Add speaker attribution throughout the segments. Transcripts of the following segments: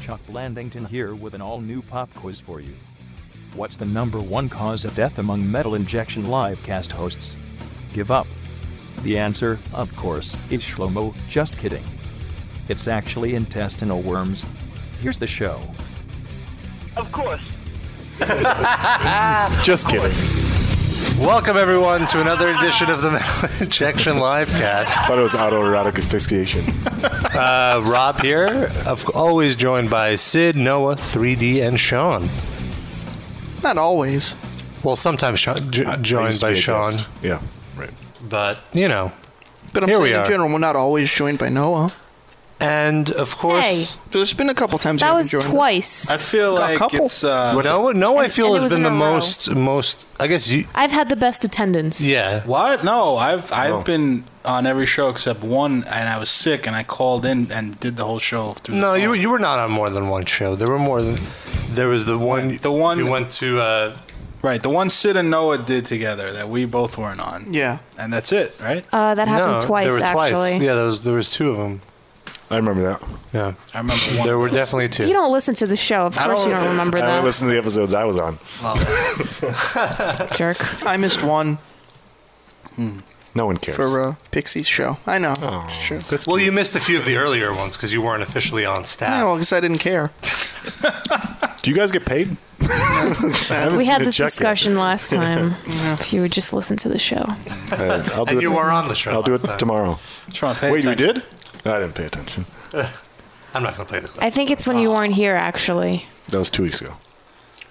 Speaker 1: Chuck Landington here with an all-new pop quiz for you. What's the number one cause of death among Metal Injection livecast hosts? Give up. The answer, of course, is Shlomo, just kidding. It's actually intestinal worms. Here's the show.
Speaker 2: Of course.
Speaker 3: Just kidding.
Speaker 4: Welcome everyone to another edition of the Metal Injection Livecast.
Speaker 3: Thought it was autoerotic asphyxiation.
Speaker 4: Uh, Rob here, of always joined by Sid, Noah, 3D, and Sean.
Speaker 5: Not always.
Speaker 4: Well, sometimes Sean, j-
Speaker 3: I
Speaker 4: joined
Speaker 3: used to
Speaker 4: by
Speaker 3: be a
Speaker 4: Sean,
Speaker 3: guest. Yeah, right.
Speaker 4: but you know,
Speaker 5: But I'm
Speaker 4: Here we
Speaker 5: saying
Speaker 4: are.
Speaker 5: in general, we're not always joined by Noah.
Speaker 4: and of course,
Speaker 5: So there's been a couple times
Speaker 6: That
Speaker 5: you've
Speaker 6: was
Speaker 5: been joined.
Speaker 6: twice.
Speaker 7: I feel
Speaker 5: A
Speaker 7: like
Speaker 5: couple?
Speaker 7: it's uh,
Speaker 4: Noah. Noah, I feel
Speaker 6: and it
Speaker 4: has
Speaker 6: was in
Speaker 4: been the
Speaker 6: a row.
Speaker 4: most, most. I guess you,
Speaker 6: I've had the best attendance.
Speaker 4: yeah.
Speaker 7: what? No, I've I've been on every show except one, and I was sick, and I called in and did the whole show through.
Speaker 4: No,
Speaker 7: the
Speaker 4: you
Speaker 7: phone.
Speaker 4: you were not on more than one show. There were more than. There was the one.
Speaker 7: The one-
Speaker 4: you went to. Uh,
Speaker 7: right. The one Sid and Noah did together that we both weren't on.
Speaker 5: Yeah.
Speaker 7: and that's it, right?
Speaker 6: Uh, that happened
Speaker 4: no,
Speaker 6: twice,
Speaker 4: there were
Speaker 6: actually.
Speaker 4: Twice. Yeah, there was there was two of them.
Speaker 3: I remember that.
Speaker 4: Yeah,
Speaker 7: I remember one.
Speaker 4: there were definitely two.
Speaker 6: You don't listen to the show. Of course, you don't remember
Speaker 3: I only
Speaker 6: that,
Speaker 3: listened to the episodes I was on.
Speaker 7: Well,
Speaker 6: jerk.
Speaker 5: I missed one
Speaker 3: No one cares.
Speaker 5: for uh, Pixie's show. I know. It's true.
Speaker 4: Well, you missed a few of the earlier ones because you weren't officially on
Speaker 5: Yeah,
Speaker 4: staff.
Speaker 5: well, because I didn't care.
Speaker 3: Do you guys get paid? I haven't
Speaker 6: We
Speaker 3: seen
Speaker 6: had
Speaker 3: a
Speaker 6: this
Speaker 3: check yet.
Speaker 6: discussion last time. If you would just listen to the show,
Speaker 3: Uh, I'll do
Speaker 4: and
Speaker 3: it.
Speaker 4: you were on the show.
Speaker 3: I'll do it
Speaker 4: last time.
Speaker 3: tomorrow.
Speaker 7: Sean, pay
Speaker 3: Wait, you
Speaker 7: attention.
Speaker 3: did? I didn't pay attention.
Speaker 4: I'm not going to play the clip.
Speaker 6: I think it's when
Speaker 3: Ah.
Speaker 6: you weren't here, actually.
Speaker 3: That was two weeks ago.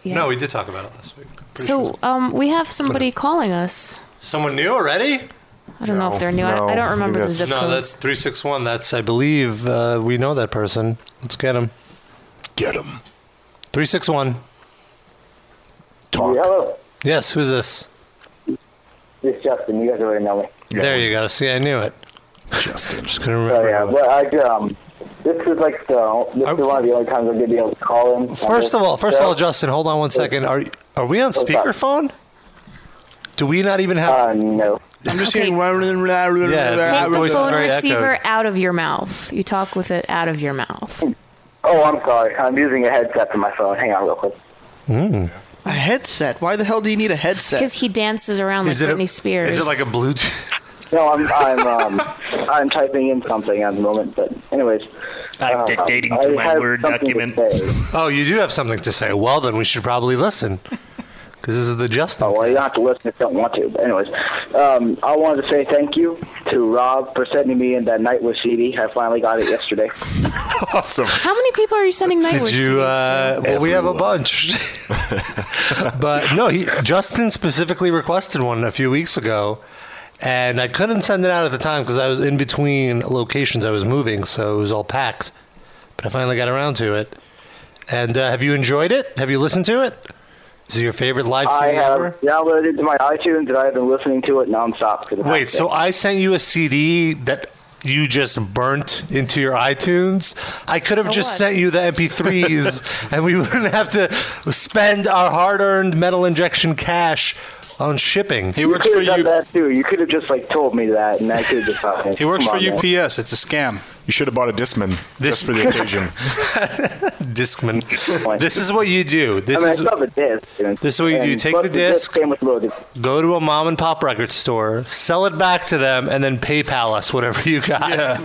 Speaker 6: Yeah.
Speaker 4: No, we did talk about it last week. Pretty sure.
Speaker 6: So um, we have somebody calling us.
Speaker 4: someone new already?
Speaker 6: I don't know if they're new.
Speaker 3: No,
Speaker 6: I, I
Speaker 3: I
Speaker 6: don't remember
Speaker 3: think
Speaker 6: the zip
Speaker 4: No,
Speaker 6: code.
Speaker 4: that's three six one. That's I believe uh, we know that person. Let's get him.
Speaker 3: Get him.
Speaker 4: Three six one.
Speaker 3: Talk.
Speaker 8: Hello,
Speaker 4: Yes, who's this?
Speaker 8: this is Justin. You guys already know me.
Speaker 4: There you go. See, I knew it.
Speaker 3: Justin.
Speaker 4: Just couldn't
Speaker 8: Oh
Speaker 4: remember.
Speaker 8: yeah, but I um, this is like the this
Speaker 4: Are-
Speaker 8: is one of the only times I'm gonna be able to call him.
Speaker 4: first of all, first of all, Justin, hold on one second. Are are we on speakerphone? Do we not even have?
Speaker 8: Uh, no.
Speaker 5: I'm just
Speaker 6: Okay.
Speaker 5: hearing. Yeah,
Speaker 4: it's-
Speaker 6: Take
Speaker 4: That
Speaker 6: the
Speaker 4: voice is
Speaker 6: phone
Speaker 4: very
Speaker 6: receiver
Speaker 4: echoed.
Speaker 6: out of your mouth. You talk with it out of your mouth.
Speaker 8: Oh, I'm sorry. I'm using a headset for my phone. Hang on, real quick.
Speaker 5: a headset. Why the hell do you need a headset?
Speaker 6: Because he dances around like Britney
Speaker 4: a,
Speaker 6: Spears.
Speaker 4: Is it like a Bluetooth?
Speaker 8: No, I'm I'm um, I'm typing in something at the moment. But anyways,
Speaker 9: I'm
Speaker 8: um,
Speaker 9: dictating
Speaker 8: I
Speaker 9: to my
Speaker 8: have
Speaker 9: Word
Speaker 8: something to
Speaker 9: document.
Speaker 8: say.
Speaker 4: Oh, you do have something to say. Well, then we should probably listen. Because this is the Justin.
Speaker 8: Oh, Well, you don't
Speaker 4: cast.
Speaker 8: have to listen if you don't want to. But anyways, um, I wanted to say thank you to Rob for sending me in that night with CD. I finally got it yesterday.
Speaker 3: Awesome.
Speaker 6: How many people are you sending Nightwish
Speaker 4: Did you?
Speaker 6: CDs
Speaker 4: Uh, well, we have a bunch. but no, he, Justin specifically requested one a few weeks ago, and I couldn't send it out at the time because I was in between locations. I was moving, so it was all packed. But I finally got around to it. And uh, have you enjoyed it? Have you listened to it? Is it your favorite live
Speaker 8: I
Speaker 4: CD
Speaker 8: have
Speaker 4: ever?
Speaker 8: downloaded to my iTunes and I've been listening to it nonstop. For the
Speaker 4: Wait,
Speaker 8: past
Speaker 4: so
Speaker 8: day.
Speaker 4: I sent you a CD that you just burnt into your iTunes. I could have
Speaker 6: So
Speaker 4: just
Speaker 6: what?
Speaker 4: sent you the MP3s, and we wouldn't have to spend our hard-earned metal injection cash on shipping.
Speaker 7: He
Speaker 8: you
Speaker 7: works
Speaker 8: could
Speaker 7: for
Speaker 8: have done
Speaker 7: you.
Speaker 8: that too. You could have just like told me that, and I could have just thought.
Speaker 7: He works
Speaker 8: come
Speaker 7: for
Speaker 8: on, man.
Speaker 7: UPS. It's a scam.
Speaker 3: You should have bought a Discman
Speaker 4: This-
Speaker 3: just for the occasion.
Speaker 4: Discman. this is what you do.
Speaker 8: I
Speaker 4: This
Speaker 8: mean, I
Speaker 4: is
Speaker 8: still have a disc. and-
Speaker 4: This is what you do.
Speaker 8: and
Speaker 4: You take
Speaker 8: plus
Speaker 4: the disc-
Speaker 8: came with a little
Speaker 4: go to a mom and pop record store, sell it back to them, and then PayPal us whatever you got.
Speaker 7: Yeah.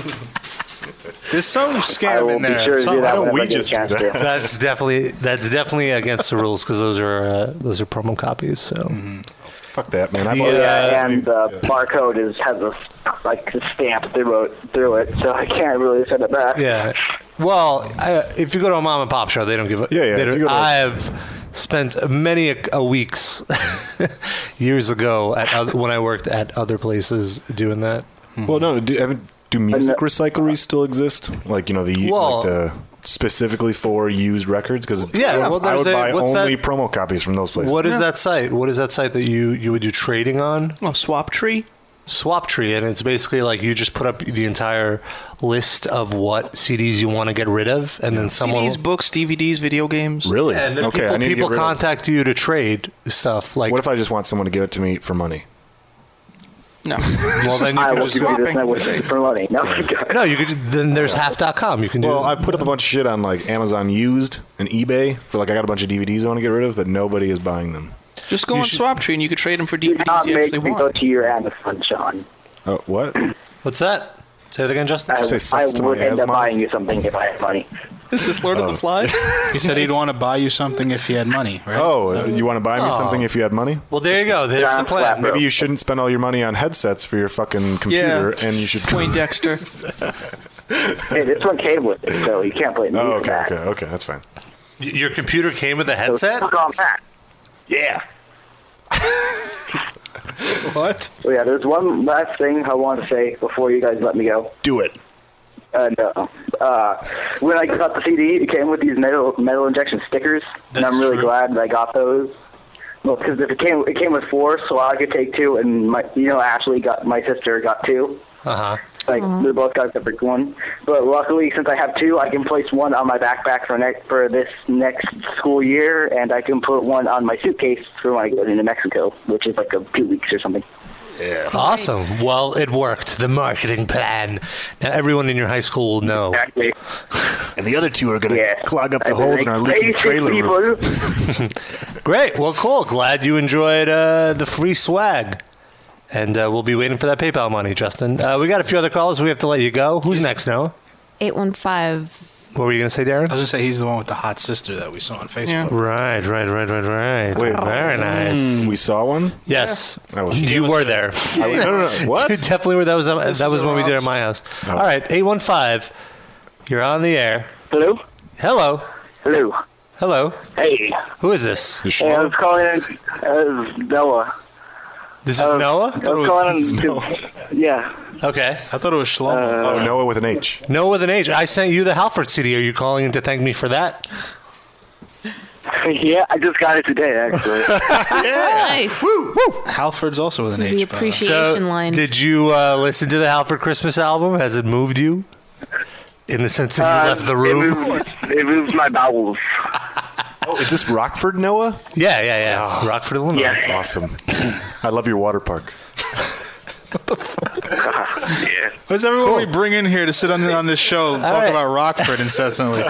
Speaker 7: There's some
Speaker 8: I
Speaker 7: scam
Speaker 8: will
Speaker 7: in there.
Speaker 8: be sure to
Speaker 7: Some-
Speaker 8: do that
Speaker 3: don't
Speaker 8: whenever
Speaker 3: we
Speaker 8: I get
Speaker 3: just
Speaker 8: a
Speaker 3: do
Speaker 8: chance to.
Speaker 4: That's definitely that's definitely against the rules because those are uh, those are promo copies. So
Speaker 3: Mm-hmm. Fuck that, man. I've
Speaker 4: The,
Speaker 3: already-
Speaker 4: uh,
Speaker 8: Yeah, and the barcode is has a like a stamp through it, through it, so I can't really send it back.
Speaker 4: Yeah. Well, I, if you go to a mom and pop show, they don't give a.
Speaker 3: Yeah, yeah,
Speaker 4: they
Speaker 3: if
Speaker 4: don't-
Speaker 3: you go to-
Speaker 4: I've spent many a, a weeks years ago at other, when I worked at other places doing that.
Speaker 3: Well, no, do, haven't- do music
Speaker 8: And- uh,
Speaker 3: recycleries still exist? Like you know the
Speaker 4: Well-
Speaker 3: like the specifically for used records because
Speaker 4: Yeah, well,
Speaker 3: I
Speaker 4: there's
Speaker 3: would
Speaker 4: a-
Speaker 3: buy
Speaker 4: what's
Speaker 3: only
Speaker 4: that-
Speaker 3: promo copies from those places.
Speaker 4: What is that site? What is that site that you you would do trading on?
Speaker 5: oh, swap tree.
Speaker 4: Swap Tree, and it's basically like you just put up the entire list of what CDs you want to get rid of, and then someone
Speaker 5: CDs, books, DVDs, video games.
Speaker 3: Really?
Speaker 4: And then
Speaker 3: okay,
Speaker 4: people,
Speaker 3: I need
Speaker 4: people
Speaker 3: to get rid of it.
Speaker 4: contact you to trade stuff. Like
Speaker 3: What if I just want someone to give it to me for money?
Speaker 7: No.
Speaker 4: Well, then you
Speaker 8: I
Speaker 4: can
Speaker 8: will
Speaker 4: just
Speaker 8: do this network for money. No,
Speaker 4: No, you could. Then there's half.com. You can do.
Speaker 3: Well, I put up a bunch of shit on like Amazon used and eBay for like I got a bunch of DVDs I want to get rid of, but nobody is buying them.
Speaker 10: Just go on SwapTree and you could trade them for
Speaker 8: do
Speaker 10: DVDs
Speaker 8: not
Speaker 10: you
Speaker 8: make
Speaker 10: actually
Speaker 8: me go
Speaker 10: want.
Speaker 8: to your Amazon, John.
Speaker 3: Oh, what?
Speaker 4: What's that? Say it again, Justin.
Speaker 8: I, I would end up buying you something if I had money.
Speaker 10: Is this Lord
Speaker 4: Oh.
Speaker 10: of the Flies?
Speaker 7: He said he'd want to buy you something if he had money, right?
Speaker 3: Oh, you want to buy me
Speaker 4: Oh.
Speaker 3: something if you had money?
Speaker 4: Well, there you go. Oh, There's the plan.
Speaker 3: Maybe you shouldn't spend all your money on headsets for your fucking computer, and you should.
Speaker 10: Wayne Dexter.
Speaker 8: Hey, this one came with it, so you can't blame me
Speaker 3: Oh,
Speaker 8: for
Speaker 3: okay,
Speaker 8: that.
Speaker 3: okay, okay. That's fine.
Speaker 4: Y- Your computer came with a
Speaker 8: So
Speaker 4: headset.
Speaker 8: suck on that.
Speaker 3: Yeah.
Speaker 7: What?
Speaker 8: So yeah, there's one last thing I want to say before you guys let me go.
Speaker 3: Do it.
Speaker 8: And uh, uh, when I got the CD, it came with these metal metal injection stickers, and
Speaker 4: That's
Speaker 8: I'm really
Speaker 4: true.
Speaker 8: glad that I got those. Well, because if it came, it came with four, so I could take two, and my, you know, Ashley got my sister got two.
Speaker 4: Uh huh.
Speaker 8: Like we both got separate one, but luckily since I have two, I can place one on my backpack for next for this next school year, and I can put one on my suitcase for when I go to New Mexico, which is like a few weeks or something.
Speaker 4: Awesome. Well, it worked. The marketing plan. Now everyone in your high school will know.
Speaker 8: Exactly.
Speaker 3: And the other two are gonna
Speaker 8: Yeah.
Speaker 3: clog up the
Speaker 8: And
Speaker 3: holes
Speaker 8: they
Speaker 3: in our
Speaker 8: crazy
Speaker 3: leaking trailer
Speaker 8: people.
Speaker 3: roof.
Speaker 4: Great. Well, cool. Glad you enjoyed uh, the free swag. And uh, we'll be waiting for that PayPal money, Justin. Uh, we got a few other callers. We have to let you go. Who's next, Noah?
Speaker 6: 815.
Speaker 4: What were you going to say, Darren?
Speaker 7: I was gonna say he's the one with the hot sister that we saw on Facebook.
Speaker 10: Yeah.
Speaker 4: Right, right, right, right, right.
Speaker 3: Wait. Mm,
Speaker 4: very nice.
Speaker 3: We saw one.
Speaker 4: Yes,
Speaker 3: I was-
Speaker 4: you were there.
Speaker 3: I was- no, no, no.
Speaker 4: You
Speaker 3: What?
Speaker 4: definitely were. That was uh, that was
Speaker 7: is
Speaker 4: when we did it at
Speaker 7: Rob's.
Speaker 4: my house. All right, eight one five. You're on the air.
Speaker 8: Hello,
Speaker 4: Hello,
Speaker 8: hello.
Speaker 4: hello.
Speaker 8: Hey,
Speaker 4: Who is this?
Speaker 8: hey I was calling in as Noah.
Speaker 4: Uh, This
Speaker 8: um,
Speaker 4: is Noah.
Speaker 8: I was calling in to- yeah. Uh,
Speaker 4: Okay,
Speaker 7: I thought it was Shlomo.
Speaker 3: Oh, Noah with an H.
Speaker 4: Noah with an H. I sent you the Halford CD. Are you calling in to thank me for that?
Speaker 8: yeah, I just got it today, actually.
Speaker 6: Nice.
Speaker 7: Halford's also with an
Speaker 6: This is the
Speaker 7: H. by the way.
Speaker 6: appreciation line.
Speaker 4: did you uh, listen to the Halford Christmas album? Has it moved you? In the sense that you left the
Speaker 8: Uh, It
Speaker 4: room.
Speaker 8: moves, it moves my bowels.
Speaker 3: Oh, is this Rockford Noah? Ah,
Speaker 4: Yeah, yeah, yeah. Rockford, Illinois.
Speaker 8: Yeah.
Speaker 3: Awesome. I love your water park.
Speaker 8: Yeah.
Speaker 7: Who's everyone we bring in here to sit on, on this show and talk
Speaker 4: right.
Speaker 7: about Rockford incessantly?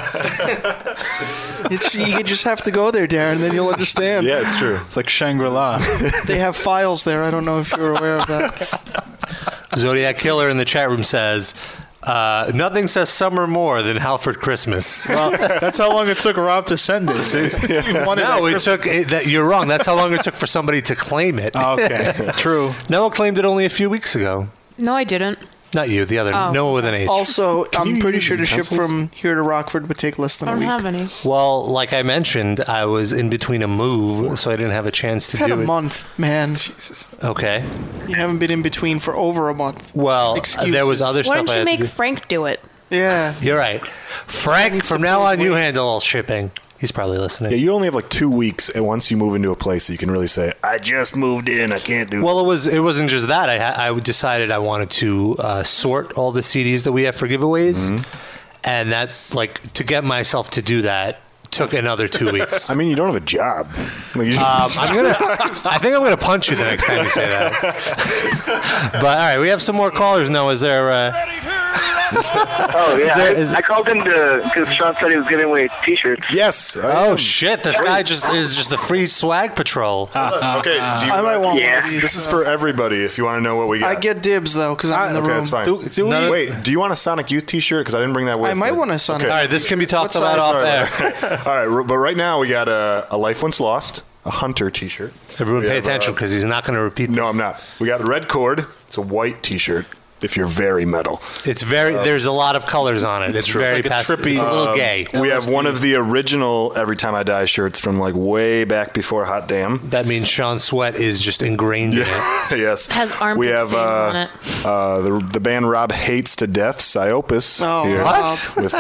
Speaker 5: It's, you just have to go there, Darren, then you'll understand.
Speaker 3: Yeah, it's true.
Speaker 7: It's like Shangri La.
Speaker 5: They have files there. I don't know if you're aware of that.
Speaker 4: Zodiac Killer in the chat room says, uh, "Nothing says summer more than Halford Christmas."
Speaker 7: Well, that's how long it took Rob to send it. See, you wanted
Speaker 4: no,
Speaker 7: that
Speaker 4: it took. It, that, you're wrong. That's how long it took for somebody to claim it.
Speaker 7: Christmas- okay, true.
Speaker 4: Noah claimed it only a few weeks ago.
Speaker 6: no, I didn't.
Speaker 4: Not you, the other
Speaker 6: Oh.
Speaker 4: Noah with an H.
Speaker 5: Also, I'm
Speaker 3: you
Speaker 5: pretty
Speaker 3: use
Speaker 5: sure to ship
Speaker 3: utensils?
Speaker 5: from here to Rockford would take less than
Speaker 6: I don't
Speaker 5: a week.
Speaker 6: have any.
Speaker 4: Well, like I mentioned, I was in between a move, so I didn't have a chance to
Speaker 5: You've had
Speaker 4: do
Speaker 5: a
Speaker 4: it.
Speaker 5: month, man.
Speaker 4: Okay.
Speaker 5: You haven't been in between for over a month.
Speaker 4: Well, uh, there was
Speaker 5: Excuses.
Speaker 6: Why
Speaker 4: other
Speaker 5: Why
Speaker 4: stuff.
Speaker 6: don't
Speaker 4: I
Speaker 6: you
Speaker 4: had
Speaker 6: make
Speaker 4: to do.
Speaker 6: Frank do it?
Speaker 5: Yeah.
Speaker 4: You're right, Frank. From now on, you handle all shipping. He's probably listening.
Speaker 3: Yeah, you only have like two weeks, and once you move into a place, that you can really say, "I just moved in. I can't do."
Speaker 4: Well, it was it wasn't just that. I ha- I decided I wanted to uh, sort all the CDs that we have for giveaways,
Speaker 3: Mm-hmm.
Speaker 4: and that like to get myself to do that took another two weeks.
Speaker 3: I mean, you don't have a job. Like, you
Speaker 4: Um, I'm gonna. I think I'm gonna punch you the next time you say that. but all right, we have some more callers now. Is there? Uh,
Speaker 8: Oh, yeah.
Speaker 4: there-
Speaker 8: I-
Speaker 4: is-
Speaker 8: I, called him to, because Sean said he was giving away t shirts.
Speaker 3: yes. I
Speaker 4: oh
Speaker 3: am.
Speaker 4: shit! This guy just is just the free swag patrol.
Speaker 3: Uh, okay. Do you,
Speaker 5: I might want one
Speaker 8: Yeah.
Speaker 5: of these.
Speaker 3: This is for everybody. If you want to know what we got,
Speaker 5: I get dibs, though, because I'm
Speaker 3: Ah,
Speaker 5: in the
Speaker 3: okay,
Speaker 5: room.
Speaker 3: that's fine.
Speaker 7: Do- do we-
Speaker 3: Wait, do you want a Sonic Youth T-shirt? Because I didn't bring that with.
Speaker 5: I might
Speaker 3: me.
Speaker 5: want a Sonic
Speaker 4: all right, this can be talked
Speaker 5: What
Speaker 4: about
Speaker 5: size
Speaker 4: off
Speaker 5: are
Speaker 4: air.
Speaker 3: All right, r- but right now we got a, a Life Once Lost, a Hunter T-shirt.
Speaker 4: Everyone,
Speaker 3: We
Speaker 4: pay
Speaker 3: have,
Speaker 4: attention
Speaker 3: uh,
Speaker 4: because he's not going to repeat.
Speaker 3: No,
Speaker 4: this.
Speaker 3: I'm not. We got Red Cord. It's a white T-shirt. If you're very metal,
Speaker 4: It's very. there's a lot of colors on it. It's
Speaker 3: Uh, True.
Speaker 4: very
Speaker 3: Like a
Speaker 4: past-
Speaker 7: trippy,
Speaker 4: It's a little
Speaker 7: um,
Speaker 4: gay.
Speaker 3: we have one of the original "Every Time I Die" shirts from like way back before Hot Damn.
Speaker 4: That means Sean Sweat is just ingrained in it.
Speaker 3: yes,
Speaker 6: Has armpit
Speaker 3: we have
Speaker 6: stains
Speaker 3: uh,
Speaker 6: on it.
Speaker 3: Uh, the the band Rob hates to death, Psyopus.
Speaker 5: Oh,
Speaker 3: here
Speaker 5: Rob.
Speaker 3: With,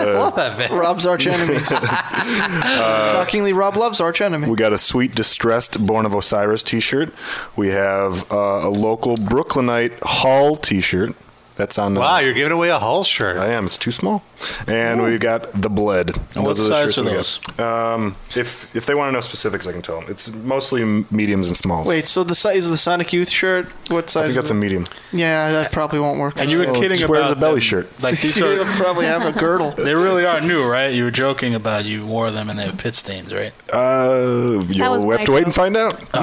Speaker 3: uh,
Speaker 5: Rob's arch enemies. Shockingly, Rob loves arch enemy.
Speaker 3: we got a sweet distressed Born of Osiris T-shirt. We have uh, a local Brooklynite Hall T-shirt. That's on.
Speaker 4: Wow, you're giving away a Hull shirt.
Speaker 3: I am. It's too small. And we've got the blood.
Speaker 7: And what
Speaker 3: the
Speaker 7: size
Speaker 3: shirts we
Speaker 7: are
Speaker 3: got. Um, if if they want to know specifics, I can tell them. It's mostly m- mediums and smalls.
Speaker 11: Wait, so the size is the Sonic Youth shirt? What size?
Speaker 3: I think
Speaker 11: is
Speaker 3: that's
Speaker 11: it?
Speaker 3: a medium.
Speaker 11: Yeah, that probably won't work.
Speaker 7: And you were
Speaker 11: So-
Speaker 7: kidding
Speaker 3: Just
Speaker 7: about
Speaker 3: wears a belly
Speaker 7: them.
Speaker 3: shirt.
Speaker 7: Like these are
Speaker 11: You'll probably have a girdle.
Speaker 7: They really are new, right? You were joking about you wore them and they have pit stains, right?
Speaker 3: Uh, you'll
Speaker 6: was my
Speaker 3: have to wait
Speaker 6: joke.
Speaker 3: and find out.
Speaker 7: All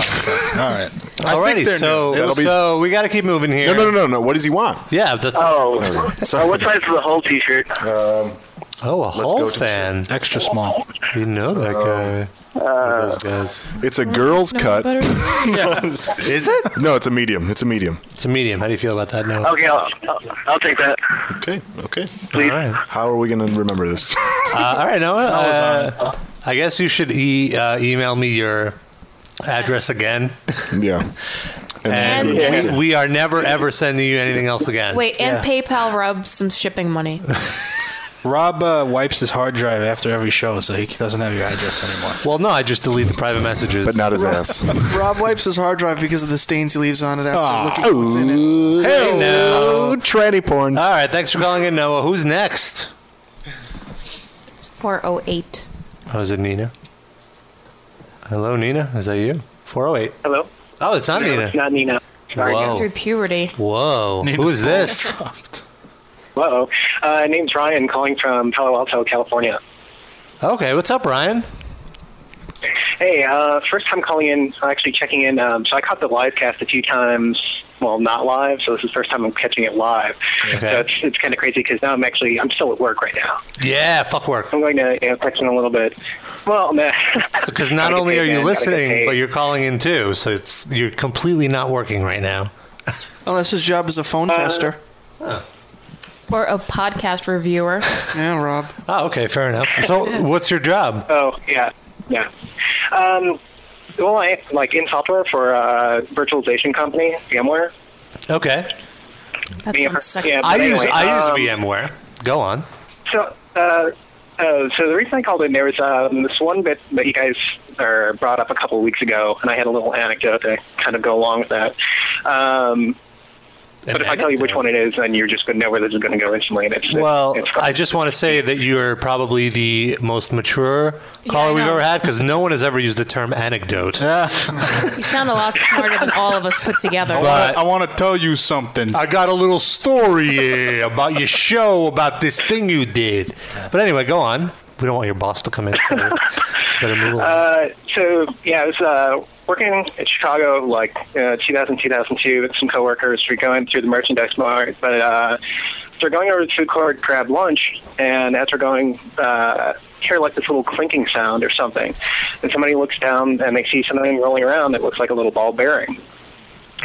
Speaker 7: right.
Speaker 4: Alrighty, so
Speaker 3: That'll be-
Speaker 4: so we got to keep moving here.
Speaker 3: No, no, no, no, no. What does he want?
Speaker 4: Yeah, that's
Speaker 12: Oh,
Speaker 3: Sorry.
Speaker 12: uh, what size is the whole T-shirt?
Speaker 3: Um,
Speaker 4: oh a
Speaker 3: go
Speaker 4: Hull
Speaker 3: to the
Speaker 4: fan.
Speaker 7: Extra small.
Speaker 4: You know that
Speaker 12: Oh.
Speaker 4: guy.
Speaker 12: Uh.
Speaker 4: Those guys.
Speaker 3: It's a girl's cut.
Speaker 4: Is it?
Speaker 3: No, it's a medium. It's a medium.
Speaker 4: It's a medium. How do you feel about that now?
Speaker 12: Okay, I'll, I'll, I'll take that.
Speaker 3: Okay, okay.
Speaker 12: Please.
Speaker 4: All right.
Speaker 3: How are we going to remember this?
Speaker 4: Uh, all right, Noah. Uh, I guess you should e- uh, email me your address again.
Speaker 3: yeah.
Speaker 4: And
Speaker 6: And-
Speaker 4: we- we are never ever sending you anything else again.
Speaker 6: Wait, and PayPal rubs some shipping money.
Speaker 7: Rob uh, wipes his hard drive after every show, so he doesn't have your address anymore.
Speaker 4: Well, no, I just delete the private messages.
Speaker 3: but not his ass.
Speaker 11: Rob wipes his hard drive because of the stains he leaves on it after looking at what's in it.
Speaker 4: hey, no.
Speaker 3: Oh, tranny porn.
Speaker 4: All right, thanks for calling in, Noah. Who's next?
Speaker 6: It's 408.
Speaker 4: Oh, is it Nina? Hello, Nina. Is that you? 408.
Speaker 12: Hello.
Speaker 4: Oh, it's not
Speaker 12: No,
Speaker 4: Nina.
Speaker 12: it's not Nina. Sorry.
Speaker 6: Through
Speaker 4: Whoa.
Speaker 6: puberty.
Speaker 4: Whoa. Who is this?
Speaker 12: Whoa. Uh, name's Ryan, calling from Palo Alto, California.
Speaker 4: Okay, what's up, Ryan?
Speaker 12: Hey, uh, first time calling in, actually checking in. Um, so I caught the live cast a few times. Well, not live, so this is the first time I'm catching it live.
Speaker 4: Okay.
Speaker 12: So it's, it's kind of crazy because now I'm actually I'm still at work right now.
Speaker 4: Yeah, fuck work.
Speaker 12: I'm going to you know, text in a little bit. Well, nah.
Speaker 4: Because not
Speaker 12: Gotta get
Speaker 4: only
Speaker 12: paid,
Speaker 4: are you
Speaker 12: man. Gotta get
Speaker 4: listening,
Speaker 12: paid.
Speaker 4: but you're calling in too. So it's you're completely not working right now.
Speaker 11: Unless his job is a phone tester.
Speaker 6: Or a podcast reviewer.
Speaker 11: Yeah, Rob.
Speaker 4: Oh, okay, fair enough. So what's your job?
Speaker 12: Oh yeah, yeah. Um, well, I like in software for a virtualization company, VMware.
Speaker 4: Okay,
Speaker 6: That sounds sexy.
Speaker 12: Yeah, but
Speaker 4: I use
Speaker 12: anyway,
Speaker 4: I use
Speaker 12: um,
Speaker 4: VMware. Go on.
Speaker 12: So, uh, uh, so the reason I called in there was um, this one bit that you guys uh brought up a couple of weeks ago, and I had a little anecdote to kind of go along with that. Um, but if I tell you which one it is, then you're just going to know where this is going to go instantly. And it's,
Speaker 4: Well,
Speaker 12: it's, it's
Speaker 4: I just want to say that you're probably the most mature caller
Speaker 6: I
Speaker 4: we've
Speaker 6: know.
Speaker 4: ever had because no one has ever used the term anecdote.
Speaker 6: You sound a lot smarter than all of us put together.
Speaker 4: But
Speaker 7: I want to tell you something.
Speaker 4: I got a little story eh, about your show about this thing you did. But anyway, go on. We don't want your boss to come in. So better move along.
Speaker 12: Uh, so yeah, I was uh, working in Chicago like uh, 2000, 2002 with some coworkers. We're going through the merchandise mart, but uh, so we're going over to the food court, grab lunch, and as we're going, uh, hear like this little clinking sound or something, and somebody looks down and they see something rolling around that looks like a little ball bearing.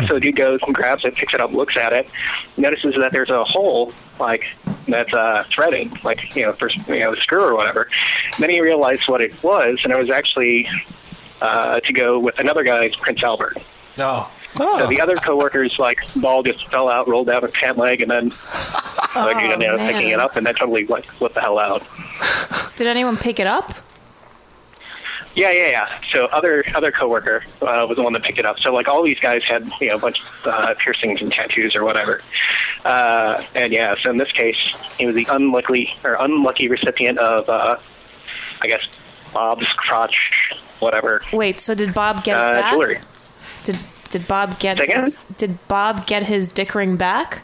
Speaker 12: So the dude goes and grabs it, picks it up, looks at it, notices that there's a hole like that's uh, threading, like you know, for you know, a screw or whatever. Then he realized what it was, and it was actually uh, to go with another guy's Prince Albert.
Speaker 7: Oh.
Speaker 12: So the other coworker's like ball just fell out, rolled down his pant leg, and then the dude ended up
Speaker 6: Oh, man.
Speaker 12: picking it up, and that totally like flipped the hell out.
Speaker 6: Did anyone pick it up?
Speaker 12: Yeah, yeah, yeah. So other other coworker uh, was the one that picked it up. So like all these guys had you know a bunch of uh, piercings and tattoos or whatever. Uh, and yeah, so in this case, he was the unlucky or unlucky recipient of uh, I guess Bob's crotch, whatever
Speaker 6: Wait, so did Bob get it
Speaker 12: uh,
Speaker 6: back?
Speaker 12: jewelry.
Speaker 6: Did did Bob get
Speaker 12: Say again?
Speaker 6: his, did Bob get his dick ring back?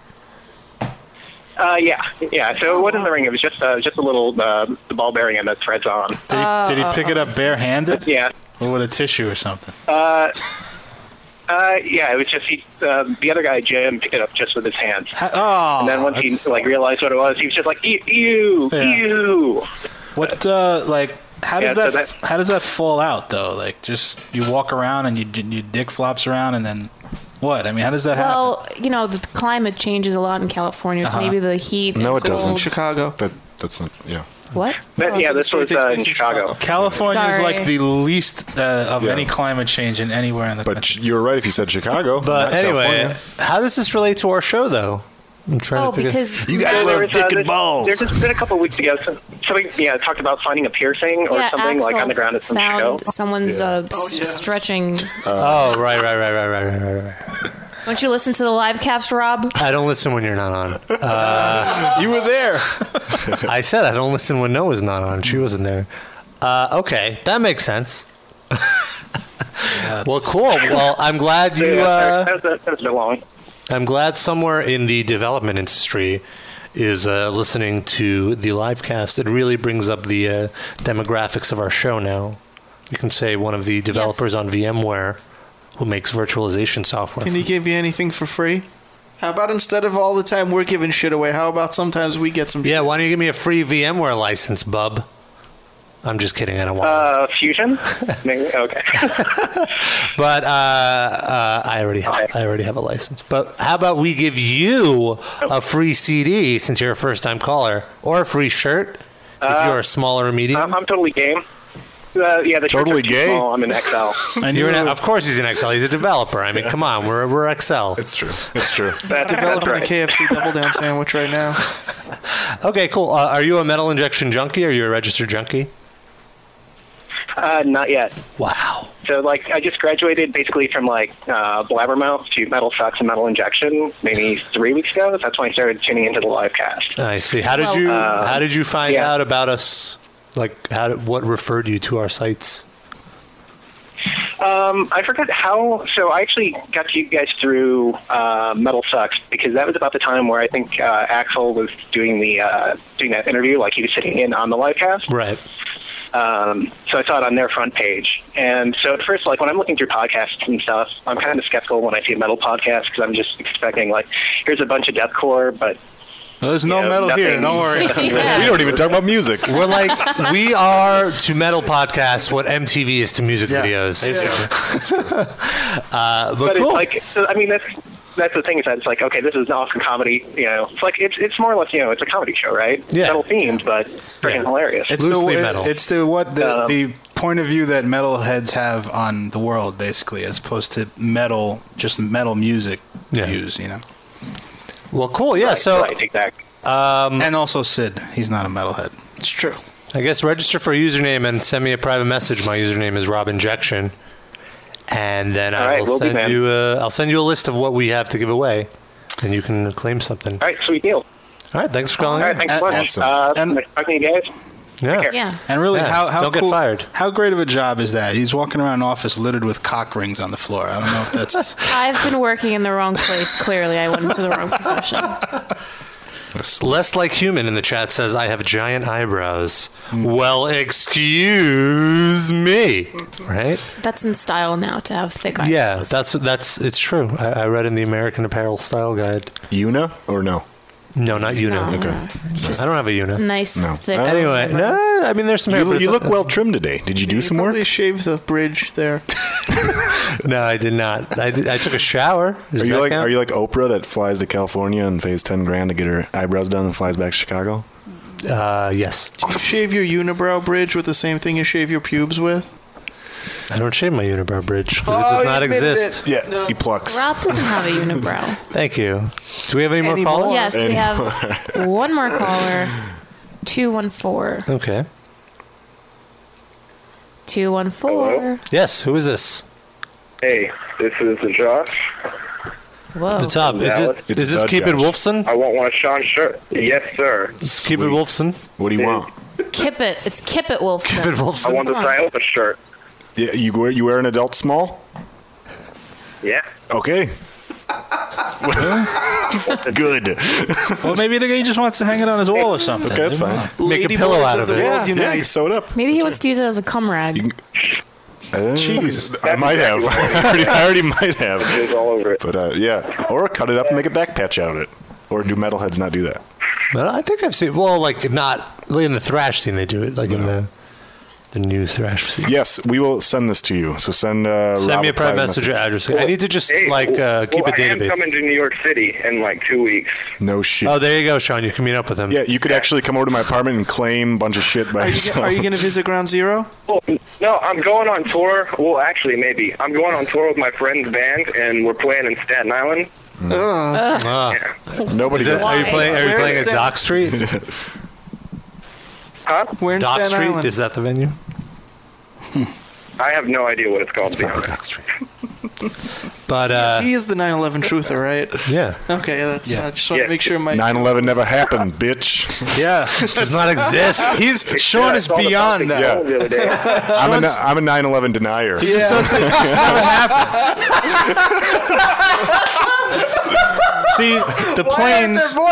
Speaker 12: Uh, yeah, yeah. So it wasn't the ring. It was just uh, just a little uh, the ball bearing and the threads on.
Speaker 7: Did he,
Speaker 12: Uh,
Speaker 7: did he pick it up barehanded?
Speaker 12: Yeah.
Speaker 7: Or with a tissue or something?
Speaker 12: Uh, yeah, it was just he, uh, the other guy, Jim, picked it up just with his hands.
Speaker 7: Oh.
Speaker 12: And then once
Speaker 7: that's-
Speaker 12: he like realized what it was, he was just like, "Ew, ew,
Speaker 7: Yeah.
Speaker 12: ew."
Speaker 7: What uh, like how does
Speaker 12: Yeah, so
Speaker 7: that,
Speaker 12: that-
Speaker 7: how does that fall out though? Like just you walk around and you your dick flops around and then what? I mean, how does that happen?
Speaker 6: Well, you know, the climate changes a lot in California,
Speaker 4: Uh-huh.
Speaker 6: so maybe the heat.
Speaker 3: No,
Speaker 6: and
Speaker 3: it doesn't.
Speaker 6: cold-
Speaker 11: Chicago.
Speaker 3: That, that's not, yeah.
Speaker 6: What?
Speaker 12: But,
Speaker 11: Oh,
Speaker 12: yeah,
Speaker 11: so the
Speaker 12: this
Speaker 11: story
Speaker 12: was
Speaker 11: takes
Speaker 12: uh,
Speaker 11: place
Speaker 12: in
Speaker 11: in
Speaker 12: Chicago.
Speaker 7: California is
Speaker 6: Sorry.
Speaker 7: like the least uh, of
Speaker 3: Yeah.
Speaker 7: any climate change in anywhere in the
Speaker 3: But
Speaker 7: country.
Speaker 3: you were right if you said Chicago.
Speaker 4: But
Speaker 3: not
Speaker 4: anyway,
Speaker 3: California.
Speaker 4: how does this relate to our show, though? I'm trying
Speaker 6: Oh,
Speaker 4: to figure.
Speaker 6: because
Speaker 3: You guys
Speaker 12: So
Speaker 3: love
Speaker 12: was,
Speaker 3: dick and
Speaker 12: this-
Speaker 3: balls.
Speaker 12: There's just been a couple weeks ago. so- Somebody yeah talked about finding a piercing or
Speaker 6: yeah,
Speaker 12: something
Speaker 6: Axel
Speaker 12: like on the ground at some
Speaker 6: found
Speaker 12: show.
Speaker 6: someone's uh, s- stretching.
Speaker 4: oh, right, right, right, right, right, right, right, right.
Speaker 6: Don't you listen to the live cast, Rob?
Speaker 4: I don't listen when you're not on. Uh,
Speaker 7: you were there.
Speaker 4: I said I don't listen when Noah's not on. She wasn't there. Uh, okay, that makes sense. well, cool. Well, I'm glad you. Uh,
Speaker 12: that, was, that was a bit long.
Speaker 4: I'm glad somewhere in the development industry is uh, listening to the live cast. It really brings up the uh, demographics of our show now. You can say one of the developers on VMware who makes virtualization software.
Speaker 11: Can he give you anything for free? How about instead of all the time we're giving shit away, how about sometimes we get some
Speaker 4: yeah, why don't you give me a free VMware license, bub? I'm just kidding. I don't want.
Speaker 12: Uh, fusion? Maybe, okay.
Speaker 4: But uh, uh, I already have, I already have a license. But how about we give you
Speaker 12: Oh.
Speaker 4: a free CD since you're a first time caller, or a free shirt if
Speaker 12: Uh,
Speaker 4: you're a smaller or medium.
Speaker 12: I'm, I'm totally game. Uh, yeah, the shirts
Speaker 4: Totally
Speaker 12: are too
Speaker 4: gay.
Speaker 12: Small. I'm an XL.
Speaker 4: And you're an, of course he's an Excel. He's a developer. I mean, come on, we're we're Excel.
Speaker 3: It's true. It's true.
Speaker 12: That's-
Speaker 11: developing
Speaker 12: that's
Speaker 11: a KFC double down sandwich right now.
Speaker 4: Okay, cool. Uh, are you a metal injection junkie? Are you a registered junkie?
Speaker 12: Uh, not yet.
Speaker 4: Wow.
Speaker 12: So like, I just graduated basically from like uh, blabbermouth to metal sucks and metal injection maybe three weeks ago. That's when I started tuning into the live cast.
Speaker 4: I see. How did
Speaker 12: Well-
Speaker 4: you
Speaker 12: Uh,
Speaker 4: How did you find
Speaker 12: yeah.
Speaker 4: out about us? Like, how did, what referred you to our sites?
Speaker 12: Um, I forgot how. So I actually got to you guys through uh, Metal Sucks because that was about the time where I think uh, Axel was doing the uh, doing that interview, like he was sitting in on the live cast.
Speaker 4: Right.
Speaker 12: Um, so I saw it on their front page, and so at first, like when I'm looking through podcasts and stuff, I'm kind of skeptical when I see a metal podcast because I'm just expecting like here's a bunch of deathcore, but
Speaker 7: there's no
Speaker 12: Yeah,
Speaker 7: metal
Speaker 12: nothing.
Speaker 7: here. Don't worry.
Speaker 12: Yeah. We
Speaker 3: don't even talk about music.
Speaker 4: We're like we are to metal podcasts what MTV is to music videos. uh, but,
Speaker 12: but
Speaker 4: cool.
Speaker 12: it's like so, I mean that's that's the thing is that it's like okay this is an awesome comedy you know it's like it's it's more or less you know it's a comedy show right
Speaker 7: Yeah.
Speaker 12: metal themed but freaking hilarious
Speaker 7: It's the, it- It's the what the,
Speaker 12: Um,
Speaker 7: the point of view that metalheads have on the world, basically, as opposed to metal, just metal music views. You know.
Speaker 4: Well, cool. Yeah. so. Um,
Speaker 7: and also Sid, he's not a metalhead.
Speaker 11: It's true.
Speaker 4: I guess register for a username and send me a private message. My username is Rob Injection, and then
Speaker 12: All
Speaker 4: I
Speaker 12: right,
Speaker 4: will
Speaker 12: will do,
Speaker 4: send
Speaker 12: man.
Speaker 4: you. A, I'll send you a list of what we have to give away, and you can claim something. All
Speaker 12: right sweet deal
Speaker 4: right. Thanks for calling.
Speaker 12: all right
Speaker 4: in.
Speaker 12: thanks so much uh, nice talking to you guys
Speaker 4: Yeah.
Speaker 12: Take care.
Speaker 7: And really,
Speaker 4: Yeah,
Speaker 7: how how
Speaker 4: don't get
Speaker 7: cool-
Speaker 4: fired.
Speaker 7: How great of a job is that? He's walking around an office littered with cock rings on the floor. I don't know if that's
Speaker 6: I've been working in the wrong place. Clearly, I went into the wrong profession.
Speaker 4: Less like human in the chat says, "I have giant eyebrows." Well, excuse me, right?
Speaker 6: That's in style now to have thick eyes.
Speaker 4: Yeah, that's that's it's true. I, I read in the American Apparel Style Guide. Una or no? No, not Una.
Speaker 6: No,
Speaker 4: okay, I don't have a Una.
Speaker 6: Nice, No. thick
Speaker 4: Anyway, no, I mean there's some. hair,
Speaker 3: Uh, You,
Speaker 4: but
Speaker 3: you
Speaker 4: it's-
Speaker 3: look well trimmed today. Did you do some work?
Speaker 11: They shave the bridge there.
Speaker 4: No, I did not. I, did, I took a shower. Does
Speaker 3: Are you
Speaker 4: that
Speaker 3: like
Speaker 4: count?
Speaker 3: Are you like Oprah that flies to California and pays ten grand to get her eyebrows done and flies back to Chicago?
Speaker 4: Uh, yes.
Speaker 11: Do you shave your unibrow bridge with the same thing you shave your pubes with?
Speaker 4: I don't shave my unibrow bridge
Speaker 6: Oh,
Speaker 4: because it does not exist.
Speaker 3: Yeah, he plucks.
Speaker 6: Rob doesn't have a unibrow.
Speaker 4: Thank you. Do we have any more
Speaker 6: Anymore. Yes,
Speaker 4: followers?
Speaker 6: we have- One more caller. 214.
Speaker 4: Okay.
Speaker 6: 214.
Speaker 4: Yes. Who is this?
Speaker 13: Hey, this is Josh.
Speaker 6: Whoa.
Speaker 4: It's up. Is this,
Speaker 13: Dallas.
Speaker 4: is this Keep It Wolfson?
Speaker 13: I want one of Sean's shirt. Yes, sir.
Speaker 4: Keep It Wolfson.
Speaker 3: What do you want?
Speaker 6: Kip it. It's Kip it Wolfson. Kip
Speaker 13: I want the Silva shirt.
Speaker 3: Yeah, you wear you wear an adult small.
Speaker 13: Yeah.
Speaker 3: Okay. Good.
Speaker 7: well, maybe the guy just wants to hang it on his wall or something.
Speaker 3: Okay, that's fine.
Speaker 7: Make a pillow out of it.
Speaker 3: Yeah, yeah, you sew it up.
Speaker 6: Maybe he wants to use it as a cum rag.
Speaker 3: Jeez, I might have. I, already, I already might have. It's all over it. But uh, yeah, or cut it up and make a back patch out of it. Or do metalheads not do that?
Speaker 4: Well, I think I've seen. Well, like not like in the thrash scene, they do it. Like in the the new thrash scene.
Speaker 3: Yes, we will send this to you. So send uh,
Speaker 4: Send
Speaker 3: Rob
Speaker 4: me a private message address. I need to just like uh, keep
Speaker 13: well,
Speaker 4: a database.
Speaker 13: I am coming to New York City in like two weeks.
Speaker 3: No shit.
Speaker 4: Oh, there you go, Sean. You can meet up with him.
Speaker 3: Yeah, you could actually come over to my apartment and claim a bunch of shit by
Speaker 11: Are you,
Speaker 3: yourself.
Speaker 11: are you going to visit Ground Zero?
Speaker 13: Well, no, I'm going on tour. Well, actually, maybe I'm going on tour with my friend's band, and we're playing in Staten Island.
Speaker 3: Nobody
Speaker 11: Ugh.
Speaker 4: Ah. Is that-
Speaker 3: does.
Speaker 4: Are you
Speaker 3: Why?
Speaker 4: playing? Are you
Speaker 3: Where
Speaker 4: playing
Speaker 3: is
Speaker 4: at
Speaker 3: that?
Speaker 4: Dock Street?
Speaker 13: Huh?
Speaker 11: Where
Speaker 4: Dock
Speaker 11: Staten
Speaker 4: Street?
Speaker 11: Island?
Speaker 4: Is that the venue?
Speaker 13: I have no idea what it's called. to be honest.
Speaker 4: But uh,
Speaker 11: he is the 9/11 truther, right?
Speaker 4: Yeah.
Speaker 11: Okay, that's.
Speaker 3: Yeah.
Speaker 11: I just want
Speaker 3: Yeah.
Speaker 11: to make sure my
Speaker 3: 9/11 never happened, bitch. Yeah,
Speaker 11: Does not exist.
Speaker 7: He's Sean is beyond that.
Speaker 3: I'm a ni- I'm a 9/11 denier.
Speaker 7: He just doesn't. It just never happened. See the planes.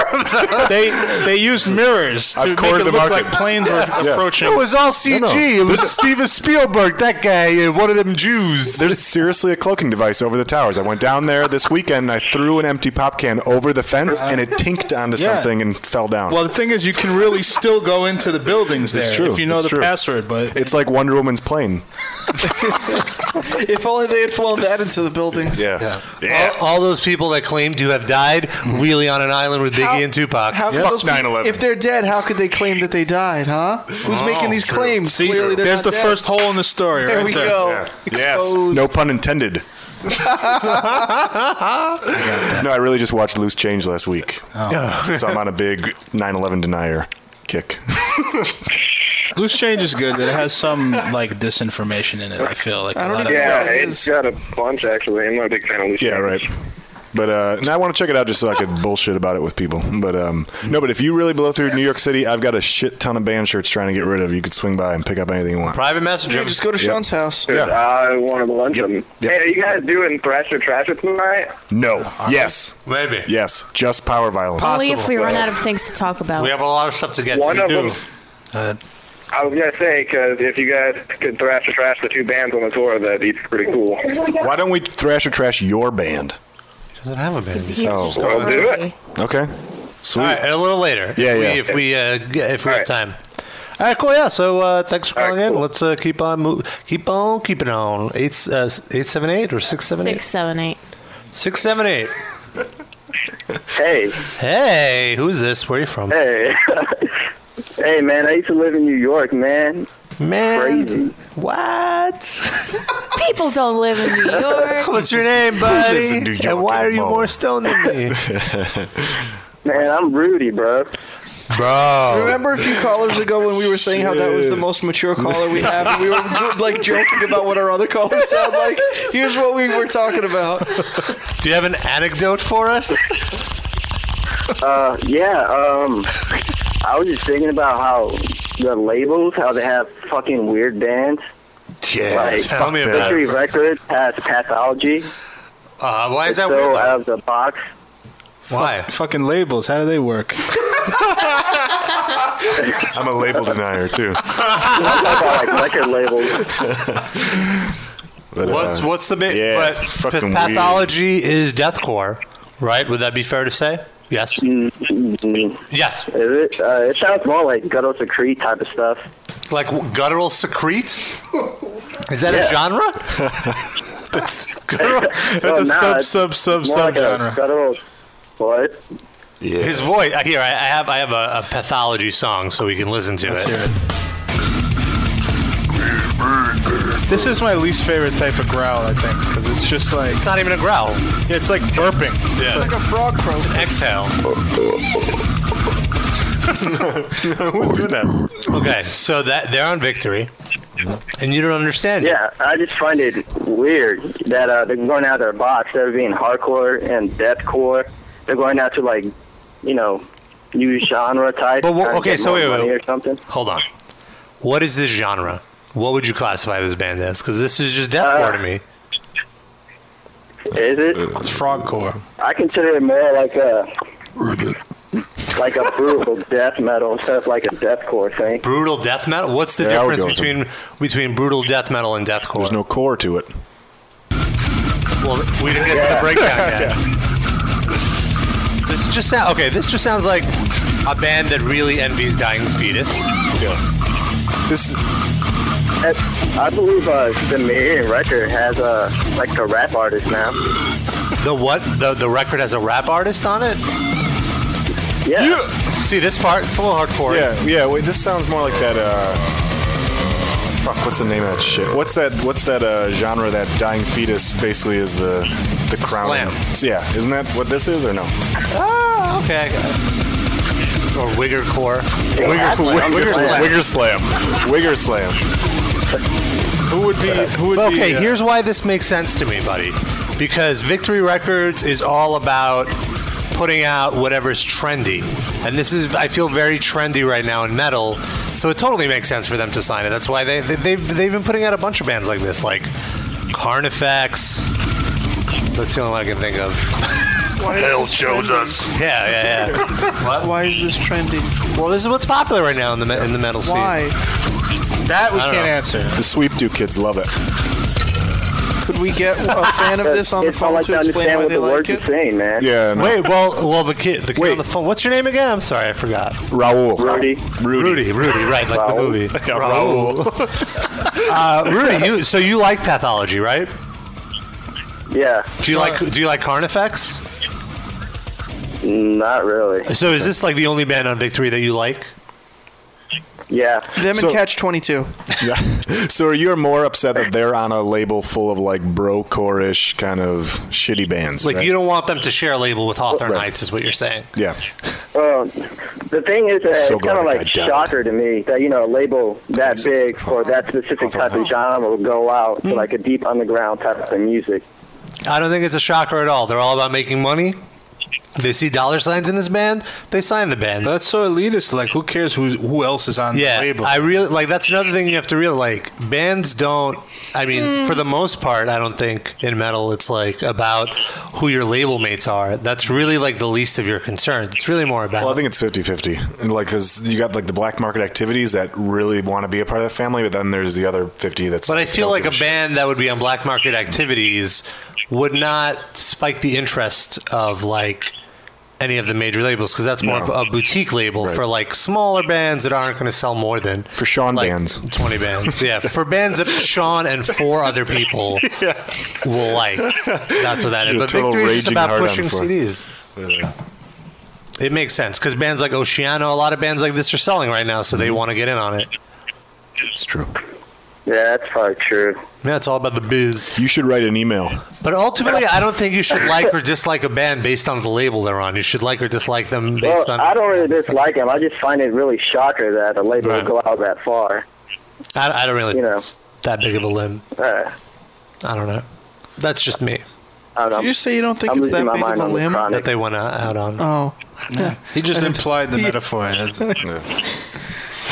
Speaker 7: They they used mirrors to
Speaker 3: I've
Speaker 7: make
Speaker 3: cornered the
Speaker 7: it look like
Speaker 3: market.
Speaker 7: planes were
Speaker 3: Yeah.
Speaker 7: approaching.
Speaker 4: It was all CG.
Speaker 3: No, no.
Speaker 4: It was Steven Spielberg, that guy, uh, one of them Jews.
Speaker 3: There's seriously a cloaking device over the towers. I went down there this weekend and I threw an empty pop can over the fence and it tinked onto
Speaker 7: Yeah.
Speaker 3: something and fell down.
Speaker 7: Well, the thing is, you can really still go into the buildings there
Speaker 3: It's true.
Speaker 7: if you know
Speaker 3: It's
Speaker 7: the
Speaker 3: true.
Speaker 7: password. But
Speaker 3: it's like Wonder Woman's plane.
Speaker 11: if only they had flown that into the buildings.
Speaker 3: Yeah.
Speaker 4: All, all those people that claim to have died really on an island with Biggie and Tupac.
Speaker 11: How could those people- If they're dead, how could they claim that they died, huh? Who's
Speaker 4: Oh,
Speaker 11: making these
Speaker 4: true.
Speaker 11: claims?
Speaker 7: See,
Speaker 11: Clearly, they're
Speaker 7: there's
Speaker 11: not
Speaker 7: the
Speaker 11: dead.
Speaker 7: first hole in the story.
Speaker 11: There
Speaker 7: right
Speaker 11: we
Speaker 7: there.
Speaker 11: go.
Speaker 3: Yeah. Yes. No pun intended. No, I really just watched Loose Change last week.
Speaker 7: Oh.
Speaker 3: so I'm on a big 9/11 denier kick.
Speaker 7: Loose Change is good. That it has some like disinformation in it. I feel like a lot of
Speaker 13: yeah, it's got a bunch actually. I'm not a big fan of Lucian.
Speaker 3: Yeah, right. But uh, now I want to check it out just so I could bullshit about it with people. But um, no, but if you really blow through New York City, I've got a shit ton of band shirts trying to get rid of. You could swing by and pick up anything you want.
Speaker 4: Private message.
Speaker 11: Yeah, just go to Sean's house.
Speaker 13: Dude, I want to lunch them. Hey, are you guys doing thrash or trash tonight?
Speaker 3: No. yes.
Speaker 4: Maybe.
Speaker 3: Yes. Just power violence.
Speaker 6: Only if we run out of things to talk about.
Speaker 4: We have a lot of stuff to get.
Speaker 13: One
Speaker 4: we
Speaker 13: of
Speaker 4: do.
Speaker 13: them-
Speaker 4: Uh,
Speaker 13: I was gonna say because if you guys could thrash or trash the two bands on the tour, that'd be pretty cool.
Speaker 3: Why don't we thrash or trash your band?
Speaker 4: doesn't have a baby.
Speaker 3: He's Oh. just Well,
Speaker 13: do
Speaker 6: it.
Speaker 3: Okay.
Speaker 4: All
Speaker 3: Sweet.
Speaker 4: right, a little later.
Speaker 3: Yeah,
Speaker 4: if
Speaker 3: yeah.
Speaker 4: We, if we uh, g- if we have time. All right, cool. Yeah. So uh, thanks for calling in. Let's uh, keep on mo- keep on keeping on. Eight uh, eight seven eight or six seven eight.
Speaker 6: Six, seven, eight.
Speaker 4: Six seven eight.
Speaker 8: Hey,
Speaker 4: Hey, who's this? Where are you from?
Speaker 8: hey, hey, man! I used to live in New York, man.
Speaker 4: Man,
Speaker 8: crazy.
Speaker 4: What?
Speaker 6: People don't live in New York.
Speaker 4: What's your name,
Speaker 8: buddy?
Speaker 4: buddy? and why are you more stoned than me?
Speaker 8: Man, I'm Rudy, bro.
Speaker 4: Bro.
Speaker 11: Remember a few callers ago when we were saying how that was the most mature caller we have, and we were like joking about what our other callers sound like. Here's what we were talking about.
Speaker 4: Do you have an anecdote for us?
Speaker 8: Uh, yeah. Um, I was just thinking about how the labels, how they have fucking weird bands.
Speaker 4: Yeah,
Speaker 8: like
Speaker 4: tell me about
Speaker 8: Victory
Speaker 4: it.
Speaker 8: Records has Pathology.
Speaker 4: Uh, why is that
Speaker 8: so
Speaker 4: weird?
Speaker 8: out of the box?
Speaker 4: Why?
Speaker 7: fucking labels. How do they work?
Speaker 3: I'm a label denier too.
Speaker 8: I like record labels.
Speaker 3: But,
Speaker 4: what's
Speaker 3: uh,
Speaker 4: what's the big?
Speaker 3: Yeah.
Speaker 4: but
Speaker 3: fucking
Speaker 4: pa-
Speaker 3: weird.
Speaker 4: pathology is deathcore, right? Would that be fair to say? Yes.
Speaker 8: Mm,
Speaker 4: Yes.
Speaker 8: Is it? Uh, it sounds more like Guttles of Crete type of stuff.
Speaker 4: Like w- guttural secrete? Is that
Speaker 8: Yeah.
Speaker 4: a genre?
Speaker 7: that's
Speaker 8: Oh, nah,
Speaker 7: a sub
Speaker 8: it's
Speaker 7: sub sub
Speaker 8: more
Speaker 7: sub
Speaker 8: like a
Speaker 7: genre.
Speaker 8: guttural- What?
Speaker 4: His voice. uh, Here, I I have I have a, a pathology song, so we can listen to
Speaker 7: Let's
Speaker 4: it.
Speaker 7: hear This is my least favorite type of growl, I think, because it's just like it's
Speaker 4: not even a growl.
Speaker 7: Yeah, it's like burping.
Speaker 4: Yeah.
Speaker 7: It's like
Speaker 11: a frog croak.
Speaker 4: It's an exhale.
Speaker 3: Who's doing that?
Speaker 4: Okay, so that they're on victory, and you don't understand.
Speaker 8: Yeah, I just find it weird that uh, they're going out of their box. They're being hardcore and deathcore. They're going out to like, you know, new genre type.
Speaker 4: But what-
Speaker 8: trying to
Speaker 4: okay,
Speaker 8: get
Speaker 4: so
Speaker 8: more
Speaker 4: wait, wait,
Speaker 8: money
Speaker 4: wait.
Speaker 8: or something.
Speaker 4: Hold on. What is this genre? What would you classify this band as? Because this is just deathcore to me.
Speaker 8: Uh, Is it?
Speaker 7: It's frogcore.
Speaker 8: I consider it more like a like a brutal death metal instead of like a deathcore thing.
Speaker 4: Brutal death metal. What's the
Speaker 8: Yeah, I would
Speaker 4: difference
Speaker 8: go
Speaker 4: between between brutal death metal and deathcore? There's
Speaker 3: no core to it.
Speaker 4: Well, we didn't get to the breakdown yet. This just sound okay. This just sounds like a band that really envies dying fetus.
Speaker 3: This.
Speaker 8: I believe uh, the Marion record has uh, like a rap artist now.
Speaker 4: The what? The the record has a rap artist on it.
Speaker 8: Yeah.
Speaker 4: See this part? It's a little hardcore.
Speaker 3: Yeah, yeah. Wait, this sounds more like that. Uh, fuck, what's the name of that shit? What's that? What's that uh, genre? That dying fetus basically is the the crown.
Speaker 4: Slam.
Speaker 3: Yeah, isn't that what this is or no?
Speaker 4: Oh, okay. I got it. Or wigger core. Wigger slam.
Speaker 3: Wigger
Speaker 4: Wigger
Speaker 3: slam. Wigger slam. Wigger slam.
Speaker 7: Who would be? Who would
Speaker 4: okay,
Speaker 7: be? uh,
Speaker 4: here's why this makes sense to me, buddy. because Victory Records is all about putting out whatever's trendy. And this is, I feel, very trendy right now in metal. So it totally makes sense for them to sign it. That's why they, they, they've, they've been putting out a bunch of bands like this, like Carnifex. That's the only one I can think of.
Speaker 7: Why is Hell this chose trendy? us.
Speaker 4: Yeah, yeah, yeah.
Speaker 7: What? Why is this trending?
Speaker 4: Well, this is what's popular right now in the me- in the metal scene.
Speaker 7: Why? That we
Speaker 4: I don't
Speaker 7: can't
Speaker 4: know.
Speaker 7: answer.
Speaker 3: The Sweep Do kids love it.
Speaker 11: Could we get a fan of this on the
Speaker 8: It's all
Speaker 11: phone
Speaker 8: like
Speaker 11: to explain
Speaker 8: understand
Speaker 11: why
Speaker 8: what
Speaker 11: they
Speaker 8: the
Speaker 11: like
Speaker 8: words
Speaker 11: it?
Speaker 8: are saying, man.
Speaker 3: Yeah.
Speaker 4: Wait, well, well, the kid, the kid on the phone. What's your name again? I'm sorry, I forgot.
Speaker 3: Raul.
Speaker 8: Rudy.
Speaker 4: Rudy. Rudy. Right, like the movie. Raul. uh, Rudy, you so you like Pathology, right?
Speaker 8: Yeah.
Speaker 4: Do you like Do you like Carnifex?
Speaker 8: Not really.
Speaker 4: So is this like the only band on Victory that you like?
Speaker 8: Yeah.
Speaker 11: Them
Speaker 3: So-
Speaker 11: and Catch 22.
Speaker 3: Yeah. So are you more upset that they're on a label full of like brocore-ish kind of shitty bands?
Speaker 4: Like
Speaker 3: right?
Speaker 4: you don't want them to share a label with Hawthorne Heights, is what you're saying?
Speaker 3: Yeah.
Speaker 8: Well, the thing is, that
Speaker 3: So
Speaker 8: it's
Speaker 3: glad
Speaker 8: kind of
Speaker 3: that
Speaker 8: like
Speaker 3: guy died.
Speaker 8: shocker to me that you know a label that big for that specific type of genre will go out
Speaker 4: Hmm.
Speaker 8: to like a deep underground type of music.
Speaker 4: I don't think it's a shocker at all. They're all about making money. They see dollar signs in this band, they sign the band.
Speaker 7: That's so elitist. Like, who cares who's, who else is on
Speaker 4: yeah,
Speaker 7: the label?
Speaker 4: I really like that's another thing you have to realize. Like bands don't. I mean,
Speaker 7: Mm.
Speaker 4: for the most part, I don't think in metal it's like about who your label mates are. That's really like the least of your concerns. It's really more about.
Speaker 3: Well, I think it's 50-50. And like, cause you got like the black market activities that really want to be a part of that family, but then there's the other 50 that's.
Speaker 4: But I feel
Speaker 3: don't
Speaker 4: like
Speaker 3: give
Speaker 4: a band that would be on black market activities would not spike the interest of like any of the major labels because that's more
Speaker 3: No.
Speaker 4: of a boutique label for like smaller bands that aren't going to sell more than for
Speaker 3: Sean
Speaker 4: bands, twenty bands, yeah, for bands that Sean and four other people will like. That's what that is.
Speaker 3: You're a
Speaker 4: But
Speaker 3: total
Speaker 4: Victory is just
Speaker 3: raging
Speaker 4: about
Speaker 3: hard-on
Speaker 4: pushing
Speaker 3: for-
Speaker 4: CDs. It makes sense because bands like Oceano, a lot of bands like this are selling right now, so they
Speaker 11: Mm-hmm.
Speaker 4: want to get in on it.
Speaker 3: It's true.
Speaker 8: Yeah, that's probably true.
Speaker 4: Yeah, it's all about the biz.
Speaker 3: You should write an email.
Speaker 4: But ultimately, I don't think you should like or dislike a band based on the label they're on. You should like or dislike them based
Speaker 8: Well,
Speaker 4: on.
Speaker 8: I don't really dislike him. I just find it really shocker that a label
Speaker 4: Right.
Speaker 8: will go out that far.
Speaker 4: I, I don't really
Speaker 8: You
Speaker 4: think
Speaker 8: know.
Speaker 4: it's that big of a limb.
Speaker 8: Uh,
Speaker 4: I don't know. That's just me.
Speaker 8: I don't know.
Speaker 11: Did you say you don't think it's that big of a limb?
Speaker 4: that they went out on.
Speaker 11: Oh.
Speaker 7: He just
Speaker 11: I
Speaker 7: implied the metaphor. That's,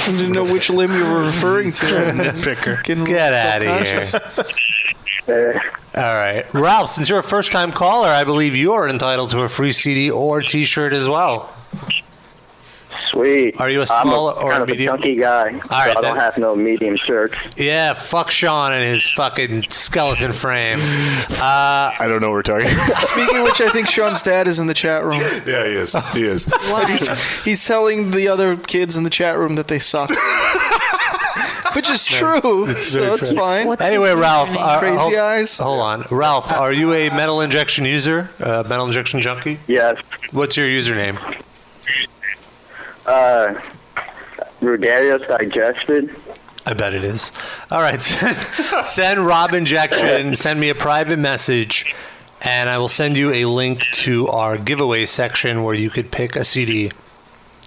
Speaker 11: didn't know which limb you were referring to.
Speaker 7: Nitpicker.
Speaker 11: Getting a
Speaker 4: Get
Speaker 11: little
Speaker 4: out of here.
Speaker 11: self-conscious.
Speaker 4: All right, Ralph. Since you're a first-time caller, I believe you are entitled to a free CD or T-shirt as well.
Speaker 8: Sweet.
Speaker 4: Are you a
Speaker 8: I'm
Speaker 4: small or
Speaker 8: kind
Speaker 4: a
Speaker 8: of
Speaker 4: medium?
Speaker 8: a chunky guy, so
Speaker 4: right,
Speaker 8: I don't
Speaker 4: then.
Speaker 8: have no medium shirts.
Speaker 4: Yeah, fuck Sean and his fucking skeleton frame. Uh,
Speaker 3: I don't know what we're talking about.
Speaker 11: Speaking of which, I think Sean's dad is in the chat room.
Speaker 3: Yeah, he is. He is.
Speaker 11: And he's, he's telling the other kids in the chat room that they suck. Which is true, so it's fine.
Speaker 4: anyway, Ralph. uh,
Speaker 11: Crazy
Speaker 4: hold,
Speaker 11: eyes.
Speaker 4: Hold on, Ralph. Are you a metal injection user? Uh, metal injection junkie?
Speaker 8: Yes.
Speaker 4: What's your username?
Speaker 8: Uh, Rudarius digested.
Speaker 4: I bet it is. All right, send Rob injection. Send me a private message, and I will send you a link to our giveaway section where you could pick a CD,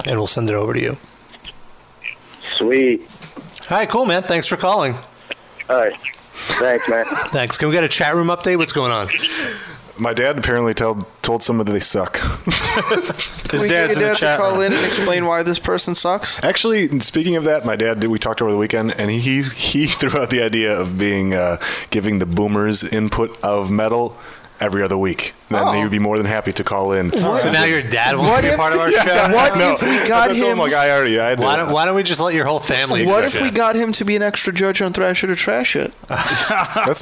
Speaker 4: and we'll send it over to you.
Speaker 8: Sweet.
Speaker 4: All right, cool, man. Thanks for calling.
Speaker 8: All right. Thanks, man.
Speaker 4: Thanks. Can we get a chat room update? What's going on?
Speaker 3: My dad apparently told told someone that they suck.
Speaker 11: Can we get your dad to call in and explain why this person sucks?
Speaker 3: Actually, speaking of that, my dad did. We talked over the weekend, and he he threw out the idea of being uh, giving the boomers input of metal every other week. Then he would be more than happy to call in.
Speaker 4: So now your dad wants
Speaker 11: Oh. What
Speaker 4: to be a
Speaker 11: if-
Speaker 4: part of our
Speaker 11: yeah,
Speaker 4: show.
Speaker 11: what if we got
Speaker 3: I told him
Speaker 11: him-
Speaker 3: like I already. I had
Speaker 4: Why
Speaker 3: to-
Speaker 4: don't, why don't we just let your whole family?
Speaker 11: What
Speaker 4: judge
Speaker 11: if we
Speaker 4: it?
Speaker 11: got him to be an extra judge on Thrash It or Trash It?
Speaker 3: That's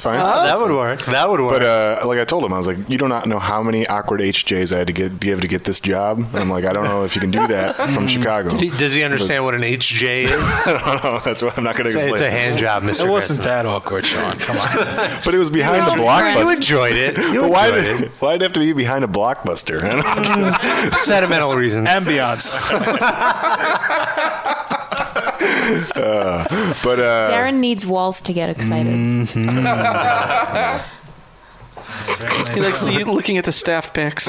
Speaker 3: fine.
Speaker 4: Ah, that would work. That would work.
Speaker 3: But uh, like I told him, I was like, "You do not know how many awkward HJs I had to get give to get this job." And I'm like, "I don't know if you can do that from Chicago."
Speaker 4: Did he- Does he understand what an HJ is?
Speaker 3: I don't know. That's what I'm not going to
Speaker 4: It's a-
Speaker 3: explain.
Speaker 4: it's a hand job, Mr.
Speaker 7: It wasn't
Speaker 4: Grissom.
Speaker 7: that awkward, Sean. Come on.
Speaker 3: But it was behind the blockbuster.
Speaker 4: You enjoyed it. You
Speaker 3: but why
Speaker 4: enjoyed
Speaker 3: did
Speaker 4: it.
Speaker 3: why'd it have to be behind a blockbuster? I don't
Speaker 4: Sentimental reasons.
Speaker 7: Ambiance.
Speaker 3: Uh, but uh,
Speaker 6: Darren needs walls to get excited.
Speaker 4: Mm-hmm.
Speaker 11: He likes to- looking at the staff picks.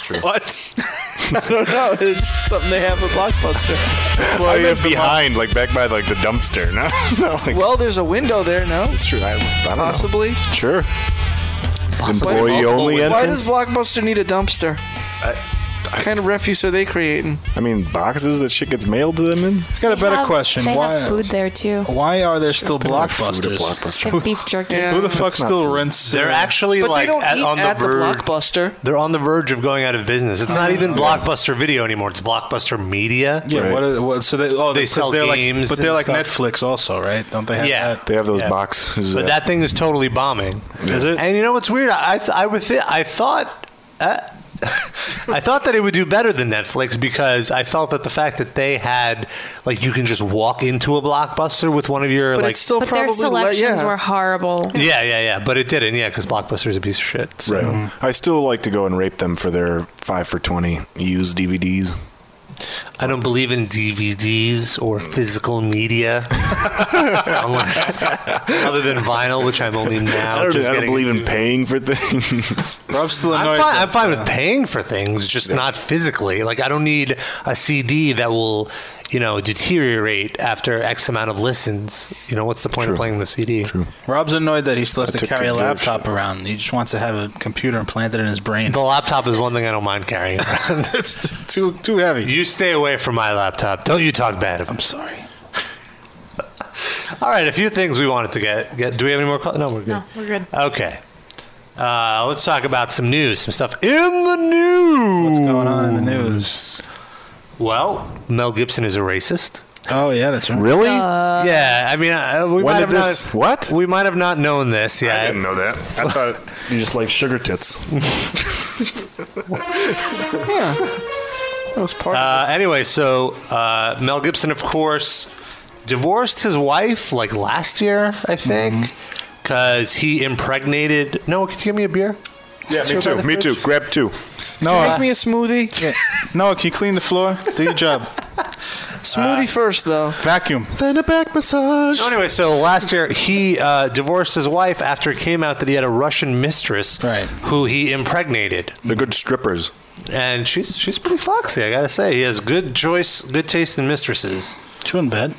Speaker 3: true.
Speaker 11: What? I don't know. It's just something they have at Blockbuster.
Speaker 3: I meant behind, like back by like the dumpster. No, no, like,
Speaker 11: Well, there's a window there, no?
Speaker 3: it's true. I, I don't know.
Speaker 11: Possibly.
Speaker 3: Sure. Employee only
Speaker 11: Why does
Speaker 3: entrance?
Speaker 11: Blockbuster need a dumpster?
Speaker 3: what
Speaker 11: kind of refuse are they creating?
Speaker 3: I mean, boxes that shit gets mailed to them in?
Speaker 7: I got a better
Speaker 6: have-
Speaker 7: question.
Speaker 6: They
Speaker 7: Why? uh,
Speaker 6: have food there too.
Speaker 7: Why are there still
Speaker 3: They don't have food at
Speaker 7: blockbusters?
Speaker 6: They have beef jerky.
Speaker 7: Who the fuck
Speaker 4: That's not
Speaker 7: still
Speaker 4: food.
Speaker 7: rents? uh,
Speaker 4: They're actually
Speaker 11: But they
Speaker 4: like
Speaker 11: don't
Speaker 4: at-
Speaker 11: eat
Speaker 4: on the
Speaker 11: at the
Speaker 4: verge.
Speaker 11: blockbuster.
Speaker 4: They're on the verge of going out of business. It's not even
Speaker 7: Mm, yeah.
Speaker 4: blockbuster video anymore. It's blockbuster media.
Speaker 7: Yeah, what are what, so they oh
Speaker 4: They
Speaker 7: they
Speaker 4: sell
Speaker 7: sell they're
Speaker 4: games
Speaker 7: like but they're like
Speaker 4: and
Speaker 7: Netflix also, right? Don't they have
Speaker 4: Yeah.
Speaker 7: that?
Speaker 3: They have those
Speaker 4: Yeah.
Speaker 3: boxes.
Speaker 4: But
Speaker 3: uh,
Speaker 4: that thing is totally bombing.
Speaker 7: Is it?
Speaker 4: And you know what's weird? I I th- I would th- I thought uh, I thought that it would do better than Netflix because I felt that the fact that they had like you can just walk into a blockbuster with one of your
Speaker 11: But
Speaker 4: like
Speaker 11: it's still
Speaker 6: but
Speaker 11: probably
Speaker 6: their selections
Speaker 11: yeah.
Speaker 6: were horrible.
Speaker 4: yeah yeah yeah, but it didn't yeah because blockbuster's a piece of shit. So.
Speaker 3: Right.
Speaker 7: Mm.
Speaker 3: I still like to go and rape them for their five for twenty used DVDs.
Speaker 4: I don't believe in DVDs or
Speaker 3: Hmm.
Speaker 4: physical media, Unless- other than vinyl, which I'm only now.
Speaker 3: I don't,
Speaker 4: just
Speaker 3: I don't
Speaker 4: getting
Speaker 3: believe in
Speaker 4: into.
Speaker 3: paying for things.
Speaker 7: I'm still
Speaker 4: I'm
Speaker 7: annoyed.
Speaker 4: fine, I'm fine
Speaker 3: uh,
Speaker 4: with paying for things, just not physically. Like I don't need a CD that will, you know, deteriorate after X amount of listens. You know, what's the point
Speaker 3: True.
Speaker 4: of playing the CD?
Speaker 3: True.
Speaker 7: Rob's annoyed that he still has
Speaker 3: I
Speaker 7: to
Speaker 3: took
Speaker 7: carry a
Speaker 3: computer
Speaker 7: laptop around. He just wants to have a computer implanted in his brain.
Speaker 4: The laptop is one thing I don't mind carrying around.
Speaker 7: It's too too heavy.
Speaker 4: you stay away from my laptop. Don't you talk bad. about
Speaker 7: I'm sorry.
Speaker 4: All right, a few things we wanted to get. get do we have any more? Call- no, we're good.
Speaker 6: No, we're good.
Speaker 4: Okay. Uh, let's talk about some news, some stuff in the news.
Speaker 7: What's going on in the news?
Speaker 4: Well, Mel Gibson is a racist.
Speaker 7: Oh yeah, that's right.
Speaker 3: Really?
Speaker 4: yeah, I mean, uh, we
Speaker 3: When
Speaker 4: might have
Speaker 3: did this-
Speaker 4: not.
Speaker 3: what?
Speaker 4: We might have not known this.
Speaker 3: I
Speaker 4: Yeah,
Speaker 3: didn't know that. I thought you just like sugar tits.
Speaker 11: That was part
Speaker 4: Uh, anyway, so uh, Mel Gibson, of course, divorced his wife like last year, I think,
Speaker 3: Mm-hmm.
Speaker 4: because he impregnated. No, can you give me a beer?
Speaker 3: Yeah, me too. Me too. Grab two.
Speaker 11: of it.
Speaker 7: Noah,
Speaker 11: Make me a smoothie.
Speaker 7: yeah. Noah, can you clean the floor? Do your job. Uh,
Speaker 11: Smoothie first, though.
Speaker 7: Vacuum.
Speaker 3: Then a back massage.
Speaker 4: So anyway, so last year he uh, divorced his wife after it came out that he had a Russian mistress
Speaker 7: Right.
Speaker 4: who he impregnated,
Speaker 3: They're good strippers.
Speaker 4: and she's she's pretty foxy. I gotta say, he has good choice, good taste in mistresses.
Speaker 7: She wasn't bad.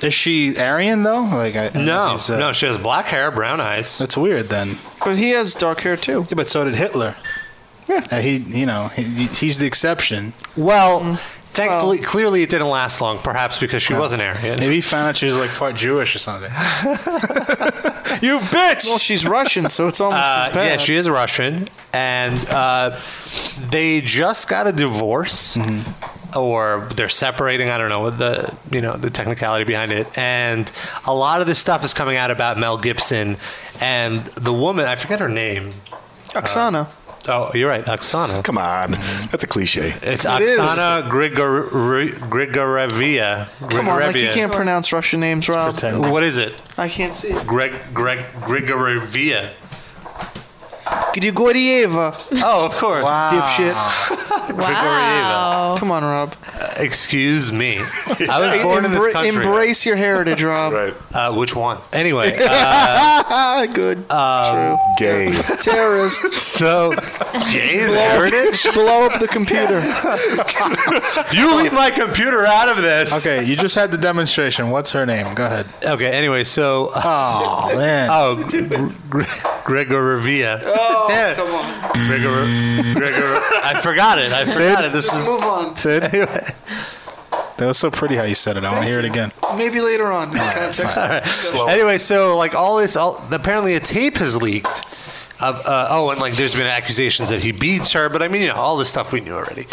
Speaker 7: Is she Aryan though? Like I, I don't
Speaker 4: No,
Speaker 7: know if he's, uh,
Speaker 4: no, she has black hair, brown eyes.
Speaker 7: That's weird then.
Speaker 11: But he has dark hair too.
Speaker 7: Yeah, but so did Hitler.
Speaker 11: Yeah.
Speaker 7: Uh, he, you know, he, he's the exception.
Speaker 4: Well, thankfully, clearly it didn't last long. Perhaps because she
Speaker 7: No.
Speaker 4: wasn't Aryan.
Speaker 7: Maybe he found out she was like part Jewish or something.
Speaker 4: You bitch!
Speaker 11: Well, she's Russian, so it's almost
Speaker 4: Uh,
Speaker 11: as bad.
Speaker 4: yeah, she is Russian, and uh, they just got a divorce,
Speaker 11: Mm-hmm.
Speaker 4: or they're separating. I don't know what the you know the technicality behind it. And a lot of this stuff is coming out about Mel Gibson and the woman. I forget her name. Uh,
Speaker 11: Oksana.
Speaker 4: Oh, you're right, Oksana.
Speaker 3: Come on, that's a cliche.
Speaker 4: It's
Speaker 11: It is.
Speaker 4: Oksana Grigor- Grigorevia.
Speaker 11: Come on, like you
Speaker 4: Grigorevia.
Speaker 11: can't pronounce Russian names, Rob.
Speaker 7: Pretend.
Speaker 4: What is it?
Speaker 11: I can't see it.
Speaker 4: Greg Greg Grigorevia.
Speaker 11: Grigorieva.
Speaker 4: Oh, of course. Oh
Speaker 11: Dipshit.
Speaker 6: Wow.
Speaker 11: Come on, Rob.
Speaker 4: Uh, Excuse me. I was born in this
Speaker 11: Embra-
Speaker 4: country.
Speaker 11: Embrace your heritage, Rob.
Speaker 3: Right.
Speaker 4: Uh, which one? Anyway, uh, um,
Speaker 11: Ah, good.
Speaker 3: Gay.
Speaker 11: True. Terrorist.
Speaker 4: so gay heritage.
Speaker 11: Blow up the computer.
Speaker 4: You leave my computer out of this.
Speaker 7: Okay, you just had the demonstration. What's her name? Go ahead.
Speaker 4: Okay. Anyway, so
Speaker 7: Oh man.
Speaker 4: oh, Gr- Gregor Revia. Oh, come on, Gregor. Gregor. I forgot it. I forgot it. This is
Speaker 11: Move on.
Speaker 7: Sid. That was so pretty how you said it. I want to hear it again.
Speaker 11: Maybe later on. in Context.
Speaker 4: Anyway, so like all this, all, apparently a tape has leaked. Of, uh, oh, and like there's been accusations that he beats her, but I mean, you know, all this stuff we knew already.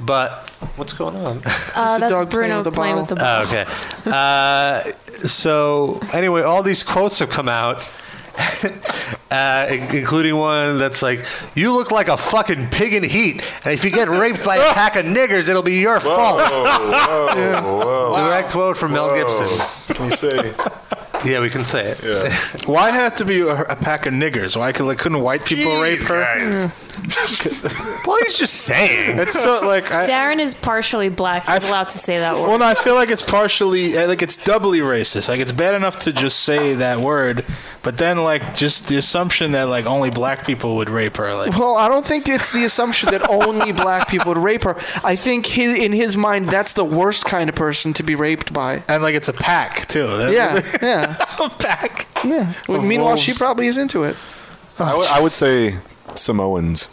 Speaker 4: But what's going on?
Speaker 6: Uh,
Speaker 11: a
Speaker 6: that's
Speaker 11: dog playing
Speaker 6: Bruno
Speaker 11: with a
Speaker 6: playing with the ball.
Speaker 4: Oh, okay. Uh, so anyway, all these quotes have come out. Uh, in- including one that's like, "You look like a fucking pig in heat, and if you get raped by a pack of niggers, it'll be your fault."
Speaker 3: whoa, whoa.
Speaker 4: Direct quote from Mel Gibson.
Speaker 3: Can we say?
Speaker 4: Yeah, we can say it.
Speaker 3: Yeah.
Speaker 7: Why have to be a, a pack of niggers? Why could, like, couldn't white people rape her?
Speaker 4: Well, he's just saying.
Speaker 7: It's so like I.
Speaker 6: Darren is partially black. He's
Speaker 7: I've-
Speaker 6: allowed to say that
Speaker 7: Well,
Speaker 6: word.
Speaker 7: no, I feel like it's partially uh, like it's doubly racist. Like it's bad enough to just say that word, but then like just the assumption that like only black people would rape her. Like
Speaker 11: Well, I don't think it's the assumption that only black people would rape her. I think hi in his mind, that's the worst kind of person to be raped by.
Speaker 7: and like it's a pack too. That's-
Speaker 11: Yeah, yeah.
Speaker 7: a pack.
Speaker 4: Oh,
Speaker 11: Yeah. Well,
Speaker 7: Of
Speaker 11: meanwhile, she
Speaker 7: wolves.
Speaker 11: probably is into it.
Speaker 3: I would, I would say Samoans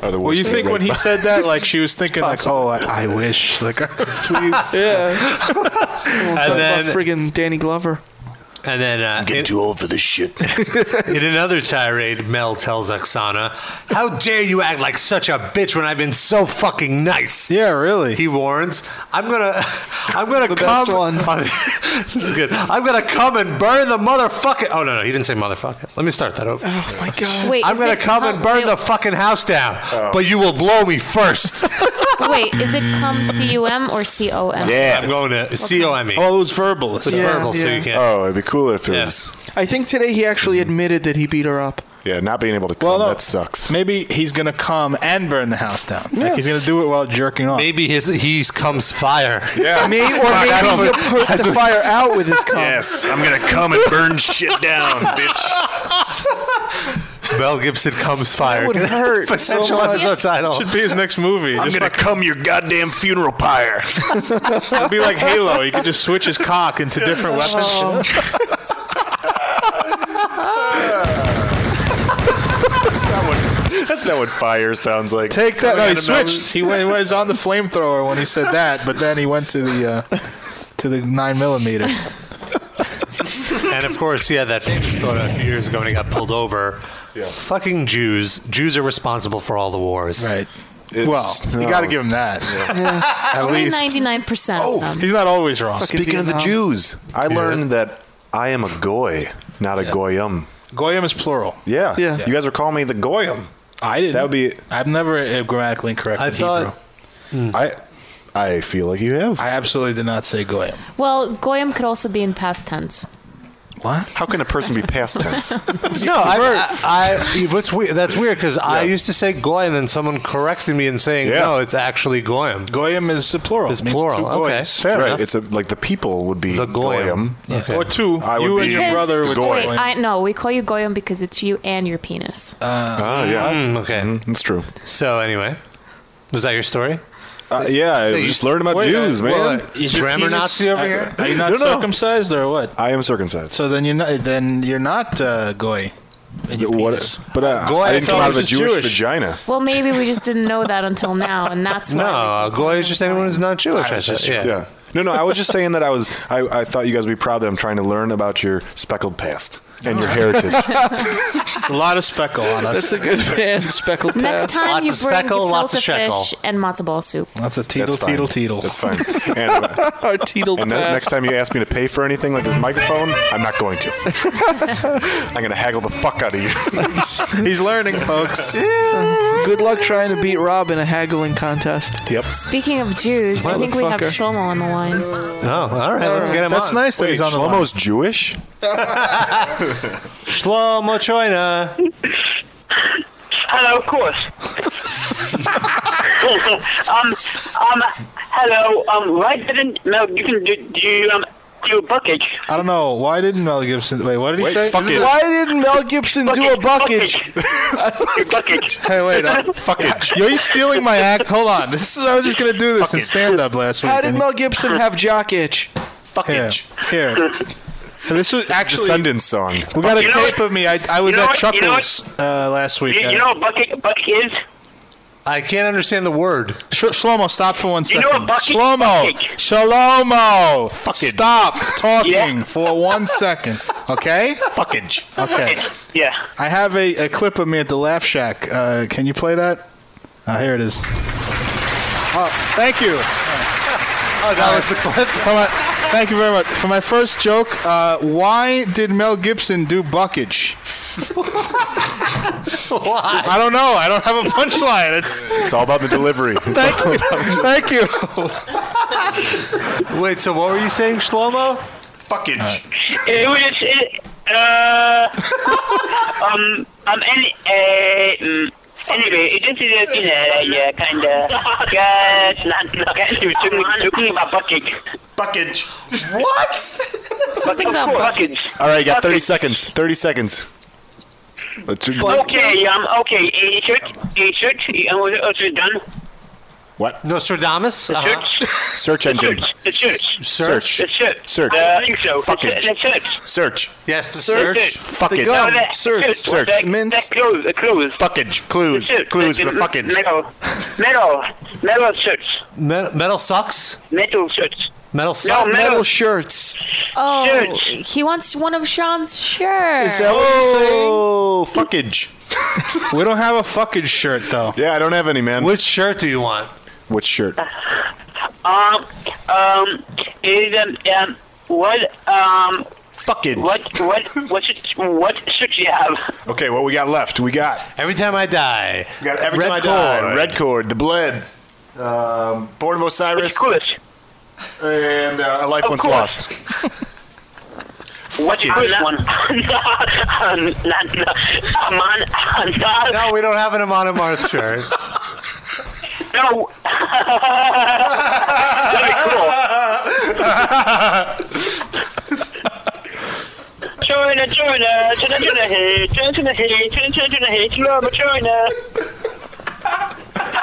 Speaker 3: are the worst.
Speaker 7: Well, you think when he
Speaker 3: said.
Speaker 7: said that, like she was thinking, like, oh, I, I wish, like, please,
Speaker 5: yeah.
Speaker 7: And
Speaker 5: and then
Speaker 7: then-
Speaker 5: friggin' Danny Glover.
Speaker 4: And then uh, getting too old for this shit. in another tirade, Mel tells Oksana, "How dare you act like such a bitch when I've been so fucking nice?"
Speaker 7: Yeah, really.
Speaker 4: He warns, "I'm gonna, I'm gonna come.
Speaker 7: best
Speaker 4: this is good. I'm gonna come and burn the motherfucking. Oh no, no, he didn't say motherfucking. Let me start that over. Oh my god.
Speaker 6: Wait,
Speaker 4: I'm
Speaker 6: is
Speaker 4: gonna
Speaker 6: it
Speaker 4: come
Speaker 6: cum-
Speaker 4: and burn the fucking house down,
Speaker 3: Oh.
Speaker 4: but you will blow me first.
Speaker 6: Wait, is it cum C U M or C O M?
Speaker 4: I'm going to C O M E.
Speaker 7: Oh, it was verbal.
Speaker 4: It's verbal, so you can't.
Speaker 3: Oh, it'd be cooler if it was.
Speaker 5: I think today he actually admitted that he beat her up.
Speaker 3: Yeah, not being able to come,
Speaker 4: Oh,
Speaker 3: that sucks.
Speaker 7: Maybe he's gonna come and burn the house down. Like he's gonna do it while jerking off.
Speaker 4: Maybe his he comes fire.
Speaker 3: Yeah.
Speaker 7: Me
Speaker 5: May- or maybe he'll put the fire out with his cum.
Speaker 3: Yes, I'm gonna come and burn shit down, bitch.
Speaker 4: Mel Gibson comes fire.
Speaker 5: would hurt so
Speaker 4: Potential
Speaker 5: much.
Speaker 4: episode title.
Speaker 7: Should be his next movie.
Speaker 3: I'm
Speaker 7: Just
Speaker 3: gonna come your goddamn funeral pyre.
Speaker 7: like- it'll be like Halo. He could just switch his cock into different weapons.
Speaker 3: that's not what. That's not what fire sounds like.
Speaker 7: Take that. No,
Speaker 3: Coming
Speaker 7: he
Speaker 3: out of mountains.
Speaker 7: switched. He, went, he was on the flamethrower when he said that, but then he went to the uh, to the nine millimeter.
Speaker 4: and of course, he had that famous photo a few years ago when he got pulled over. Fucking Jews. Jews are responsible for all the wars.
Speaker 7: Right. well, you got to give him that. At
Speaker 6: Only
Speaker 7: least
Speaker 6: ninety nine percent of them.
Speaker 7: Oh, he's not always wrong.
Speaker 3: Um, Speaking of the Jews, I learned that I am a goy, not a goyim.
Speaker 7: Goyim is plural.
Speaker 3: Yeah.
Speaker 5: Yeah.
Speaker 3: You guys were calling me the goyim.
Speaker 7: I didn't.
Speaker 3: That would be.
Speaker 7: I've never uh, grammatically incorrect
Speaker 4: I
Speaker 7: in
Speaker 4: thought-
Speaker 7: Hebrew.
Speaker 3: I. I feel like you have.
Speaker 7: I absolutely did not say goyim.
Speaker 6: Well, goyim could also be in past tense.
Speaker 7: What?
Speaker 3: How can a person be past tense?
Speaker 4: No, I, I, I what's weird, that's weird because I used to say goy and then someone corrected me and saying,
Speaker 3: Yeah.
Speaker 4: no, it's actually goyim.
Speaker 7: Goyim is a plural.
Speaker 4: It's
Speaker 7: It means
Speaker 4: plural.
Speaker 7: two
Speaker 4: Oh, Okay,
Speaker 7: goys.
Speaker 4: fair
Speaker 3: right.
Speaker 4: enough.
Speaker 3: It's a, like the people would be
Speaker 4: The
Speaker 3: the
Speaker 4: goyim.
Speaker 3: goyim.
Speaker 4: Okay.
Speaker 7: Or two.
Speaker 3: I would
Speaker 7: you
Speaker 3: be
Speaker 7: and your
Speaker 6: Because-
Speaker 7: brother would
Speaker 6: wait,
Speaker 7: goyim.
Speaker 6: I no, we call you goyim because it's you and your penis.
Speaker 3: Oh yeah, Mm-hmm.
Speaker 4: Mm, okay.
Speaker 3: that's true.
Speaker 4: So anyway, was that your story?
Speaker 3: Uh, yeah, I was just learning about
Speaker 7: Wait,
Speaker 3: Jews,
Speaker 7: uh,
Speaker 3: man.
Speaker 4: well, uh,
Speaker 7: Is your
Speaker 4: Grammar
Speaker 7: penis-
Speaker 4: Nazi over
Speaker 7: are-
Speaker 4: here?
Speaker 7: Are you not
Speaker 3: No, no.
Speaker 7: circumcised or what?
Speaker 3: I am circumcised.
Speaker 7: So then you're not. Then you're not uh, goy. in your penis.
Speaker 3: What? But uh,
Speaker 4: Goy,
Speaker 3: I
Speaker 4: I
Speaker 3: didn't come
Speaker 4: thought it
Speaker 3: out of a
Speaker 4: was
Speaker 3: Jewish,
Speaker 7: Jewish.
Speaker 3: vagina.
Speaker 6: Well, maybe we just didn't know that until now, and that's
Speaker 4: No,
Speaker 6: why.
Speaker 4: uh, goy is just anyone who's not Jewish. I said. Yeah.
Speaker 3: Yeah. No, no. I was just saying that I was. I, I thought you guys would be proud that I'm trying to learn about your speckled past and your heritage.
Speaker 7: A lot of speckle on us.
Speaker 5: That's a good man, speckled
Speaker 6: Next
Speaker 5: past.
Speaker 6: time
Speaker 4: Lots
Speaker 6: you
Speaker 4: of
Speaker 6: bring
Speaker 4: speckle, lots of shekel.
Speaker 6: gefilte fish and matzo ball soup.
Speaker 7: That's a teetle,
Speaker 3: That's fine.
Speaker 7: teetle, teetle.
Speaker 3: That's fine. And, uh,
Speaker 5: Our teetled
Speaker 3: and then next
Speaker 5: past.
Speaker 3: time you ask me to pay for anything like this microphone, I'm not going to. I'm going to haggle the fuck out of you.
Speaker 7: He's learning, folks.
Speaker 5: Good luck trying to beat Rob in a haggling contest.
Speaker 3: yep.
Speaker 6: Speaking of Jews, I think we have
Speaker 5: Motherfucker.
Speaker 6: Shlomo on the line.
Speaker 4: Oh, all right. Let's get him
Speaker 7: That's
Speaker 4: on.
Speaker 7: nice that he's on the line.
Speaker 3: Shlomo's Jewish.
Speaker 4: Shlomo Choina.
Speaker 2: Hello, of course. um, um, hello, um, why didn't Mel Gibson do, do um, do a buckage?
Speaker 7: I don't know why didn't Mel Gibson. Wait, what did he
Speaker 3: Wait,
Speaker 7: say?
Speaker 3: fuck it.
Speaker 5: Why didn't Mel Gibson do a bucket?
Speaker 2: Buckage. buckage.
Speaker 7: Hey, wait. uh,
Speaker 3: Fuck it.
Speaker 7: Yo, he's stealing my act. Hold on. This is, I was just gonna do this in stand up last week.
Speaker 5: How did
Speaker 7: and
Speaker 5: Mel Gibson have jock itch?
Speaker 3: Fuck
Speaker 7: he-
Speaker 3: it.
Speaker 7: Here, here. So this was actually
Speaker 3: Descendants song.
Speaker 7: we got a
Speaker 2: You know
Speaker 7: tape
Speaker 2: what-
Speaker 7: of me. I, I was
Speaker 2: you know
Speaker 7: at
Speaker 2: what- you know
Speaker 7: Chuckles uh, last week.
Speaker 2: You, you know what bucket bucket is?
Speaker 4: I can't understand the word.
Speaker 7: Sh- Shlomo, stop for one
Speaker 2: You
Speaker 7: second.
Speaker 2: know what bucket-
Speaker 7: Shlomo,
Speaker 2: bucket-
Speaker 7: Shalomo,
Speaker 3: it.
Speaker 7: stop talking
Speaker 2: Yeah.
Speaker 7: for one second, okay?
Speaker 3: Fuckage.
Speaker 7: Okay.
Speaker 2: Yeah.
Speaker 7: I have a, a clip of me at the Laugh Shack. Uh, can you play that? Uh, here it is. Oh, thank you.
Speaker 4: Oh, that was the clip.
Speaker 7: For my- thank you very much. For my first joke, uh, why did Mel Gibson do buckage?
Speaker 4: Why?
Speaker 7: I don't know. I don't have a punchline. It's
Speaker 3: It's all about the delivery.
Speaker 7: thank you, thank you.
Speaker 4: Wait, so what were you saying, Shlomo? Uh,
Speaker 3: Fuckage.
Speaker 2: It was just, it, uh, um, um, any, uh, mm, anyway, it just is, you know, yeah, kind of, guys, not, not, anyway, talking, talking about bucket.
Speaker 3: Fuckage.
Speaker 6: Something
Speaker 2: Of
Speaker 6: about
Speaker 2: course.
Speaker 6: buckets.
Speaker 3: All right, you got 30
Speaker 2: Buckage.
Speaker 3: seconds. 30 seconds. Let's do-
Speaker 2: Okay, um, okay, it should, it should, um, was it also done?
Speaker 3: What?
Speaker 4: Nostradamus? Uh-huh.
Speaker 3: Search engine.
Speaker 2: The church.
Speaker 3: Search.
Speaker 2: The church.
Speaker 3: Search.
Speaker 2: Uh, I think so.
Speaker 3: Fuck
Speaker 2: the,
Speaker 3: it.
Speaker 2: the church.
Speaker 3: Search.
Speaker 4: Yes,
Speaker 2: the Search. search.
Speaker 3: Fuck
Speaker 2: The
Speaker 3: it.
Speaker 2: gum. No, that-
Speaker 3: Search.
Speaker 2: Search.
Speaker 3: Search.
Speaker 2: That- that clues. The clues.
Speaker 3: Fuckage. Clues.
Speaker 2: The church.
Speaker 3: Clues
Speaker 2: The-
Speaker 3: for
Speaker 2: the
Speaker 3: the fuckage.
Speaker 2: Metal. Metal. Metal shirts.
Speaker 4: Metal, metal socks?
Speaker 2: Metal shirts.
Speaker 4: Metal
Speaker 2: No,
Speaker 4: socks?
Speaker 2: metal- Metal
Speaker 4: shirts.
Speaker 6: Oh, he wants one of Sean's shirts.
Speaker 3: oh, fuckage.
Speaker 7: we don't have a fuckage shirt though.
Speaker 3: Yeah, I don't have any, man.
Speaker 4: Which shirt do you want?
Speaker 3: Which shirt?
Speaker 2: Um. Um. Is um. um what um.
Speaker 3: Fucking.
Speaker 2: What what what should what should you have?
Speaker 3: Okay, what we got left? We got
Speaker 4: every time I die.
Speaker 3: We got every
Speaker 2: Red
Speaker 3: time I die.
Speaker 2: Cord.
Speaker 3: Red cord. The bled. Um, Born of Osiris. And uh, a life
Speaker 2: Of
Speaker 3: once
Speaker 2: course.
Speaker 3: lost.
Speaker 2: What
Speaker 3: Fucking-
Speaker 2: is this one?
Speaker 4: No, we don't have an Amon Amarth shirt.
Speaker 2: No. Very cool. China, China, China, China, hey, China, China, hey, China, China, China, hey, China, China.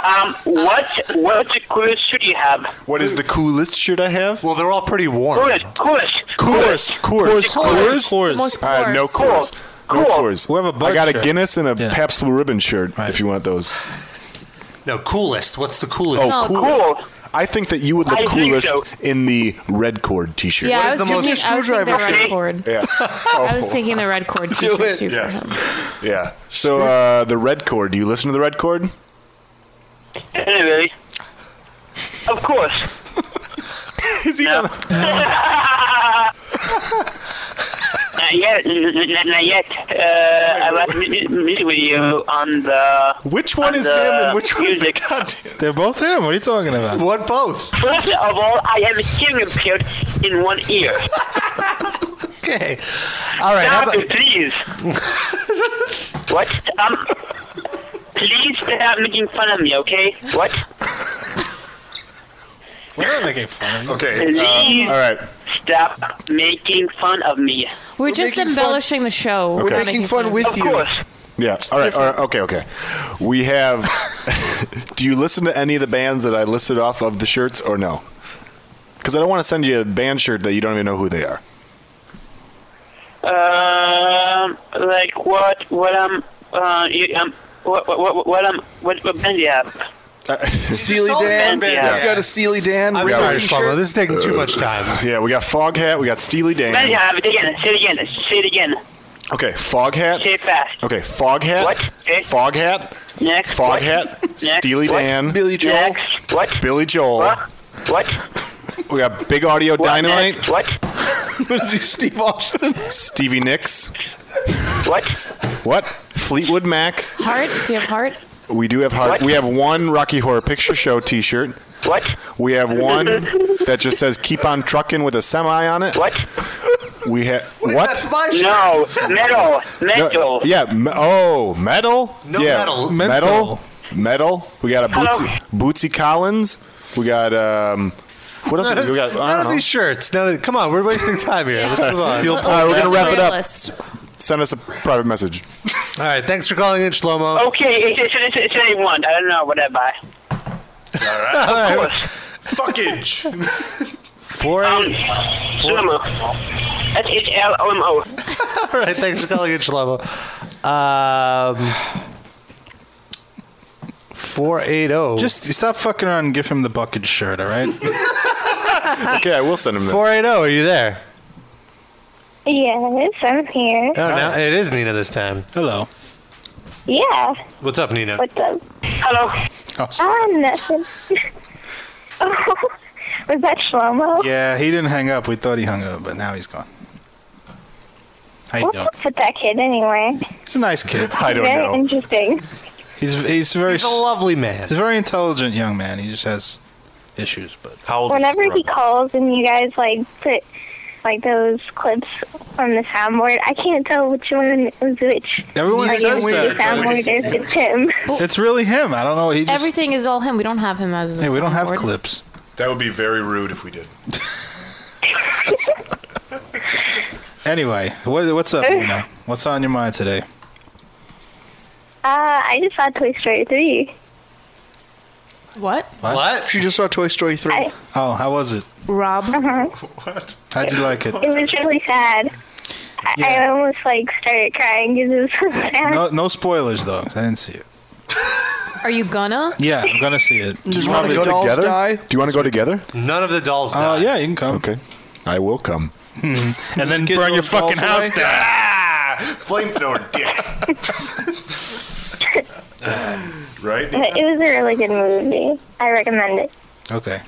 Speaker 2: Um, what, what coolest should you have?
Speaker 3: What is the coolest shirt I have?
Speaker 4: Well, they're all pretty warm.
Speaker 2: Coolest, coolest,
Speaker 3: Coors. Coors.
Speaker 2: Coors. Coors. Coors. Most
Speaker 3: I have no
Speaker 2: Coors.
Speaker 3: Coors. No Coors.
Speaker 7: We'll have a Bud
Speaker 3: I got a
Speaker 7: shirt.
Speaker 3: Guinness and a Pabst Blue Ribbon shirt if you want those.
Speaker 4: No, coolest. What's the coolest?
Speaker 3: Oh, cool. I think that you would look
Speaker 4: I think
Speaker 3: coolest
Speaker 4: so.
Speaker 3: in the red cord t-shirt.
Speaker 6: Yeah, I was, thinking, I was thinking the red cord.
Speaker 3: Yeah.
Speaker 6: I was thinking the red cord
Speaker 3: Do
Speaker 6: t-shirt
Speaker 3: it.
Speaker 6: too. for
Speaker 3: Yes.
Speaker 6: him.
Speaker 3: Yeah. So uh, the red cord. Do you listen to the red cord?
Speaker 2: Anyway, of course.
Speaker 3: Is he
Speaker 2: no. Not yet, n- n- n- not yet. Uh, I was meet meet with you on the.
Speaker 3: Which
Speaker 7: one is
Speaker 2: the
Speaker 7: him and which one is the
Speaker 2: music.
Speaker 7: They're both him. What are you talking about?
Speaker 4: What both?
Speaker 2: First of all, I have a hearing impaired in one ear.
Speaker 4: okay. All right.
Speaker 2: Stop it, please. what? Um. Please stop making fun of me, okay? What?
Speaker 7: We're not making fun of you.
Speaker 3: Okay. um,
Speaker 2: Please.
Speaker 3: all right.
Speaker 2: Stop making fun of me.
Speaker 6: We're, just embellishing the show.
Speaker 3: We're
Speaker 6: We're not
Speaker 3: making
Speaker 6: fun,
Speaker 2: of course.
Speaker 3: Yeah. All right. All right. Okay. Okay. We have. do you listen to any of the bands that I listed off of the shirts or no? Because I don't want to send you a band shirt that you don't even know who they are.
Speaker 2: Um, like what? What um? Uh, you, um. What what what what um? What what band do you have?
Speaker 3: Uh,
Speaker 11: Steely
Speaker 2: all
Speaker 11: Dan.
Speaker 2: band,
Speaker 11: He's
Speaker 2: yeah.
Speaker 11: got a Steely Dan.
Speaker 4: I'm
Speaker 11: ripped
Speaker 4: sorry,
Speaker 11: t-shirt.
Speaker 4: Shlomo, This is taking too much time.
Speaker 3: Yeah, we got Foghat. We got Steely Dan.
Speaker 2: Band do you have? Say it again. Say it again. Say it again.
Speaker 3: Okay, fog hat.
Speaker 2: Say it fast.
Speaker 3: Okay, fog hat.
Speaker 2: What? Okay.
Speaker 3: Fog hat.
Speaker 2: Next.
Speaker 3: Fog
Speaker 2: What?
Speaker 3: hat.
Speaker 2: Next.
Speaker 3: Steely
Speaker 2: What?
Speaker 3: Dan.
Speaker 2: Billy Joel. Next. What?
Speaker 3: Billy Joel.
Speaker 2: What? What?
Speaker 3: We got Big Audio Dynamite.
Speaker 2: What?
Speaker 3: what is he, Steve Austin? Stevie Nicks.
Speaker 2: What?
Speaker 3: What? Fleetwood Mac.
Speaker 6: Heart? Do you have heart?
Speaker 3: We do have heart.
Speaker 6: What?
Speaker 3: We have one Rocky Horror Picture Show T-shirt.
Speaker 2: What?
Speaker 3: We have one that just says "Keep on trucking" with a semi on it.
Speaker 2: What?
Speaker 3: We have what?
Speaker 2: No. Metal.
Speaker 3: No,
Speaker 2: Metal.
Speaker 3: yeah. Me- oh, metal.
Speaker 2: No
Speaker 3: yeah,
Speaker 2: metal.
Speaker 3: Metal. Metal. We got a
Speaker 2: Hello.
Speaker 3: Bootsy, Bootsy Collins. We got um. What else?
Speaker 4: None
Speaker 3: we
Speaker 4: of,
Speaker 3: got? I don't
Speaker 4: none of
Speaker 3: know.
Speaker 4: these shirts. None of- come on, we're wasting time here. Let's move on.
Speaker 3: All right, we're gonna wrap it up. Send us a private message.
Speaker 4: All right, thanks for calling in, Shlomo.
Speaker 2: Okay. It's it's it's, it's any one. I don't know whatever.
Speaker 3: All
Speaker 4: right.
Speaker 2: Of course.
Speaker 3: Fuckage.
Speaker 4: Four.
Speaker 2: Um. Shlomo. S H L O M O.
Speaker 4: All right, thanks for calling in, Shlomo. Um, 480.
Speaker 7: Just stop fucking around and give him the bucket shirt, all right?
Speaker 3: okay, I will send him that.
Speaker 4: 480, oh, are you there?
Speaker 14: Yes, I'm here.
Speaker 4: Oh, now it is Nina this time.
Speaker 7: Hello.
Speaker 14: Yeah.
Speaker 4: What's up, Nina?
Speaker 14: What's up?
Speaker 2: Hello.
Speaker 7: Oh,
Speaker 14: Ah, nothing. oh, was that Shlomo?
Speaker 7: Yeah, he didn't hang up. We thought he hung up, but now he's gone. How you
Speaker 14: What's
Speaker 7: doing?
Speaker 14: up with that kid anyway?
Speaker 7: He's a nice kid. I
Speaker 14: Very interesting.
Speaker 7: He's he's very
Speaker 4: He's a lovely man.
Speaker 7: He's a very intelligent young man. He just has issues, but
Speaker 4: how
Speaker 14: Whenever he calls and you guys like put like those clips on the soundboard, I can't tell which one is which.
Speaker 7: Everyone
Speaker 14: like,
Speaker 7: says
Speaker 14: which
Speaker 7: that.
Speaker 14: soundboard is. It's him. Uh,
Speaker 7: It's really him. I don't know. He just
Speaker 6: Everything is all him. We don't have him as a
Speaker 7: hey, we don't have
Speaker 6: soundboard.
Speaker 7: clips.
Speaker 3: That would be very rude if we did.
Speaker 7: Anyway, what, what's up, Nina? What's on your mind today?
Speaker 14: Uh, I just saw Toy Story three.
Speaker 6: What?
Speaker 7: What?
Speaker 5: She just saw Toy Story 3.
Speaker 7: Oh, how was it?
Speaker 6: Rob.
Speaker 14: Uh-huh.
Speaker 7: What? How'd you like it?
Speaker 14: It was really sad. I I almost like started crying because it was so sad.
Speaker 7: No, no spoilers though. 'cause I didn't see it.
Speaker 6: Are you gonna?
Speaker 7: Yeah, I'm gonna see it.
Speaker 3: Do you want to go together? Do you want to go together?
Speaker 4: None of the dolls
Speaker 7: die. Uh, yeah, you can come.
Speaker 3: Okay, I will come.
Speaker 5: Hmm.
Speaker 7: and then burn your fucking house down.
Speaker 3: Flamethrower dick. right?
Speaker 14: But it was a really good movie. I recommend it.
Speaker 7: Okay.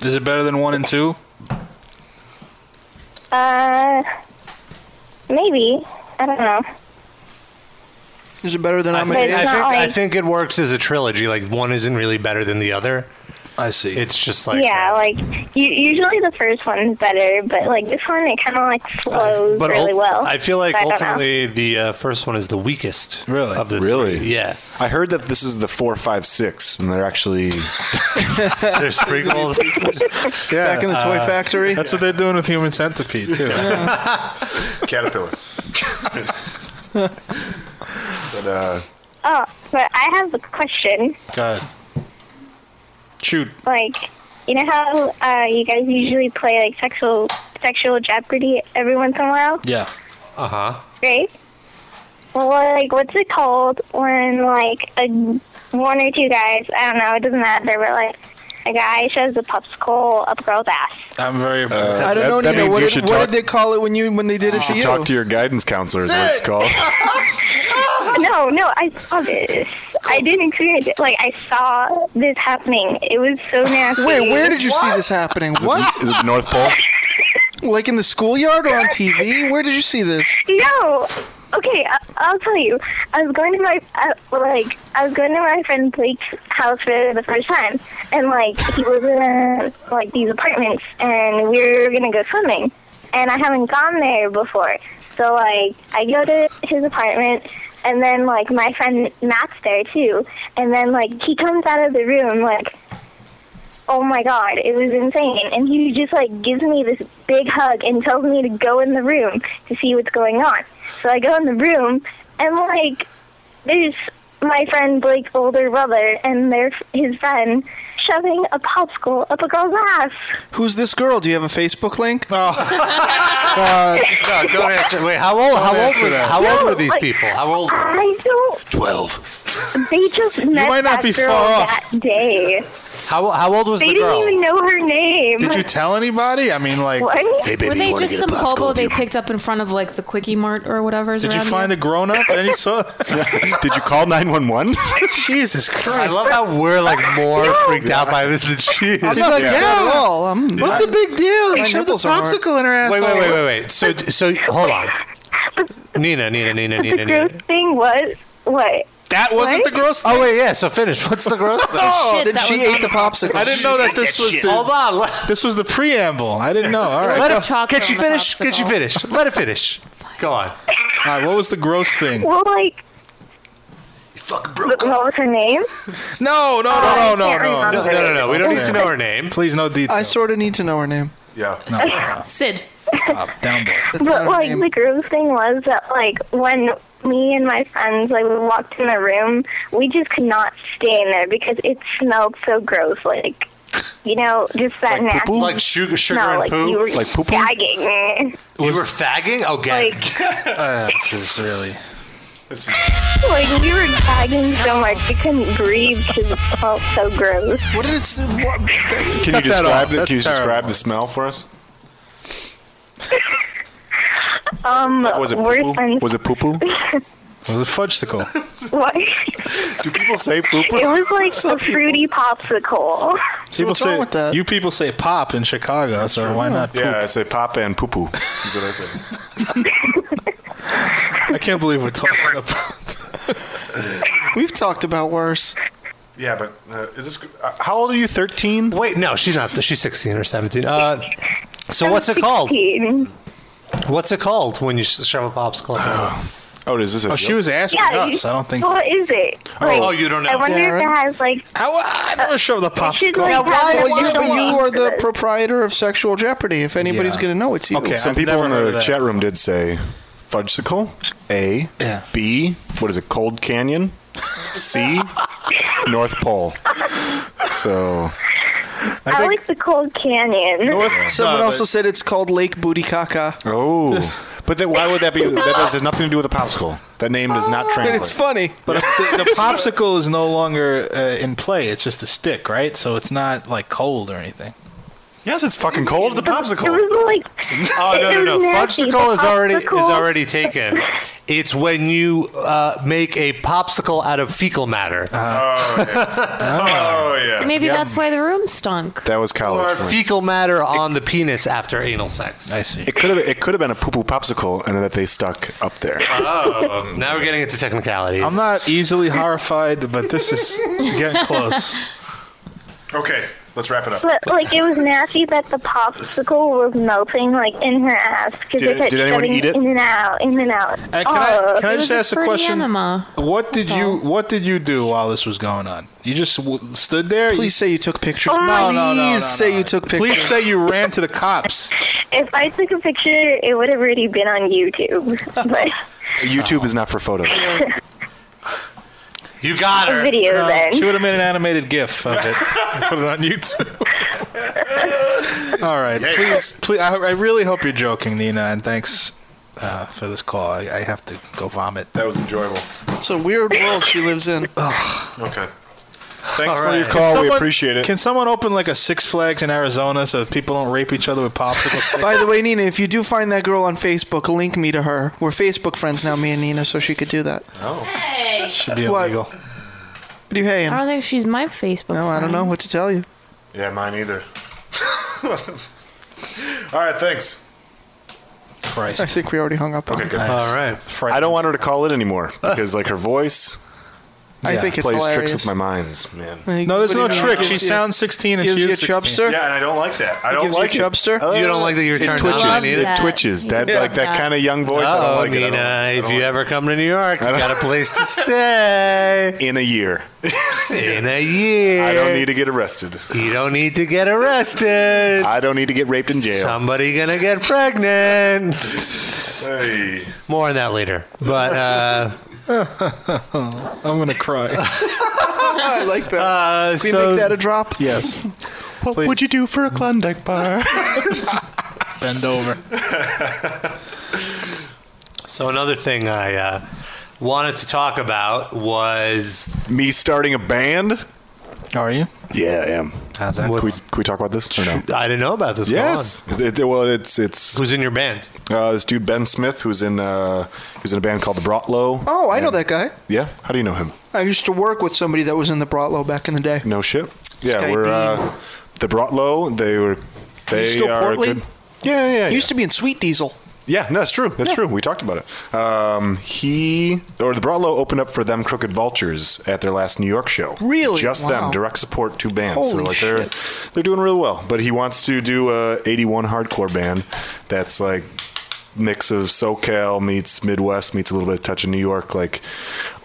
Speaker 7: Is it better than one and two?
Speaker 14: Uh, maybe. I don't know.
Speaker 5: Is it better than
Speaker 4: I,
Speaker 5: I'm
Speaker 4: think,
Speaker 5: a
Speaker 4: I, think, I think it works as a trilogy. Like one isn't really better than the other.
Speaker 7: I see.
Speaker 4: It's just like
Speaker 14: yeah, like u- usually the first one's better, but like this one, it kind of like flows
Speaker 4: but
Speaker 14: really
Speaker 4: ul-
Speaker 14: well.
Speaker 4: I feel like
Speaker 14: So don't know.
Speaker 4: ultimately the uh, first one is the weakest. Really? Of the
Speaker 3: Really?
Speaker 4: Yeah.
Speaker 3: I heard that this is the four, five, six, and they're actually
Speaker 4: there's prequels.
Speaker 7: Yeah.
Speaker 5: Back in the toy
Speaker 7: Uh,
Speaker 5: factory.
Speaker 7: That's what they're doing with Human Centipede too.
Speaker 3: caterpillar. but uh,
Speaker 14: Oh, but I have a question.
Speaker 7: God. Shoot.
Speaker 14: Like, you know how uh, you guys usually play like sexual sexual Jeopardy every once in a while,
Speaker 7: Yeah.
Speaker 4: Uh huh.
Speaker 14: right? Well, like, what's it called when like a one or two guys? I don't know. It doesn't matter. But like, a guy shoves a popsicle up a girl's ass.
Speaker 7: I'm very.
Speaker 5: I don't know,
Speaker 3: uh, That
Speaker 5: Nina.
Speaker 3: means
Speaker 5: What,
Speaker 3: you
Speaker 5: did,
Speaker 3: should
Speaker 5: what
Speaker 3: talk-
Speaker 5: did they call it when you when they did it to you?
Speaker 3: talk to your guidance counselor is what it's called.
Speaker 14: no, no, I saw this. I didn't experience it. Like I saw this happening. It was so nasty.
Speaker 5: Wait, where did you see this happening? What?
Speaker 3: Is it the North Pole?
Speaker 5: Like in the schoolyard or on TV? Where did you see this?
Speaker 14: No. Okay, I- I'll tell you. I was going to my uh, like I was going to my friend Blake's house for the first time, and like he was in uh, like these apartments, and we were gonna go swimming, and I haven't gone there before, so like I go to his apartment, and then like my friend Matt's there too, and then like he comes out of the room like oh my god, it was insane. And he just like gives me this big hug and tells me to go in the room to see what's going on. So I go in the room and like there's my friend Blake's older brother and their his friend shoving a popsicle up a girl's ass.
Speaker 5: Who's this girl? Do you have a Facebook link?
Speaker 4: Uh, no, don't answer. Wait, how old? How old
Speaker 5: answer
Speaker 4: was,
Speaker 5: that.
Speaker 4: How old
Speaker 5: No,
Speaker 4: were these
Speaker 5: like-
Speaker 4: people? How old?
Speaker 14: I don't.
Speaker 4: Twelve.
Speaker 14: They just met
Speaker 4: might
Speaker 14: that
Speaker 4: not be
Speaker 14: girl
Speaker 4: far
Speaker 14: that day.
Speaker 4: How how old was
Speaker 14: they
Speaker 4: the
Speaker 14: didn't
Speaker 4: girl?
Speaker 14: even know her name.
Speaker 7: Did you tell anybody? I mean, like,
Speaker 14: What?
Speaker 6: Were they just some hobo they picked up in front of like the quickie mart or whatever's
Speaker 7: Did
Speaker 6: around
Speaker 7: you find
Speaker 6: here?
Speaker 7: a grown up and you saw?
Speaker 3: Did you call nine one one?
Speaker 7: Jesus
Speaker 4: I
Speaker 7: Christ!
Speaker 4: love how we're like more freaked out by this than she is.
Speaker 5: I'm not like that at all. I'm,
Speaker 7: What's a big deal?
Speaker 5: My
Speaker 7: He shoved a
Speaker 5: nipples are hard.
Speaker 7: popsicle in her ass.
Speaker 4: Wait, wait, wait, wait, wait. So so hold on. Nina, Nina, Nina,
Speaker 14: But the
Speaker 4: Nina, Nina.
Speaker 14: gross thing was what?
Speaker 7: That
Speaker 14: wasn't the
Speaker 7: gross
Speaker 4: thing. Oh wait, yeah. So finish. What's the gross thing?
Speaker 14: Oh, Shit, then that she was ate on- the
Speaker 5: popsicle.
Speaker 7: I didn't know that this was the.
Speaker 4: Hold on. Let,
Speaker 7: This was the preamble. I didn't know. All right.
Speaker 4: let
Speaker 7: go-
Speaker 4: it, can she finish? Can she finish? Let it finish. Go on.
Speaker 7: All right. What was the gross thing?
Speaker 14: Well, like. What was her name?
Speaker 7: No,
Speaker 14: Oh,
Speaker 7: no,
Speaker 14: I
Speaker 7: no, no, no,
Speaker 14: can't
Speaker 7: no,
Speaker 14: remember.
Speaker 4: no, we don't need to know her name.
Speaker 7: Please, no details.
Speaker 5: I sort of need to know her name.
Speaker 3: Yeah.
Speaker 7: No.
Speaker 6: Sid.
Speaker 7: Stop. Down boy.
Speaker 14: but like the gross thing was that like when me and my friends like we walked in the room, we just could not stay in there because it smelled so gross. Like you know, just that
Speaker 4: Like
Speaker 14: nasty.
Speaker 4: poo-poo? Like sugar- sugar
Speaker 14: smell,
Speaker 4: and
Speaker 14: like
Speaker 4: poo?
Speaker 14: You were
Speaker 4: Like poo-poo?
Speaker 14: gagging.
Speaker 4: You were fagging? Oh, gag.
Speaker 7: Uh, this is really.
Speaker 14: Like we were gagging so much we couldn't breathe because it smelled so gross.
Speaker 5: What did it? s- What?
Speaker 3: Can you
Speaker 7: Cut that
Speaker 3: describe
Speaker 7: off.
Speaker 3: the,
Speaker 7: That's
Speaker 3: Can you describe
Speaker 7: terrible.
Speaker 3: the smell for us?
Speaker 14: Um,
Speaker 3: Was it
Speaker 14: worse
Speaker 3: poo poo?
Speaker 14: than
Speaker 3: Was it poo poo?
Speaker 7: Was it fudgesicle?
Speaker 14: what?
Speaker 3: Do people say poo
Speaker 14: It
Speaker 3: poo?
Speaker 14: was like a fruity popsicle.
Speaker 7: people
Speaker 5: what's
Speaker 7: say
Speaker 5: wrong with that?
Speaker 7: you people say pop in Chicago, so why not? Poop?
Speaker 3: Yeah, I say pop and poo poo. Is what I say.
Speaker 7: I can't believe we're talking about.
Speaker 5: We've talked about worse.
Speaker 3: Yeah, but uh, is this? Uh, how old are you? Thirteen?
Speaker 4: Wait, no, she's not. She's 16 or 17. Uh, so
Speaker 14: I'm
Speaker 4: what's it called?
Speaker 14: 16.
Speaker 4: What's it called when you sh- shove a popsicle? up?
Speaker 3: Oh, is this a?
Speaker 7: Oh, she was asking
Speaker 14: Yeah,
Speaker 7: us.
Speaker 14: you-
Speaker 7: I don't think.
Speaker 14: What is it?
Speaker 4: Oh, oh, you don't know.
Speaker 14: I wonder
Speaker 5: Darren?
Speaker 14: if it has like. uh,
Speaker 7: How I never shoved the
Speaker 14: It should,
Speaker 7: popsicle.
Speaker 14: like,
Speaker 5: Now,
Speaker 14: have
Speaker 5: why?
Speaker 14: a
Speaker 5: But you,
Speaker 14: little
Speaker 5: but you
Speaker 14: link
Speaker 5: are the
Speaker 14: to it.
Speaker 5: proprietor of Sexual Jeopardy. If anybody's
Speaker 7: Yeah.
Speaker 5: gonna know, it's you.
Speaker 7: Okay,
Speaker 3: Some
Speaker 7: I've
Speaker 3: people
Speaker 7: never
Speaker 3: in
Speaker 7: heard of
Speaker 3: the
Speaker 7: that.
Speaker 3: chat room did say fudgesicle. A.
Speaker 7: Yeah.
Speaker 3: B. What is it? Cold Canyon. C. North Pole. So
Speaker 14: I, like the cold canyon.
Speaker 11: Someone also said it's called Lake Bootycaca.
Speaker 3: Oh, but then why would that be? That has nothing to do with a popsicle. That name does not translate.
Speaker 11: funny.
Speaker 7: But the, the popsicle is no longer uh, in play. It's just a stick, right? So it's not like cold or anything.
Speaker 3: Yes, it's fucking cold. It's a popsicle.
Speaker 4: Oh no no no!
Speaker 7: nasty.
Speaker 4: Popsicle is already is
Speaker 7: Popsicle.
Speaker 4: already taken. It's when you uh, make a popsicle out of fecal matter.
Speaker 3: Oh
Speaker 4: Oh,
Speaker 3: yeah.
Speaker 6: Maybe that's why the room stunk.
Speaker 3: That was
Speaker 4: Or
Speaker 3: college. for me.
Speaker 4: fecal matter on the penis after anal sex. I see.
Speaker 3: It could have it could have been a poo poo popsicle, and that they stuck up there.
Speaker 4: Oh, now we're getting into technicalities.
Speaker 7: I'm not easily horrified, but this is getting close.
Speaker 3: Okay, let's wrap it up.
Speaker 14: But like it was nasty that the popsicle was melting like in her ass because
Speaker 7: Did-
Speaker 14: they kept
Speaker 7: did anyone
Speaker 14: shoving
Speaker 7: eat it?
Speaker 14: in and out, in and out.
Speaker 7: Uh, can
Speaker 14: oh,
Speaker 7: I, can I just ask a question? What did
Speaker 14: That's
Speaker 7: you
Speaker 14: all.
Speaker 7: What did you do while this was going on? You just w- stood there. Please say you took pictures.
Speaker 14: Oh
Speaker 7: No, no, no, no,
Speaker 11: Please say you took
Speaker 7: Please
Speaker 11: pictures.
Speaker 7: say you ran to the cops.
Speaker 14: If I took a picture, it would have already been on YouTube, but
Speaker 3: YouTube is not for photos.
Speaker 4: You got
Speaker 14: A her. video, then.
Speaker 7: She would have made an animated GIF of it. and put it on YouTube. All right, please, please. I, I really hope you're joking, Nina, and thanks uh, for this call. I, I have to go vomit.
Speaker 3: That was enjoyable.
Speaker 7: It's a weird world she lives in.
Speaker 3: Okay. Thanks for your call. we appreciate it.
Speaker 7: Can someone open like a Six Flags in Arizona so people don't rape each other with popsicle sticks?
Speaker 11: By the way, Nina, if you do find that girl on Facebook, link me to her. We're Facebook friends now, me and Nina, so she could do that.
Speaker 7: Oh,
Speaker 6: Hey.
Speaker 7: should
Speaker 11: be What? illegal. What are you
Speaker 6: I
Speaker 11: haying?
Speaker 6: don't think she's my Facebook.
Speaker 11: No, I don't know what to tell you.
Speaker 3: Yeah, mine either. All right, thanks.
Speaker 11: I think we already hung up on
Speaker 3: Okay,
Speaker 11: it.
Speaker 3: good. right. I don't want her to call it anymore because like her voice.
Speaker 11: I think it's
Speaker 3: plays
Speaker 11: hilarious.
Speaker 3: tricks with my minds, man.
Speaker 7: No, Oh, there's no trick. She sounds 16 and she is 16.
Speaker 3: Yeah, and I don't like that. I don't
Speaker 7: gives you
Speaker 3: like
Speaker 7: a chubster?
Speaker 3: It.
Speaker 4: You don't like that you're
Speaker 3: it
Speaker 4: turned
Speaker 3: twitches.
Speaker 4: on by Nina?
Speaker 3: It twitches. That
Speaker 4: Yeah.
Speaker 3: like that kind of young voice. I
Speaker 4: Oh,
Speaker 3: don't like it.
Speaker 4: Nina, if you ever come to New York, you got a place to stay
Speaker 3: in a year.
Speaker 4: in a year.
Speaker 3: I don't need to get arrested.
Speaker 4: You don't need to get arrested.
Speaker 3: I don't need to get raped in jail.
Speaker 4: Somebody gonna get pregnant.
Speaker 3: Hey.
Speaker 4: More on that later. But uh,
Speaker 7: I'm gonna cry.
Speaker 11: I like that. Can we
Speaker 4: so-
Speaker 11: make that a drop?
Speaker 7: Yes.
Speaker 11: What
Speaker 7: Please.
Speaker 11: would you do for a Klondike bar?
Speaker 7: Bend over.
Speaker 4: so another thing I uh, wanted to talk about was
Speaker 3: Me starting a band.
Speaker 7: Are you?
Speaker 3: Yeah, I am.
Speaker 4: How's that?
Speaker 3: Can we,
Speaker 4: What's-
Speaker 3: can we talk about this? Or no?
Speaker 4: I didn't know about this. Go
Speaker 3: Yes. It, it- well, it's it's
Speaker 4: who's in your band?
Speaker 3: Uh, this dude Ben Smith, who's in uh, who's in a band called the Brotlow.
Speaker 11: Oh, I know that guy.
Speaker 3: Yeah. How do you know him?
Speaker 11: I used to work with somebody that was in the Brotlow back in the day.
Speaker 3: No shit. Yeah,
Speaker 11: Sky
Speaker 3: we're
Speaker 11: Beam.
Speaker 3: uh, the Brotlow. They were they
Speaker 11: He's still
Speaker 3: are a
Speaker 11: portly.
Speaker 3: good. Yeah, yeah, yeah.
Speaker 11: He used to be in Sweet Diesel.
Speaker 3: Yeah, no, that's true. That's true. We talked about it. Um, he or the Brotlow opened up for them Crooked Vultures at their last New York show.
Speaker 11: Really?
Speaker 3: Just
Speaker 11: Wow.
Speaker 3: them, direct support two bands. so
Speaker 11: Holy
Speaker 3: like they're they're doing real well. But he wants to do a 81 hardcore band that's like mix of SoCal meets Midwest meets a little bit of touch of New York, like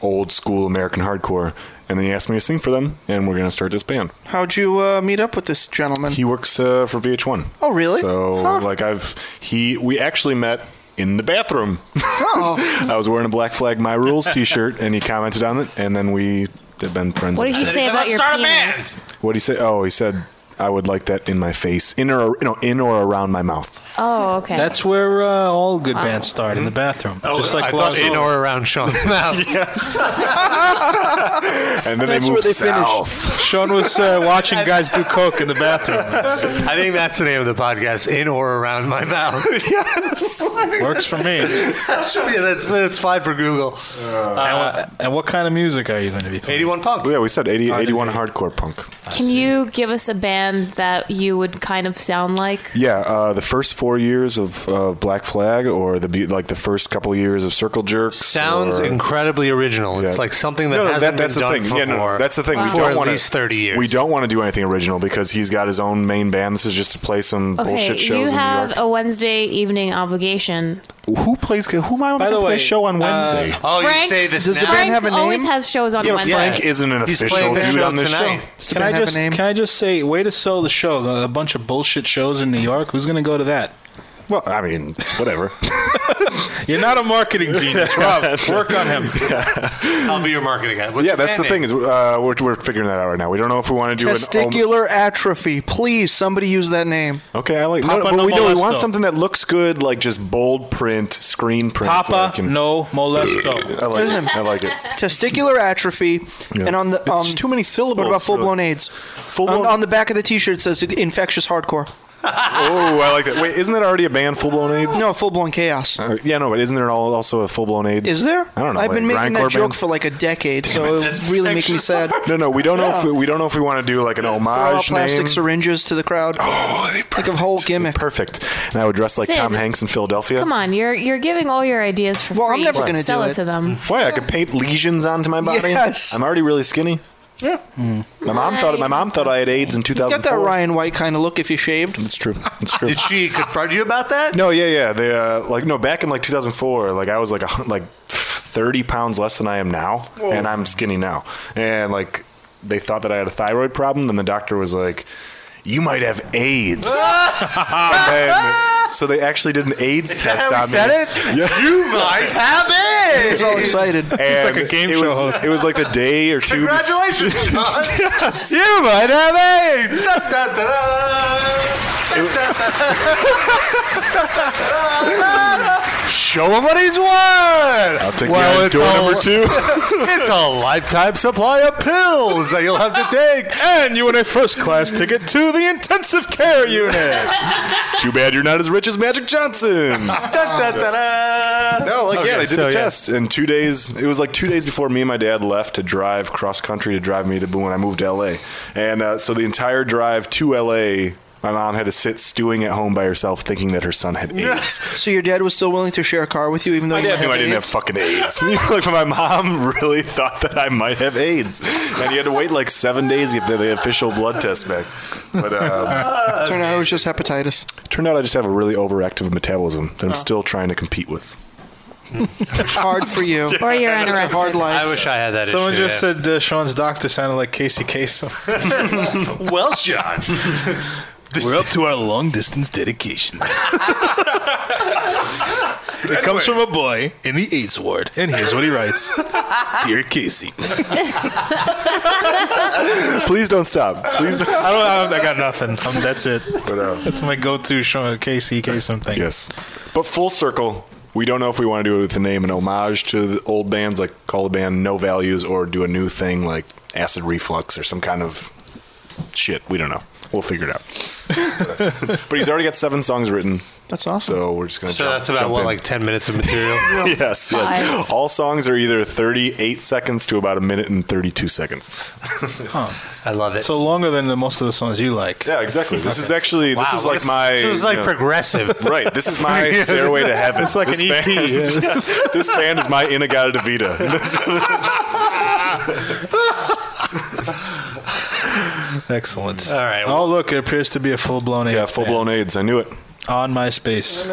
Speaker 3: old school American hardcore. And then he asked me to sing for them, and we're gonna start this band.
Speaker 11: How'd you uh, meet up with this gentleman?
Speaker 3: He works uh, for VH1.
Speaker 11: Oh, really?
Speaker 3: So like I've he we actually met in the bathroom.
Speaker 11: Oh.
Speaker 3: I was wearing a Black Flag My Rules T-shirt, and he commented on it, and then we have been friends.
Speaker 6: What did he
Speaker 3: ever
Speaker 6: say
Speaker 3: since.
Speaker 6: about your penis?
Speaker 3: What did he say? Oh, he said I would like that in my face, in or no, in or around my mouth.
Speaker 6: Oh, okay.
Speaker 7: That's where uh, all good
Speaker 6: Wow.
Speaker 7: bands start in
Speaker 3: Hmm?
Speaker 7: the bathroom.
Speaker 4: Oh,
Speaker 7: Just like
Speaker 4: I thought
Speaker 7: Lonzo-
Speaker 4: in or around Sean's mouth.
Speaker 3: yes. And then
Speaker 7: That's
Speaker 3: they
Speaker 7: where
Speaker 3: moved
Speaker 7: they
Speaker 3: south.
Speaker 7: Sean was uh, watching guys do coke in the bathroom.
Speaker 4: I think that's the name of the podcast, in or around my mouth.
Speaker 3: yes.
Speaker 7: Works for me.
Speaker 4: that should be, that's, that's fine for Google.
Speaker 7: and, what, Uh, and what kind of music are you going to be playing?
Speaker 4: 81 Punk.
Speaker 3: Oh, Yeah, we said 80, 81 hardcore punk.
Speaker 6: Can you give us a band that you would kind of sound like?
Speaker 3: Yeah, uh, the first four years of uh, Black Flag, or the be- like the first couple years of Circle Jerks.
Speaker 4: Sounds
Speaker 3: or-
Speaker 4: incredibly original. It's
Speaker 3: Yeah.
Speaker 4: like something that
Speaker 3: No, no,
Speaker 4: hasn't been
Speaker 3: that- that's the
Speaker 4: done
Speaker 3: thing.
Speaker 4: for
Speaker 3: Yeah, no, no, that's the thing. We
Speaker 4: for
Speaker 3: don't
Speaker 4: at
Speaker 3: wanna-
Speaker 4: least 30 years.
Speaker 3: We don't want to do anything original because he's got his own main band. This is just to play some
Speaker 6: Okay, you
Speaker 3: bullshit shows in New
Speaker 6: have
Speaker 3: York.
Speaker 6: a Wednesday evening obligation.
Speaker 3: Who plays? Who am I
Speaker 7: By
Speaker 3: going to
Speaker 7: the
Speaker 3: play
Speaker 7: way, uh,
Speaker 3: a show on Wednesday?
Speaker 4: Oh, you
Speaker 6: Frank-
Speaker 4: say this
Speaker 11: Does the
Speaker 4: now?
Speaker 11: band have a
Speaker 6: Frank always
Speaker 11: name?
Speaker 6: has shows on
Speaker 3: yeah,
Speaker 6: Wednesday.
Speaker 3: Frank isn't an
Speaker 4: He's
Speaker 3: official
Speaker 4: playing the
Speaker 3: dude
Speaker 4: show
Speaker 3: on this
Speaker 4: tonight.
Speaker 3: show.
Speaker 11: Does the
Speaker 7: Can I
Speaker 11: band have a
Speaker 7: just
Speaker 11: name?
Speaker 7: can I just say, way to sell the show? A bunch of bullshit shows in New York. Who's going to go to that?
Speaker 3: Well, I mean, whatever.
Speaker 7: You're not a marketing genius, Rob. Work on him.
Speaker 4: I'll be your marketing guy. What's
Speaker 3: yeah,
Speaker 4: your
Speaker 3: that's
Speaker 4: band
Speaker 3: the thing is uh, we're, we're figuring that out right now. We don't know if we want to do an.
Speaker 5: Testicular atrophy. Please, somebody use that name.
Speaker 3: Okay, I like. No, but we, no, we want something that looks good, like just bold print, screen print.
Speaker 7: Papa no molesto.
Speaker 3: I like
Speaker 5: Listen.
Speaker 3: it. I like it.
Speaker 5: Testicular atrophy,
Speaker 3: Yeah.
Speaker 5: and on the
Speaker 3: It's
Speaker 5: um,
Speaker 3: just too many syllables
Speaker 5: What about
Speaker 3: for-
Speaker 5: full blown AIDS? Full on, on the back of the T-shirt it says infectious hardcore.
Speaker 3: oh, I like that. Wait, isn't that already a band, Full Blown AIDS?
Speaker 5: No, Full Blown Chaos.
Speaker 3: yeah, no, but isn't there al- also a Full Blown AIDS?
Speaker 5: Is there?
Speaker 3: I don't know.
Speaker 5: I've been
Speaker 3: like
Speaker 5: making
Speaker 3: grindcore
Speaker 5: that joke
Speaker 3: band?
Speaker 5: for like a decade,
Speaker 3: Damn
Speaker 5: so
Speaker 3: it.
Speaker 5: it really makes me sad.
Speaker 3: No, no, we don't know. If
Speaker 5: Yeah.
Speaker 3: we, we don't know if we want to do like an
Speaker 5: Throw out
Speaker 3: homage
Speaker 5: plastic
Speaker 3: name.
Speaker 5: syringes to the crowd.
Speaker 3: Oh,
Speaker 5: like a whole gimmick.
Speaker 3: Perfect. And I would dress like
Speaker 6: Sid.
Speaker 3: Tom Hanks in Philadelphia.
Speaker 6: Come on, you're you're giving all your ideas for free.
Speaker 3: never gonna do
Speaker 6: sell
Speaker 3: it.
Speaker 6: it to them.
Speaker 3: Why? I could paint lesions onto my body.
Speaker 6: Yes.
Speaker 3: I'm already really skinny.
Speaker 5: Yeah.
Speaker 3: My mom thought my mom thought I had AIDS in 2004.
Speaker 5: Got that Ryan White kind of look if you shaved.
Speaker 3: That's true. That's true.
Speaker 4: Did she confront you about that?
Speaker 3: No, yeah, yeah. They uh, like no back in like 2004. Like I was like a, hun- like 30 pounds less than I am now,
Speaker 4: Whoa.
Speaker 3: and I'm skinny now. And like they thought that I had a thyroid problem. Then the doctor was like, "You might have AIDS." And then- so they actually did an AIDS
Speaker 4: Is that
Speaker 3: test
Speaker 4: how
Speaker 3: on
Speaker 4: he said
Speaker 3: me.
Speaker 4: it?
Speaker 3: Yeah.
Speaker 4: You might have it.
Speaker 5: He's all excited.
Speaker 3: And it was, It was like the day or two. before-
Speaker 4: Congratulations, John.
Speaker 3: You might have AIDS.
Speaker 4: Da, da, da, da. Show him what he's won. I'll
Speaker 3: take the door number two.
Speaker 4: it's a lifetime supply of pills that you'll have to take, and you win a first class ticket to the intensive care unit.
Speaker 3: Too bad you're not as rich as Magic Johnson. Oh, No, like yeah, they did the test in two days. It was like two days before me and my dad left to drive cross country to drive me to when I moved to LA, and uh, so the entire drive to LA, my mom had to sit stewing at home by herself, thinking that her son had AIDS.
Speaker 5: So your dad was still willing to share a car with you, even though
Speaker 3: My
Speaker 5: you
Speaker 3: dad
Speaker 5: might
Speaker 3: knew I didn't have
Speaker 5: AIDS?
Speaker 3: fucking AIDS. like, but my mom really thought that I might have AIDS, and he had to wait like seven days to get the, the official blood test back. But um,
Speaker 5: Turned out it was just hepatitis.
Speaker 3: turned out I just have a really overactive metabolism that I'm
Speaker 5: Oh.
Speaker 3: still trying to compete with.
Speaker 5: Hard for you.
Speaker 6: Or you're
Speaker 5: Such a
Speaker 6: anorexic.
Speaker 5: hard life.
Speaker 4: I wish I had that
Speaker 7: Someone
Speaker 4: issue,
Speaker 7: just
Speaker 4: yeah.
Speaker 7: said uh, Sean's doctor sounded like Casey Kasem.
Speaker 4: well, John.
Speaker 7: We're up to our long distance dedication. It comes from a boy in the AIDS ward, and here's what he writes Dear Casey.
Speaker 3: Please don't stop. Please don't
Speaker 7: I, don't, I, don't, I got nothing. Um, that's it. that's my go to Sean Casey Kasem thing.
Speaker 3: Yes. But full circle, we don't know if we want to do it with a name, an homage to the old bands, like call the band No Values, or do a new thing like Acid Reflux or some kind of shit. We don't know. We'll figure it out. but he's already got seven songs written.
Speaker 5: That's awesome.
Speaker 3: So we're just going to
Speaker 4: So that's about what, like ten minutes of material.
Speaker 3: yes, yes.
Speaker 4: Five.
Speaker 3: All songs are either 38 seconds to about a minute and 32 seconds.
Speaker 4: I love it.
Speaker 7: So longer than the, most of the songs you like.
Speaker 3: Yeah, exactly. This is actually this
Speaker 7: Wow,
Speaker 3: is
Speaker 7: what
Speaker 3: like
Speaker 7: a-
Speaker 3: my
Speaker 7: so it's like progressive.
Speaker 3: right? This is my stairway to heaven.
Speaker 7: It's like
Speaker 3: This
Speaker 7: an E EP,
Speaker 3: band-
Speaker 7: yeah.
Speaker 3: this, this band is my Inagata Devita.
Speaker 7: Excellent.
Speaker 4: All right.
Speaker 7: oh, look, it appears to be a full blown AIDS. Yeah, full blown
Speaker 3: AIDS. I knew it.
Speaker 7: On MySpace.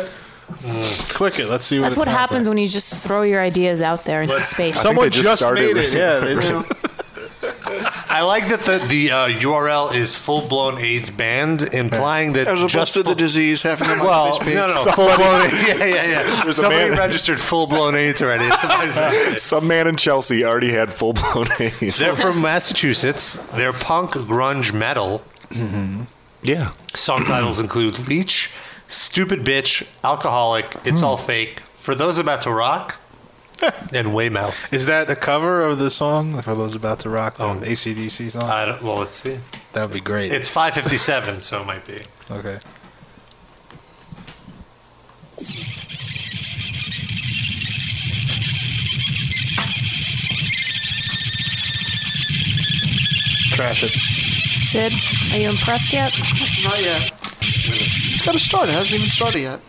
Speaker 7: Click it. Let's see what
Speaker 6: That's
Speaker 7: it
Speaker 6: what
Speaker 7: sounds
Speaker 6: happens when you just throw your ideas out there into
Speaker 7: Like.
Speaker 6: space.
Speaker 7: Someone just, made it. Yeah. They
Speaker 4: I like that the, the uh, URL is full blown AIDS banned, implying that
Speaker 5: As opposed
Speaker 4: just
Speaker 5: to the disease having them on
Speaker 4: well,
Speaker 5: MySpace page.
Speaker 4: no, no, full
Speaker 5: Somebody-
Speaker 4: blown. Yeah, yeah, yeah.
Speaker 3: There's a
Speaker 4: Somebody
Speaker 3: man-
Speaker 4: registered full blown AIDS already. It's amazing.
Speaker 3: Some man in Chelsea already had full blown AIDS.
Speaker 4: They're from Massachusetts. They're punk grunge metal.
Speaker 7: Mm-hmm.
Speaker 3: Yeah.
Speaker 4: Song titles include Leech, Stupid Bitch, Alcoholic, It's
Speaker 7: Hmm.
Speaker 4: All Fake, For Those About to Rock, and Waymouth.
Speaker 7: Is that a cover of the song for those about to rock the ACDC song?
Speaker 4: I don't, well, let's see.
Speaker 7: That would be great.
Speaker 4: It's 557, so it might be.
Speaker 7: okay. Trash it.
Speaker 6: Sid, are you impressed yet?
Speaker 5: Not yet. It's got to start. It hasn't even started yet.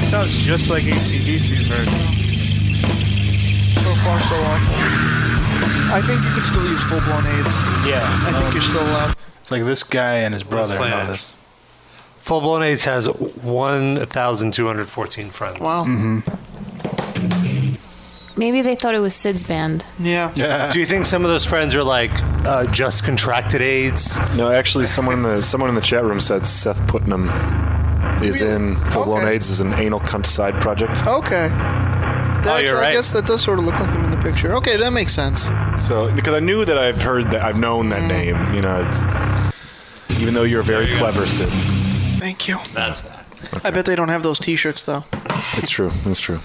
Speaker 7: Sounds just like ACDC's version.
Speaker 5: So far, so awful. I think you could still use full blown AIDS.
Speaker 7: Yeah.
Speaker 5: I think you're still allowed.
Speaker 7: It's like this guy and his brother and all this.
Speaker 4: Full Blown AIDS has
Speaker 7: Hmm.
Speaker 4: 1,214 friends.
Speaker 5: Wow.
Speaker 7: Mm-hmm.
Speaker 6: Maybe they thought it was Sid's band.
Speaker 5: Yeah.
Speaker 4: Do you think some of those friends are like uh, just contracted AIDS?
Speaker 3: No, actually, someone in the someone in the chat room said Seth Putnam is in Full Blown AIDS is an anal cunt side project.
Speaker 5: Okay. That
Speaker 3: Oh, you're
Speaker 5: actually- I
Speaker 3: right.
Speaker 5: guess that does sort of look like him in the picture. Okay, that makes sense. Mm.
Speaker 3: So because I knew that I've heard that I've known that name, you know, it's, even though you're very clever, Sid.
Speaker 5: Thank you.
Speaker 3: That's
Speaker 5: I bet they don't have those T-shirts though.
Speaker 3: It's true. It's true.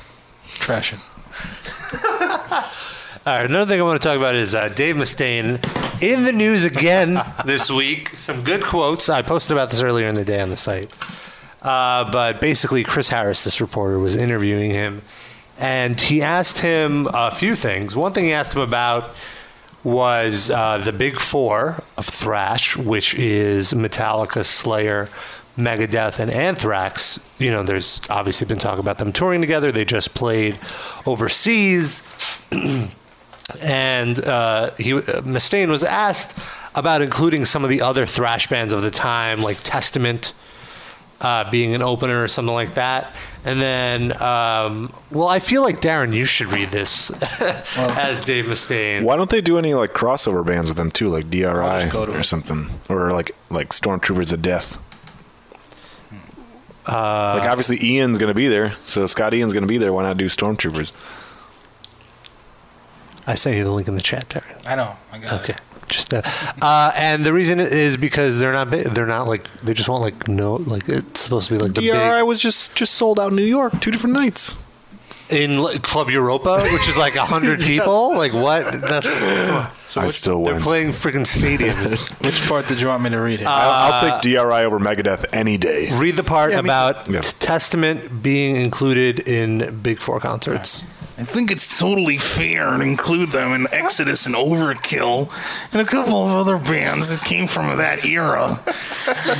Speaker 11: Trash it.
Speaker 4: All right, another thing I want to talk about is uh, Dave Mustaine in the news again this week. Some good quotes. I posted about this earlier in the day on the site. Uh, but basically, Chris Harris, this reporter, was interviewing him, and he asked him a few things. One thing he asked him about was uh, the big four of thrash, which is Metallica, Slayer, Megadeth, and Anthrax. You know, there's obviously been talk about them touring together. They just played overseas. and uh, he, Mustaine was asked about including some of the other thrash bands of the time, like Testament uh, being an opener or something like that. And then, um, well, I feel like Darren, you should read this as Dave Mustaine.
Speaker 3: Why don't they do any like crossover bands with them too, like DRI
Speaker 4: go to
Speaker 3: or
Speaker 4: it.
Speaker 3: something, or like like Stormtroopers of Death? Uh, like obviously Ian's gonna be there, so Scott Ian's gonna be there. Why not do Stormtroopers?
Speaker 4: I sent you the link in the chat, Darren.
Speaker 11: I know. I got
Speaker 4: okay. Just uh, uh, and the reason is because they're not big, they're not like they just want like no like it's supposed to be like the
Speaker 3: DRI
Speaker 4: big
Speaker 3: was just just sold out in New York two different nights.
Speaker 4: in like, Club Europa, which is like hundred people. Like what? That's
Speaker 3: I
Speaker 4: which-
Speaker 3: still
Speaker 4: they're
Speaker 3: went.
Speaker 4: playing freaking stadiums.
Speaker 11: Which part did you want me to read? It?
Speaker 3: I'll, I'll take DRI over Megadeth any day.
Speaker 4: Read the part
Speaker 3: Yeah, me
Speaker 4: about
Speaker 3: too. Yeah.
Speaker 4: Testament being included in Big Four concerts.
Speaker 11: I think it's totally fair to include them in Exodus and Overkill and a couple of other bands that came from that era.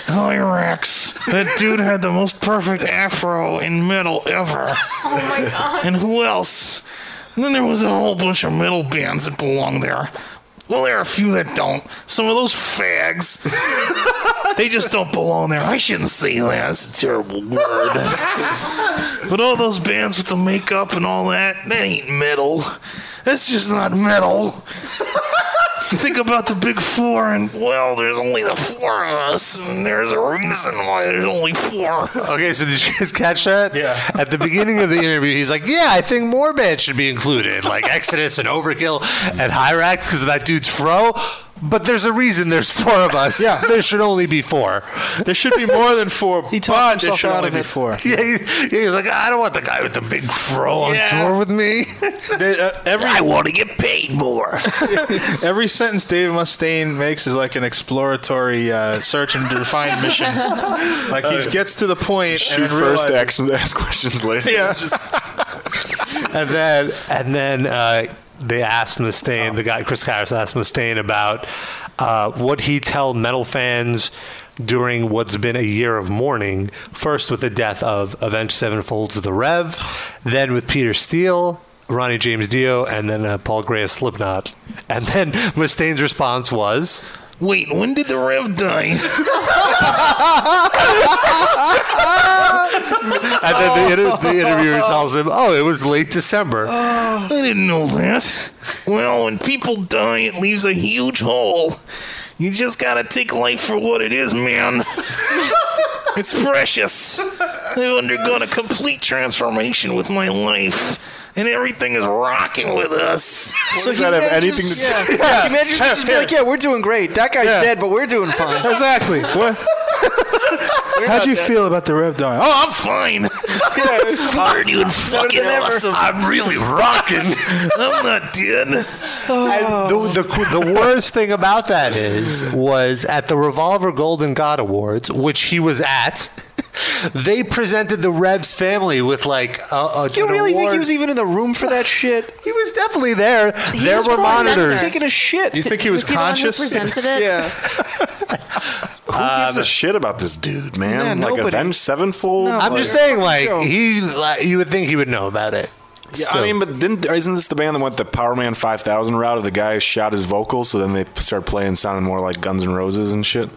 Speaker 11: Hyrax. That dude had the most perfect afro in metal ever. Oh my god. And who else? And then there was a whole bunch of metal bands that belong there. Well, there are a few that don't. Some of those fags. they just don't belong there. I shouldn't say that. It's a terrible word. but all those bands with the makeup and all that, that ain't metal. That's just not metal. Think about the big four, and well, there's only the four of us, and there's a reason why there's only four.
Speaker 4: Okay, so did you guys catch that? Yeah. At the beginning of the interview, he's like, "Yeah, I think more bands should be included, like Exodus and Overkill and Hyrax, because of that dude's fro." But there's a reason there's four of us. Yeah. There should only be four.
Speaker 11: There should be more than four. He
Speaker 4: talked
Speaker 11: there himself should out only of be it. four.
Speaker 4: Yeah, he, he's like, I don't want the guy with the big fro on tour with me. I want to get paid more.
Speaker 11: Every sentence David Mustaine makes is like an exploratory uh, search and define mission. Like
Speaker 7: Uh,
Speaker 11: he gets to the point
Speaker 3: Shoot
Speaker 11: and then
Speaker 3: first,
Speaker 11: realizes-
Speaker 3: ask, ask questions later.
Speaker 11: Yeah.
Speaker 4: and then and then uh, they asked Mustaine, the guy Chris Harris asked Mustaine about uh, what he tell metal fans during what's been a year of mourning. First with the death of Avenged Sevenfold's The Rev, then with Peter Steele. Ronnie James Dio, and then uh, Paul Gray of Slipknot. And then Mustaine's response was,
Speaker 11: Wait, when did the Rev die?
Speaker 4: And then the, inter- the interviewer tells him, oh, it was late December.
Speaker 11: Ah, I didn't know that. Well, when people die, it leaves a huge hole. You just gotta take life for what it is, man. it's precious. I've undergone a complete transformation with my life, and everything is rocking with us.
Speaker 3: So does that have anything to
Speaker 5: Yeah. Can you imagine just be like, yeah, we're doing great. That guy's
Speaker 11: Yeah.
Speaker 5: dead, but we're doing fine.
Speaker 11: Exactly. What?
Speaker 5: How'd you
Speaker 11: feel about the Rev dying? Oh, I'm fine. We're doing fucking
Speaker 5: than ever.
Speaker 11: awesome. I'm really rocking. I'm not dead.
Speaker 5: Oh.
Speaker 4: And the, the, the worst thing about that is was at the Revolver Golden God Awards, which he was at. They presented the Rev's family with like a, a
Speaker 5: You really think he was even in the room for that shit?
Speaker 4: He was definitely there. there
Speaker 5: was
Speaker 4: were
Speaker 5: probably
Speaker 4: monitors.
Speaker 5: taking a shit.
Speaker 11: You think he was Was he the one who conscious? presented it?
Speaker 5: yeah.
Speaker 3: Who gives a shit about this dude, man?
Speaker 4: Yeah,
Speaker 3: like
Speaker 4: Um, nobody.
Speaker 3: Avenged Sevenfold.
Speaker 4: I'm just
Speaker 3: Like-
Speaker 4: saying, like he, like, you would think he would know about it.
Speaker 3: Yeah,
Speaker 4: Still.
Speaker 3: I mean, but didn't, isn't this the band that went the Power Man 5000 route of the guy who shot his vocals, so then they started playing sounding more like Guns N' Roses and shit?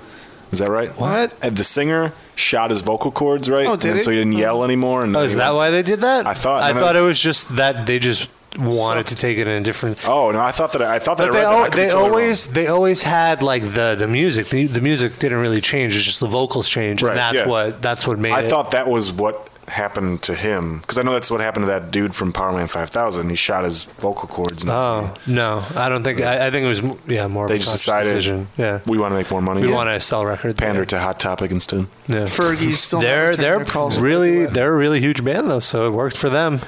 Speaker 3: Is that right? What? And the singer shot his vocal cords, right?
Speaker 4: Oh,
Speaker 3: And
Speaker 4: did
Speaker 3: then
Speaker 4: he?
Speaker 3: So he didn't yell anymore. And
Speaker 4: Oh, is that why they did that?
Speaker 3: I thought.
Speaker 4: I
Speaker 3: and
Speaker 4: thought it
Speaker 3: it's-
Speaker 4: was just that they just wanted to take it in a different.
Speaker 3: Oh no, I thought that I thought that
Speaker 4: But
Speaker 3: I
Speaker 4: they,
Speaker 3: read
Speaker 4: al-
Speaker 3: that. I could be
Speaker 4: they
Speaker 3: totally wrong.
Speaker 4: always they always had like the the music. The, the music didn't really change. It's just the vocals changed, and that's
Speaker 3: yeah.
Speaker 4: what that's what made
Speaker 3: I
Speaker 4: it.
Speaker 3: thought that was what happened to him because I know that's what happened to that dude from Power Man 5000. He shot his vocal cords. And
Speaker 4: Oh no, I don't think. I, I think it was m- yeah more.
Speaker 3: they
Speaker 4: of a
Speaker 3: just
Speaker 4: conscious
Speaker 3: decided
Speaker 4: decision. Yeah,
Speaker 3: we want to make more money.
Speaker 4: We want to sell records.
Speaker 3: Pander to Hot Topic instead.
Speaker 4: Yeah.
Speaker 5: Fergie's still not
Speaker 4: they're
Speaker 5: returning
Speaker 4: they're
Speaker 5: their calls.
Speaker 4: really they're a really huge band though, so it worked for them.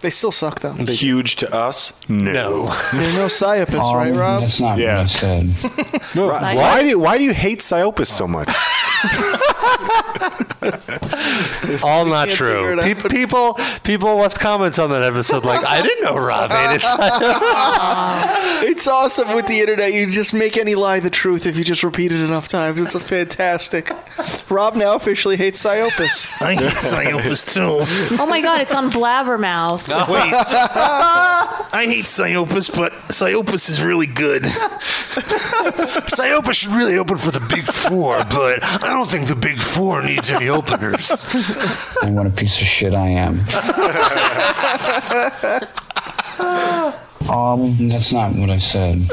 Speaker 5: They still suck though.
Speaker 3: Huge to us? No.
Speaker 5: There's no psyopists, right, Rob?
Speaker 3: yeah. No,
Speaker 5: Psyopus.
Speaker 3: why do you, why do you hate Psyopus so much?
Speaker 4: All not
Speaker 3: can't figure
Speaker 4: true.
Speaker 3: it out.
Speaker 4: Pe- people people left comments on that episode like I didn't know Rob hated
Speaker 5: it's awesome with the internet. You just make any lie the truth if you just repeat it enough times. It's a fantastic. Rob now officially hates Psyopus.
Speaker 7: I hate Psyopus too.
Speaker 6: Oh my god, it's on Blabbermouth.
Speaker 7: Wait. I hate Psyopus, but Psyopus is really good.
Speaker 4: Psyopus should really open for the Big Four, but I don't think the Big Four needs any openers.
Speaker 15: And what a piece of shit I am. Um, that's not what I said.
Speaker 5: Can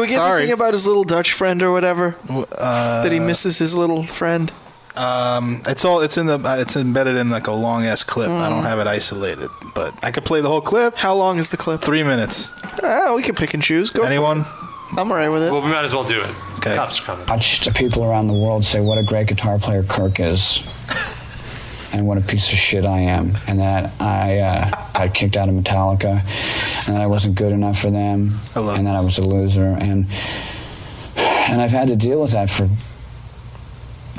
Speaker 5: we get
Speaker 15: Sorry.
Speaker 5: anything about his little Dutch friend or whatever? that he misses his little friend.
Speaker 7: uh, Um, it's all it's in the uh, it's embedded in like a long ass clip. I don't
Speaker 5: Mm.
Speaker 7: have it isolated, but I could play the whole clip.
Speaker 5: How long is the clip?
Speaker 7: Three minutes.
Speaker 5: Ah, we can pick and choose. Go.
Speaker 7: Anyone?
Speaker 5: I'm alright with it.
Speaker 4: Well, we might as well do it. Okay. Cops are coming.
Speaker 15: Watched people around the world say what a great guitar player Kirk is, and what a piece of shit I am, and that I uh, got kicked out of Metallica, and that I wasn't good enough for them, and that I was a loser, and and I've had to deal with that for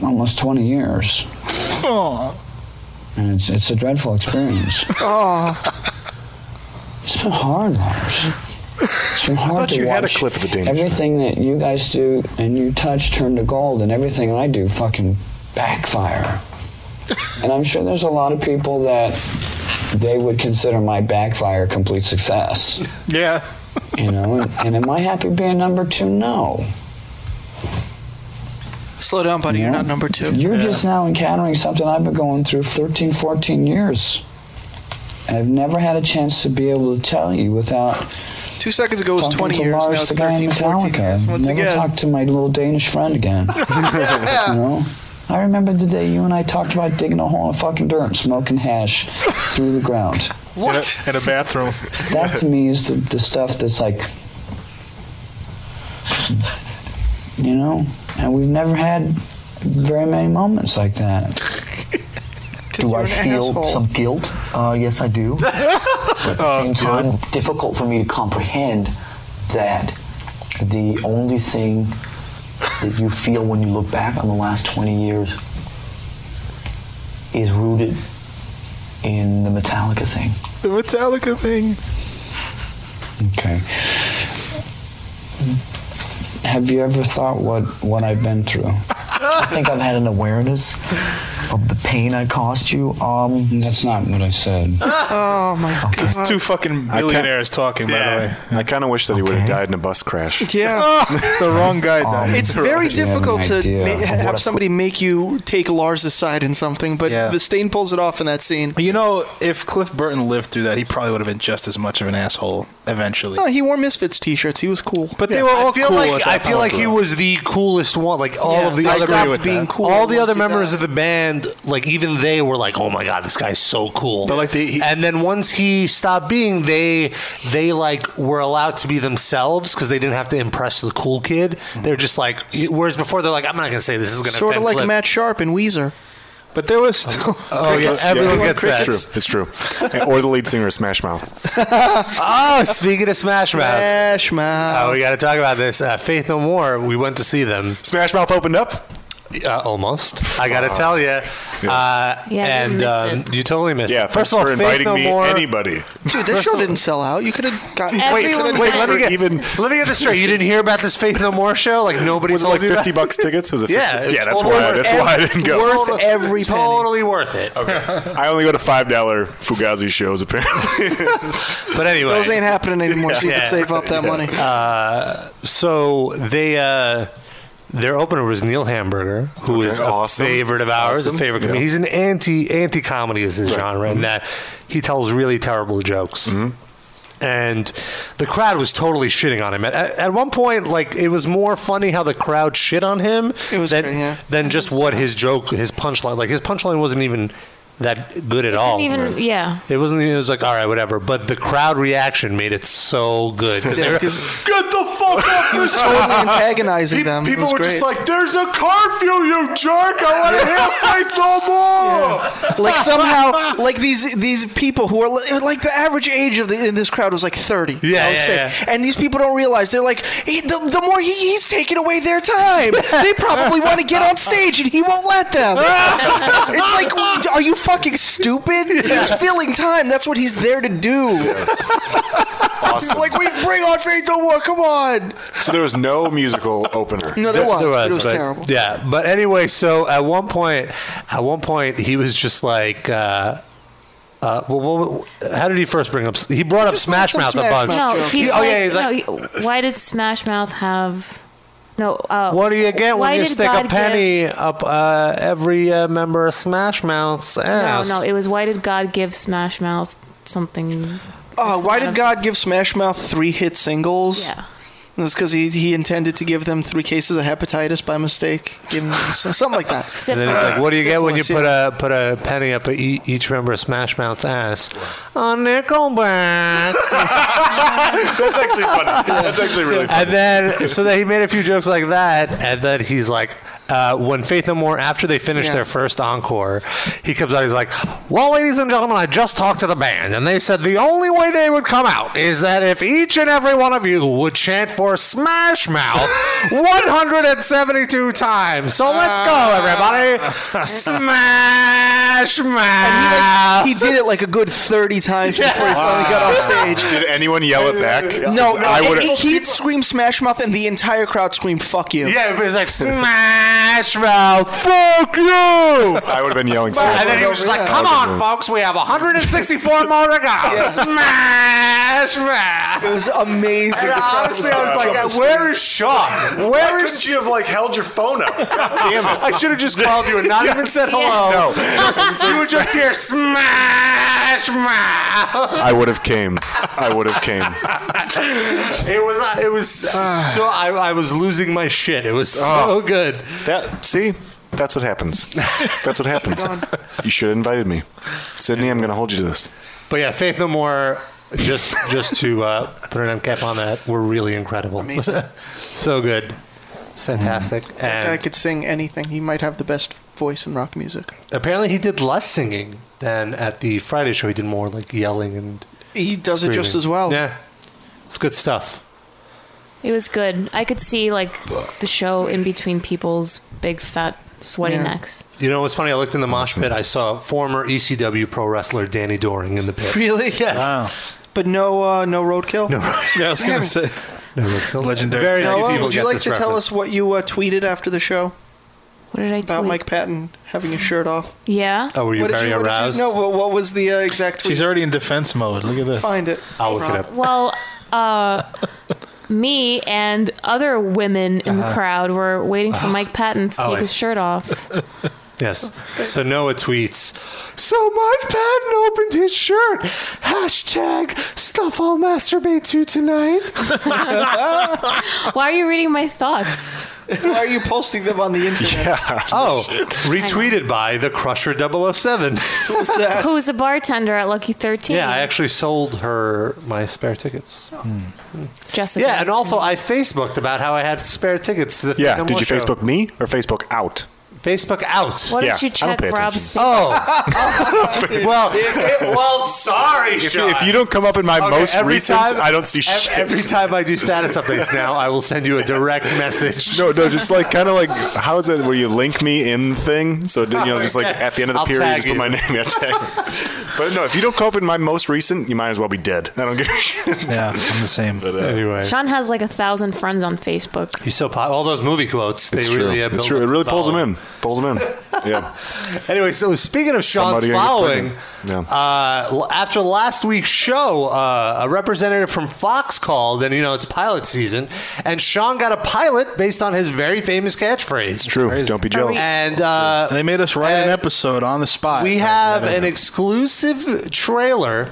Speaker 15: almost 20 years,
Speaker 5: Oh.
Speaker 15: and it's it's a dreadful experience. It's been hard, Lars. It's been hard
Speaker 3: thought
Speaker 15: to
Speaker 3: you
Speaker 15: watch.
Speaker 3: had a clip of the Danish
Speaker 15: everything that you guys do and you touch turn to gold, and everything I do fucking backfire. and I'm sure there's a lot of people that they would consider my backfire complete success.
Speaker 7: Yeah.
Speaker 15: You know, and, and am I happy being number two? No.
Speaker 5: Slow down, buddy. You're not number two.
Speaker 15: You're just now encountering something I've been going through for 13, 14 years. And I've never had a chance to be able to tell you without
Speaker 5: Two seconds ago it was
Speaker 15: Talking
Speaker 5: 20
Speaker 15: to
Speaker 5: years.
Speaker 15: Lars,
Speaker 5: Now it's
Speaker 15: the guy in
Speaker 5: 13, 14
Speaker 15: Metallica.
Speaker 5: years. Once
Speaker 15: Never
Speaker 5: again.
Speaker 15: talked to my little Danish friend again. you know? I remember the day you and I talked about digging a hole in fucking dirt and smoking hash through the ground.
Speaker 7: What? In a, in a bathroom.
Speaker 15: That to me is the, the stuff that's like, you know, and we've never had very many moments like that.
Speaker 16: Do I
Speaker 15: an
Speaker 16: feel
Speaker 15: asshole. Oh,
Speaker 16: some guilt? Uh, yes, I do. but at the same time, it's difficult for me to comprehend that the only thing that you feel when you look back on the last 20 years is rooted in the Metallica thing.
Speaker 7: The Metallica thing.
Speaker 15: Okay. Have you ever thought what, what I've been through?
Speaker 16: I think I've had an awareness of the pain I caused you. Um,
Speaker 15: that's not what I said.
Speaker 5: oh my god.
Speaker 7: It's two fucking
Speaker 3: I can't-
Speaker 7: billionaires talking. By the way.
Speaker 3: I kind of wish that he would have died in a bus crash.
Speaker 5: Yeah,
Speaker 7: the wrong guy.
Speaker 4: Um,
Speaker 7: died.
Speaker 5: it's
Speaker 7: The
Speaker 5: very
Speaker 7: wrong- Do you have an
Speaker 5: difficult to
Speaker 7: idea
Speaker 5: ma-
Speaker 7: of what a-
Speaker 5: have somebody make you take Lars' side in something, but
Speaker 7: Yeah.
Speaker 5: Mustaine pulls it off in that scene.
Speaker 7: You know, if Cliff Burton lived through that, he probably would have been just as much of an asshole eventually.
Speaker 5: No, he wore Misfits t-shirts. He was cool, but
Speaker 7: they were all
Speaker 4: I feel
Speaker 7: cool at
Speaker 4: like
Speaker 7: that
Speaker 4: I feel like he
Speaker 7: point.
Speaker 4: was the coolest one. Like all
Speaker 7: Yeah,
Speaker 4: of the
Speaker 7: I
Speaker 4: other
Speaker 7: agree with that.
Speaker 4: all the other members of the band, like even they were like, "Oh my god, this guy's so cool." But like, and then once he stopped being, they they like were allowed to be themselves because they didn't have to impress the cool kid. They're just like, whereas before they're like, "I'm not gonna say this is gonna
Speaker 5: sort of
Speaker 4: offend
Speaker 5: like
Speaker 4: Cliff."
Speaker 5: Matt Sharp and Weezer.
Speaker 7: But there was still
Speaker 4: Oh, yeah, everyone gets that.
Speaker 3: It's true. It's true. And- or the lead singer of Smash Mouth.
Speaker 4: oh, speaking of Smash Mouth.
Speaker 5: Smash Mouth.
Speaker 4: Oh, we got to talk about this. Uh, Faith No More, we went to see them.
Speaker 3: Smash Mouth opened up?
Speaker 4: Uh, almost. I got to tell you. Uh,
Speaker 5: Yeah, you
Speaker 4: and
Speaker 5: missed
Speaker 4: um, you totally missed
Speaker 3: Yeah,
Speaker 4: it. First of all,
Speaker 3: thanks for
Speaker 4: Faith
Speaker 3: inviting
Speaker 4: No
Speaker 3: me,
Speaker 4: More.
Speaker 3: anybody.
Speaker 5: Dude, this
Speaker 4: First
Speaker 5: show
Speaker 4: of-
Speaker 5: didn't sell out. You could have gotten.
Speaker 4: Wait,
Speaker 5: Everyone
Speaker 4: wait,
Speaker 5: was
Speaker 4: let me
Speaker 5: there.
Speaker 4: get let me get this straight. You didn't hear about this Faith No More show? Like nobody
Speaker 3: Was it
Speaker 4: told
Speaker 3: like
Speaker 4: you about-
Speaker 3: 50 bucks tickets? Was it 50?
Speaker 4: Yeah,
Speaker 3: yeah, that's
Speaker 4: totally
Speaker 3: why.
Speaker 4: worth
Speaker 3: That's why I
Speaker 4: every-
Speaker 3: didn't go.
Speaker 4: Worth every totally worth it.
Speaker 3: I only go to five dollar Fugazi shows apparently.
Speaker 4: But anyway,
Speaker 5: Those ain't happening anymore. So you
Speaker 4: Yeah.
Speaker 5: can save up that money.
Speaker 4: Uh, so they uh, Their opener was Neil Hamburger, who
Speaker 3: Okay,
Speaker 4: is a
Speaker 3: awesome.
Speaker 4: favorite of ours,
Speaker 3: Awesome,
Speaker 4: a favorite comedian.
Speaker 3: yeah.
Speaker 4: He's an anti anti comedy is his
Speaker 3: Right. Mm-hmm.
Speaker 4: genre, in that he tells really terrible jokes. And the crowd was totally shitting on him. At, at at one point, like it was more funny how the crowd shit on him than, than just what his joke, his punchline. Like his punchline wasn't even that good at all.
Speaker 6: Didn't even yeah.
Speaker 4: It wasn't. It was like, all right, whatever. But the crowd reaction made it so good. 'Cause they were-
Speaker 5: Get the fuck up! He was totally antagonizing them. It was
Speaker 4: were just
Speaker 5: great.
Speaker 4: like,
Speaker 3: "There's a curfew, you jerk! I want to hear fight no more."
Speaker 5: like somehow like these these people who are li- like the average age of the, in this crowd was like 30
Speaker 4: Yeah,
Speaker 5: I would
Speaker 4: yeah,
Speaker 5: say.
Speaker 4: yeah.
Speaker 5: and these people don't realize they're like he, the, the more he, he's taking away their time they probably want to get on stage and he won't let them it's like are you fucking stupid he's
Speaker 11: Yeah.
Speaker 5: filling time that's what he's there to uh, do like we bring on faith no more come on
Speaker 3: So there was no musical opener.
Speaker 5: No, there was, but it was
Speaker 4: but-
Speaker 5: terrible.
Speaker 4: Yeah, but anyway, so at one point, at one point, he was just like, uh, uh, well, well, how did he first bring up? He brought up Smash Mouth a bunch.
Speaker 6: No, he's
Speaker 4: He-
Speaker 6: like,
Speaker 4: oh yeah, he's
Speaker 6: no,
Speaker 4: like,
Speaker 6: he- why did Smash Mouth have? No. Uh,
Speaker 4: what do you get
Speaker 6: why
Speaker 4: when you
Speaker 6: did
Speaker 4: stick
Speaker 6: God
Speaker 4: a
Speaker 6: give-
Speaker 4: penny up uh, every uh, member of Smash Mouth's
Speaker 6: no,
Speaker 4: ass?
Speaker 6: no. It was why did God give Smash Mouth something?
Speaker 5: Uh, why did God give Smash Mouth three hit singles? Yeah. It was because he, he intended to give them three cases of hepatitis by mistake. Give them, so- something like that.
Speaker 4: and then it's like, what do you get when you put a put a penny up e- each member of Smash Mouth's ass? A nickel back.
Speaker 3: That's actually funny. That's actually really funny.
Speaker 4: And then, so that he made a few jokes like that, and then he's like, uh, when Faith No More, after they finish
Speaker 3: Yeah.
Speaker 4: their first encore, he comes out. He's like, "Well, ladies and gentlemen, I just talked to the band, and they said the only way they would come out is that if each and every one of you would chant for Smash Mouth 172 times. So let's go, everybody! Smash Mouth."
Speaker 5: He did it like a good 30 times before he finally got off stage.
Speaker 3: Did anyone yell it back?
Speaker 5: No,
Speaker 3: I would
Speaker 5: he,
Speaker 3: have.
Speaker 5: he'd scream Smash Mouth and the entire crowd screamed, fuck you.
Speaker 4: Yeah, but it's like, Smash Mouth, fuck you!
Speaker 3: I would have been yelling.
Speaker 4: And then he was just like, "Come on, folks, we have 164 more to go. Smash Mouth."
Speaker 5: It was amazing.
Speaker 4: And honestly, I was like, "Where is Shaw? Where is
Speaker 3: she have like held your phone up? Damn it!
Speaker 4: I should have just called you and not even said hello.
Speaker 3: No, just-
Speaker 4: you would just hear smash mouth.
Speaker 3: I would have came. I would have came.
Speaker 4: it was. uh, It was. so I, I was losing my shit. It was so
Speaker 3: Oh.
Speaker 4: good.
Speaker 3: That see, that's what happens. That's what happens. you should have invited me, Sydney. I'm going to hold you to this.
Speaker 4: But yeah, Faith No More. Just just to uh, put an cap on that, were really incredible. so good, fantastic.
Speaker 5: That guy
Speaker 4: And
Speaker 5: could sing anything. He might have the best voice in rock music.
Speaker 4: apparently, he did less singing than at the Friday show. He did more like yelling and.
Speaker 5: He does it just
Speaker 4: screaming.
Speaker 5: as well.
Speaker 4: Yeah, it's good stuff.
Speaker 6: It was good. I could see like the show in between people's big fat sweaty
Speaker 4: Yeah.
Speaker 6: necks.
Speaker 4: You know what's funny? I looked in the mosh pit. I saw former ECW pro wrestler Danny Doring in the pit.
Speaker 5: Really? Yes. But no uh, no roadkill? No.
Speaker 4: Yeah, I was gonna say. Legendary. Very few
Speaker 5: Noah,
Speaker 4: people
Speaker 5: would you
Speaker 4: get
Speaker 5: like
Speaker 4: this
Speaker 5: to tell
Speaker 4: reference.
Speaker 5: us what you uh, tweeted after the show?
Speaker 6: What did I
Speaker 5: About
Speaker 6: tweet?
Speaker 5: Mike Patton having his shirt off.
Speaker 6: Yeah.
Speaker 4: Oh, were you
Speaker 5: What did
Speaker 4: very
Speaker 5: what did
Speaker 4: aroused?
Speaker 5: no, what, what was the uh, exact tweet?
Speaker 7: She's already in defense mode. Look at this.
Speaker 5: Find it.
Speaker 4: I'll look it up.
Speaker 6: Well, uh, me and other women in the
Speaker 4: Uh-huh.
Speaker 6: crowd were waiting for Mike Patton to
Speaker 4: Oh,
Speaker 6: take
Speaker 4: I
Speaker 6: his
Speaker 4: see.
Speaker 6: shirt off.
Speaker 4: Yes. So Noah tweets. So Mike Patton opened his shirt. Hashtag stuff I'll masturbate to tonight.
Speaker 6: Why are you reading my thoughts?
Speaker 5: Why are you posting them on the internet?
Speaker 4: Oh, retweeted by the Crusher 007.
Speaker 5: Who's that?
Speaker 6: Who's a bartender at Lucky 13?
Speaker 4: yeah, I actually sold her my spare tickets.
Speaker 3: Hmm.
Speaker 6: Jessica.
Speaker 4: Yeah, and also I Facebooked about how I had spare tickets to the
Speaker 3: Yeah.
Speaker 4: Freedom
Speaker 3: Did
Speaker 4: War
Speaker 3: you
Speaker 4: show.
Speaker 3: Facebook me or Facebook out?
Speaker 4: Facebook out.
Speaker 3: Why don't Yeah, you I don't check pay Rob's attention.
Speaker 4: Oh. well, well, sorry,
Speaker 3: If, if you don't come up in my most recent, I don't see shit.
Speaker 4: Every time I do status updates now, I will send you a direct message.
Speaker 3: No, no, just like kind of like how is it where you link me in the thing? So you know, just like at the end of the
Speaker 4: I'll
Speaker 3: period,
Speaker 4: tag
Speaker 3: just put
Speaker 4: you.
Speaker 3: my name. Yeah, tag. But no, if you don't come up in my most recent, you might as well be dead. I don't give a shit.
Speaker 7: Yeah, I'm the same.
Speaker 3: But, uh,
Speaker 4: anyway,
Speaker 6: Sean has like a thousand friends on Facebook.
Speaker 4: he's so pop. All those movie quotes, they really uh,
Speaker 3: it's
Speaker 4: build
Speaker 3: true.
Speaker 4: up
Speaker 3: It really
Speaker 4: the
Speaker 3: pulls them
Speaker 4: following.
Speaker 3: in. Pulls him in. Yeah.
Speaker 4: Anyway, so speaking of Sean's
Speaker 3: Somebody gonna get
Speaker 4: following,
Speaker 3: pregnant.
Speaker 4: uh, l- after last week's show, uh, a representative from Fox called, and you know it's pilot season, and Sean got a pilot based on his very famous catchphrase. It's
Speaker 3: true. Don't be jealous.
Speaker 4: And uh,
Speaker 6: they made us write an episode on the spot.
Speaker 4: we
Speaker 6: Like,
Speaker 4: have
Speaker 6: I don't
Speaker 4: an
Speaker 6: know.
Speaker 4: exclusive trailer.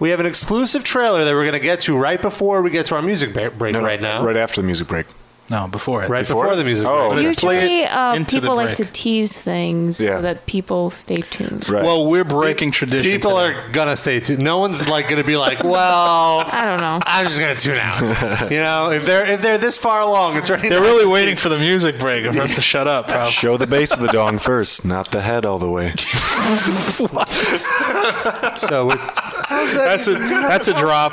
Speaker 4: We have an exclusive trailer that we're going to get to right before we get to our music ba- break right now.
Speaker 3: Right Oh. after the music break.
Speaker 6: No, before it.
Speaker 4: Right before, the music break.
Speaker 17: Usually, uh, people like to tease things so that people stay tuned.
Speaker 6: Well, we're breaking tradition.
Speaker 4: People are gonna stay tuned. No one's like gonna be like, well,
Speaker 17: I don't know.
Speaker 4: I'm just gonna tune out. You know, if they're if they're this far along, it's ready.
Speaker 6: They're really waiting for the music break for us to shut up. Probably.
Speaker 3: Show the base of the dong first, not the head all the way.
Speaker 4: so
Speaker 6: that's a that's a drop.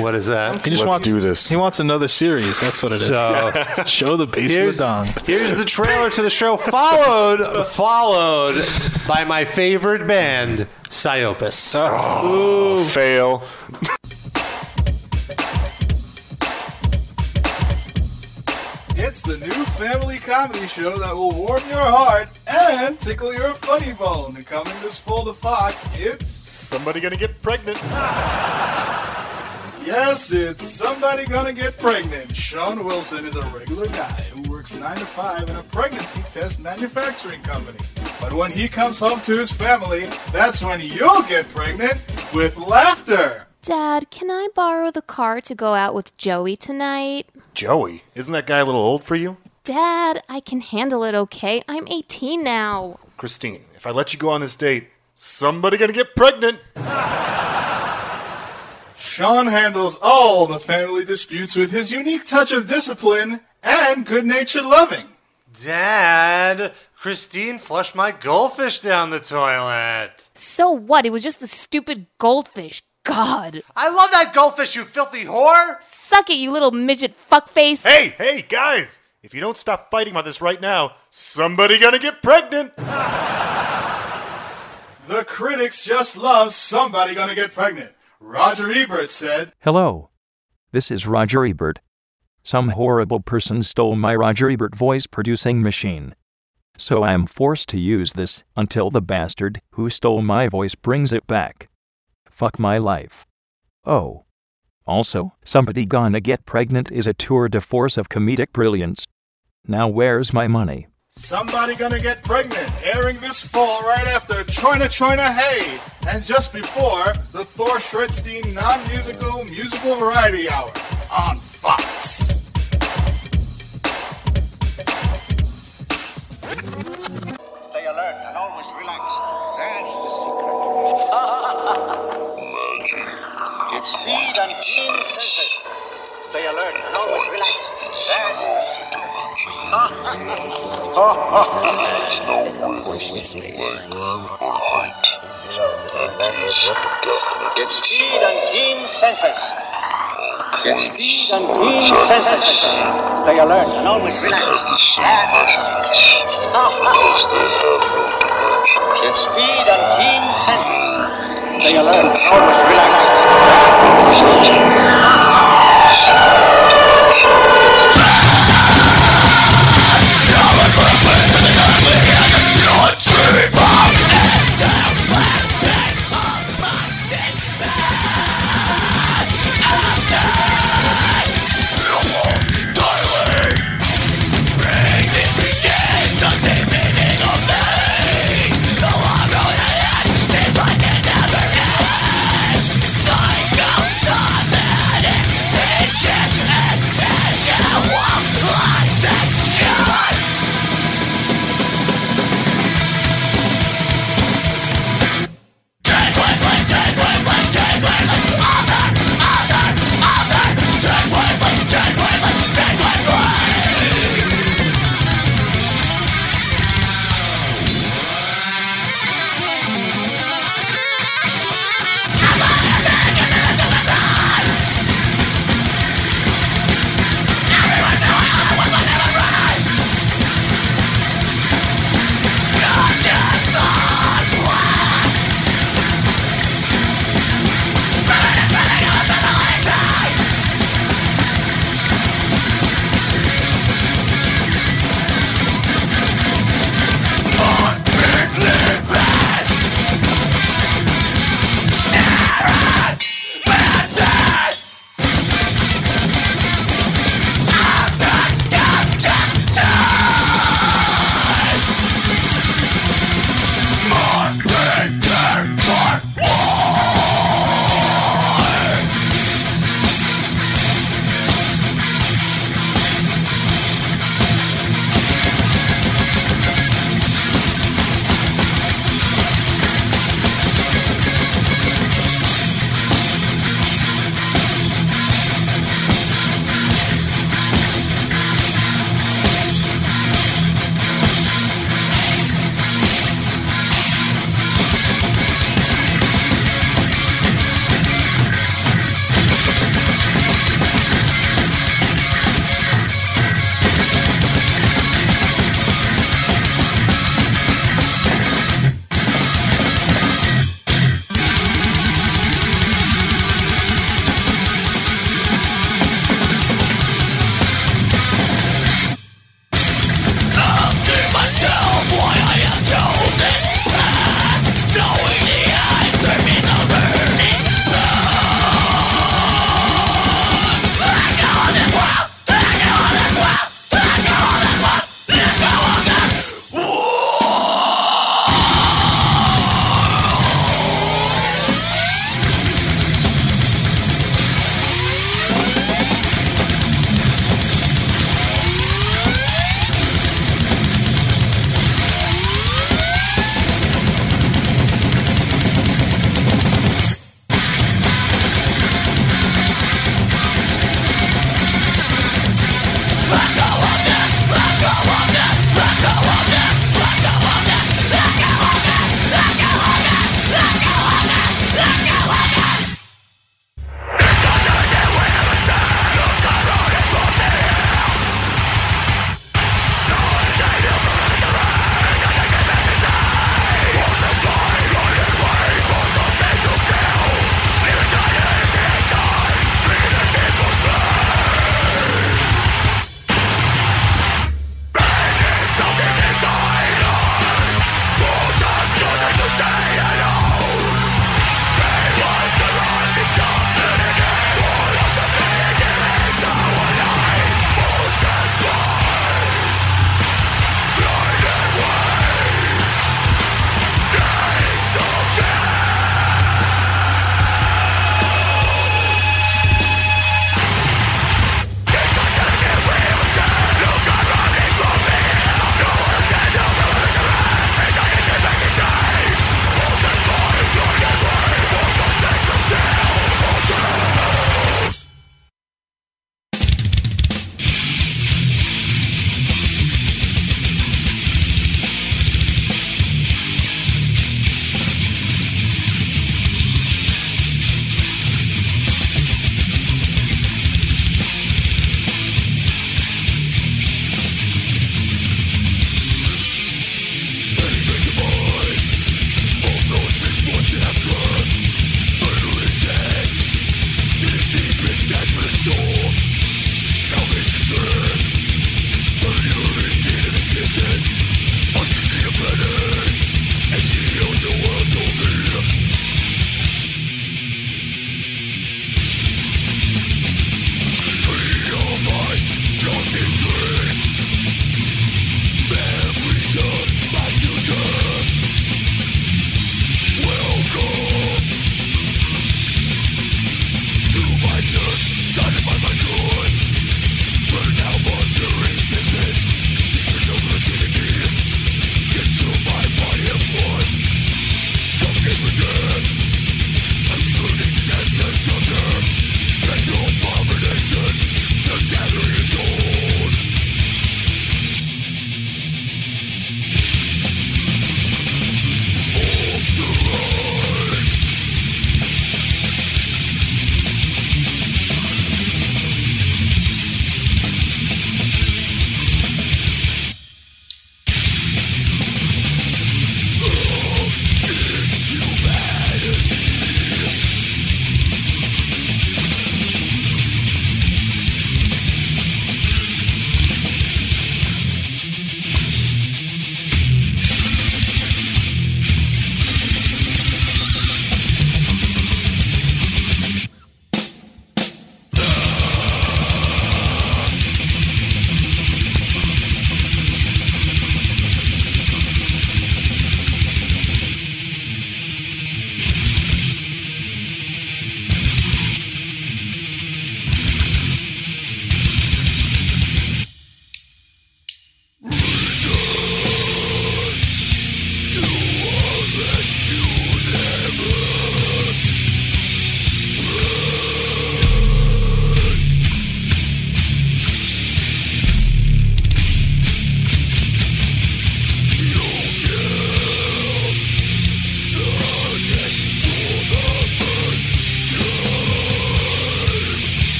Speaker 4: what is that?
Speaker 6: He just
Speaker 4: Let's
Speaker 6: wants
Speaker 4: do
Speaker 6: this. He wants another series. That's what it is.
Speaker 4: So-
Speaker 6: show the base of
Speaker 4: Here's-
Speaker 6: the dong.
Speaker 4: Here's the trailer to the show, followed followed by my favorite band, Psyopus.
Speaker 3: Oh, fail.
Speaker 7: It's the new family comedy show that will warm your heart and tickle your funny bone. Coming this fall to Fox, it's
Speaker 3: somebody gonna get pregnant.
Speaker 7: Yes, it's somebody gonna get pregnant. Sean Wilson is a regular guy who works nine to five in a pregnancy test manufacturing company. But when he comes home to his family, that's when you'll get pregnant with laughter.
Speaker 17: Dad, can I borrow the car to go out with Joey tonight?
Speaker 3: Joey, isn't that guy a little old for you?
Speaker 17: Dad, I can handle it, okay? I'm 18 now.
Speaker 3: Christine, if I let you go on this date, somebody gonna get pregnant.
Speaker 7: Sean handles all the family disputes with his unique touch of discipline and good natured loving.
Speaker 4: Dad, Christine flushed my goldfish down the toilet.
Speaker 17: So what? It was just a stupid goldfish. God.
Speaker 4: I love that goldfish, you filthy whore!
Speaker 17: Suck it, you little midget fuckface.
Speaker 3: Hey, hey, guys! If you don't stop fighting about this right now, somebody gonna get pregnant.
Speaker 7: The critics just love somebody gonna get pregnant. Roger Ebert said,
Speaker 1: Hello. This is Roger Ebert. Some horrible person stole my Roger Ebert voice producing machine. So I am forced to use this until the bastard who stole my voice brings it back. Fuck my life. Oh. Also, Somebody Gonna Get Pregnant is a tour de force of comedic brilliance. Now where's my money?
Speaker 7: Somebody gonna get pregnant, airing this fall right after China China Hey, and just before the Thor Shredstein non-musical musical variety hour on Fox.
Speaker 10: Stay alert and always relaxed. That's the secret. Magic. It's speed and keen senses. Stay alert and always relaxed. That's the secret. There's no It's speed and keen senses. It's speed and keen senses. Stay alert and always relaxed. That's the secret. It's speed and keen senses. Stay alert and always relaxed.
Speaker 8: Go, go, go, man!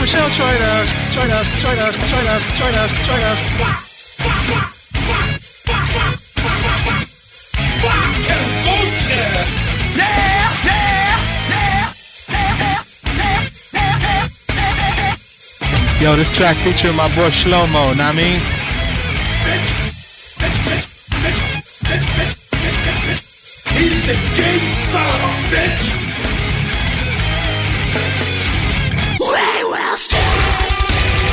Speaker 7: Michelle Choinos, Choinos, Choinos, Choinos, Choinos, Choinos. Yo, this track featuring my boy Shlomo, know what I mean?
Speaker 10: He's a gay son of a bitch. We will stay.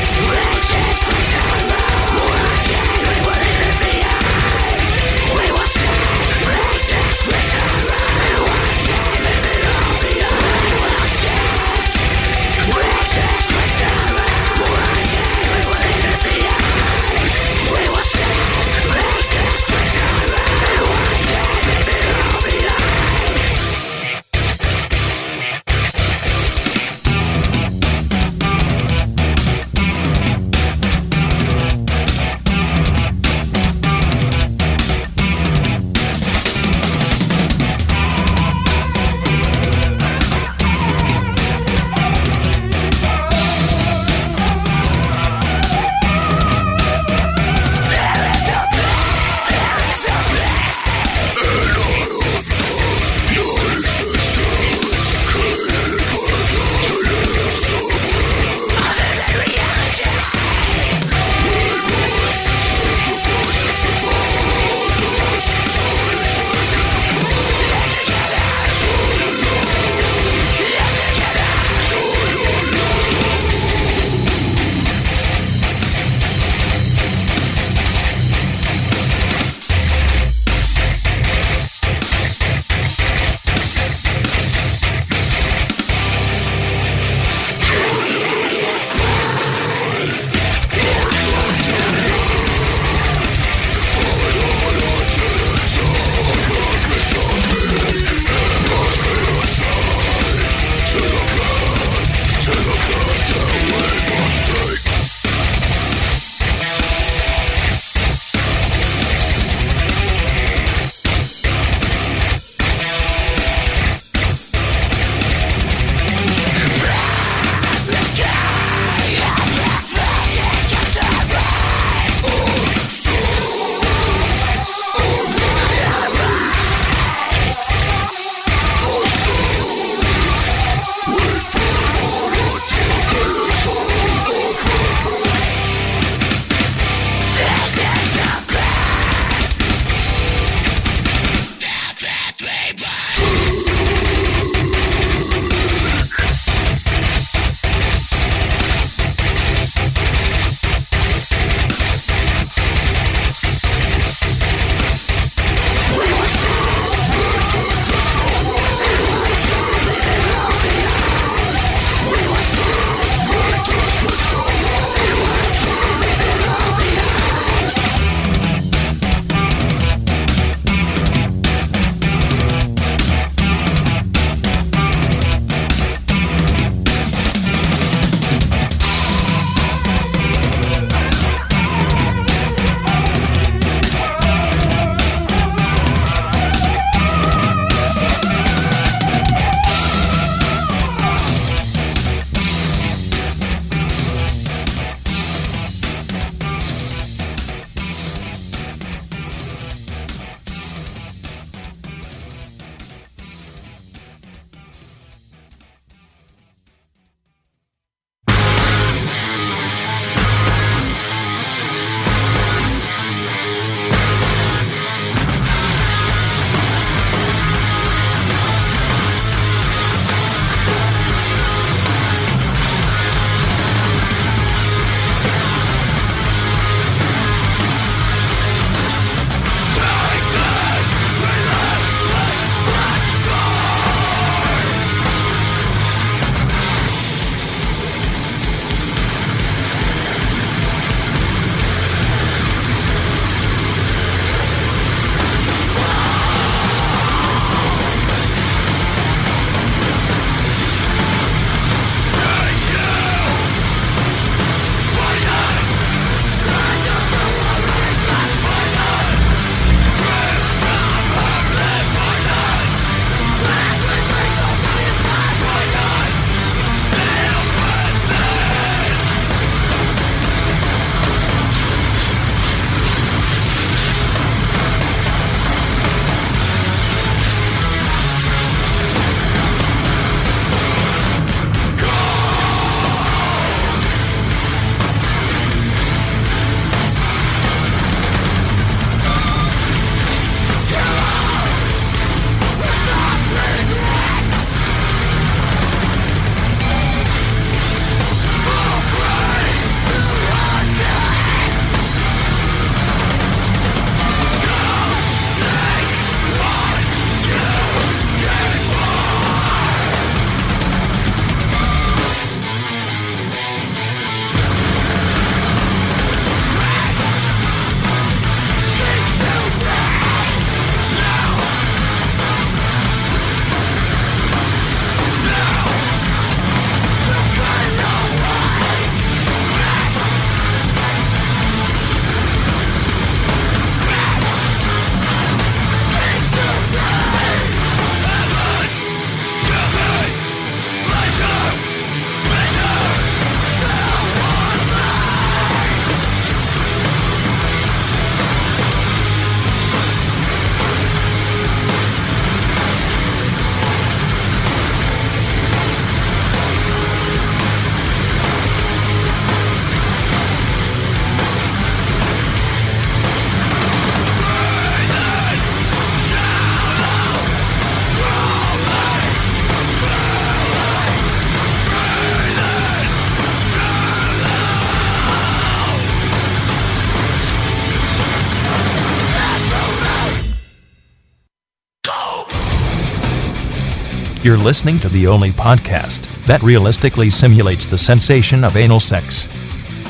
Speaker 1: You're listening to the only podcast that realistically simulates the sensation of anal sex.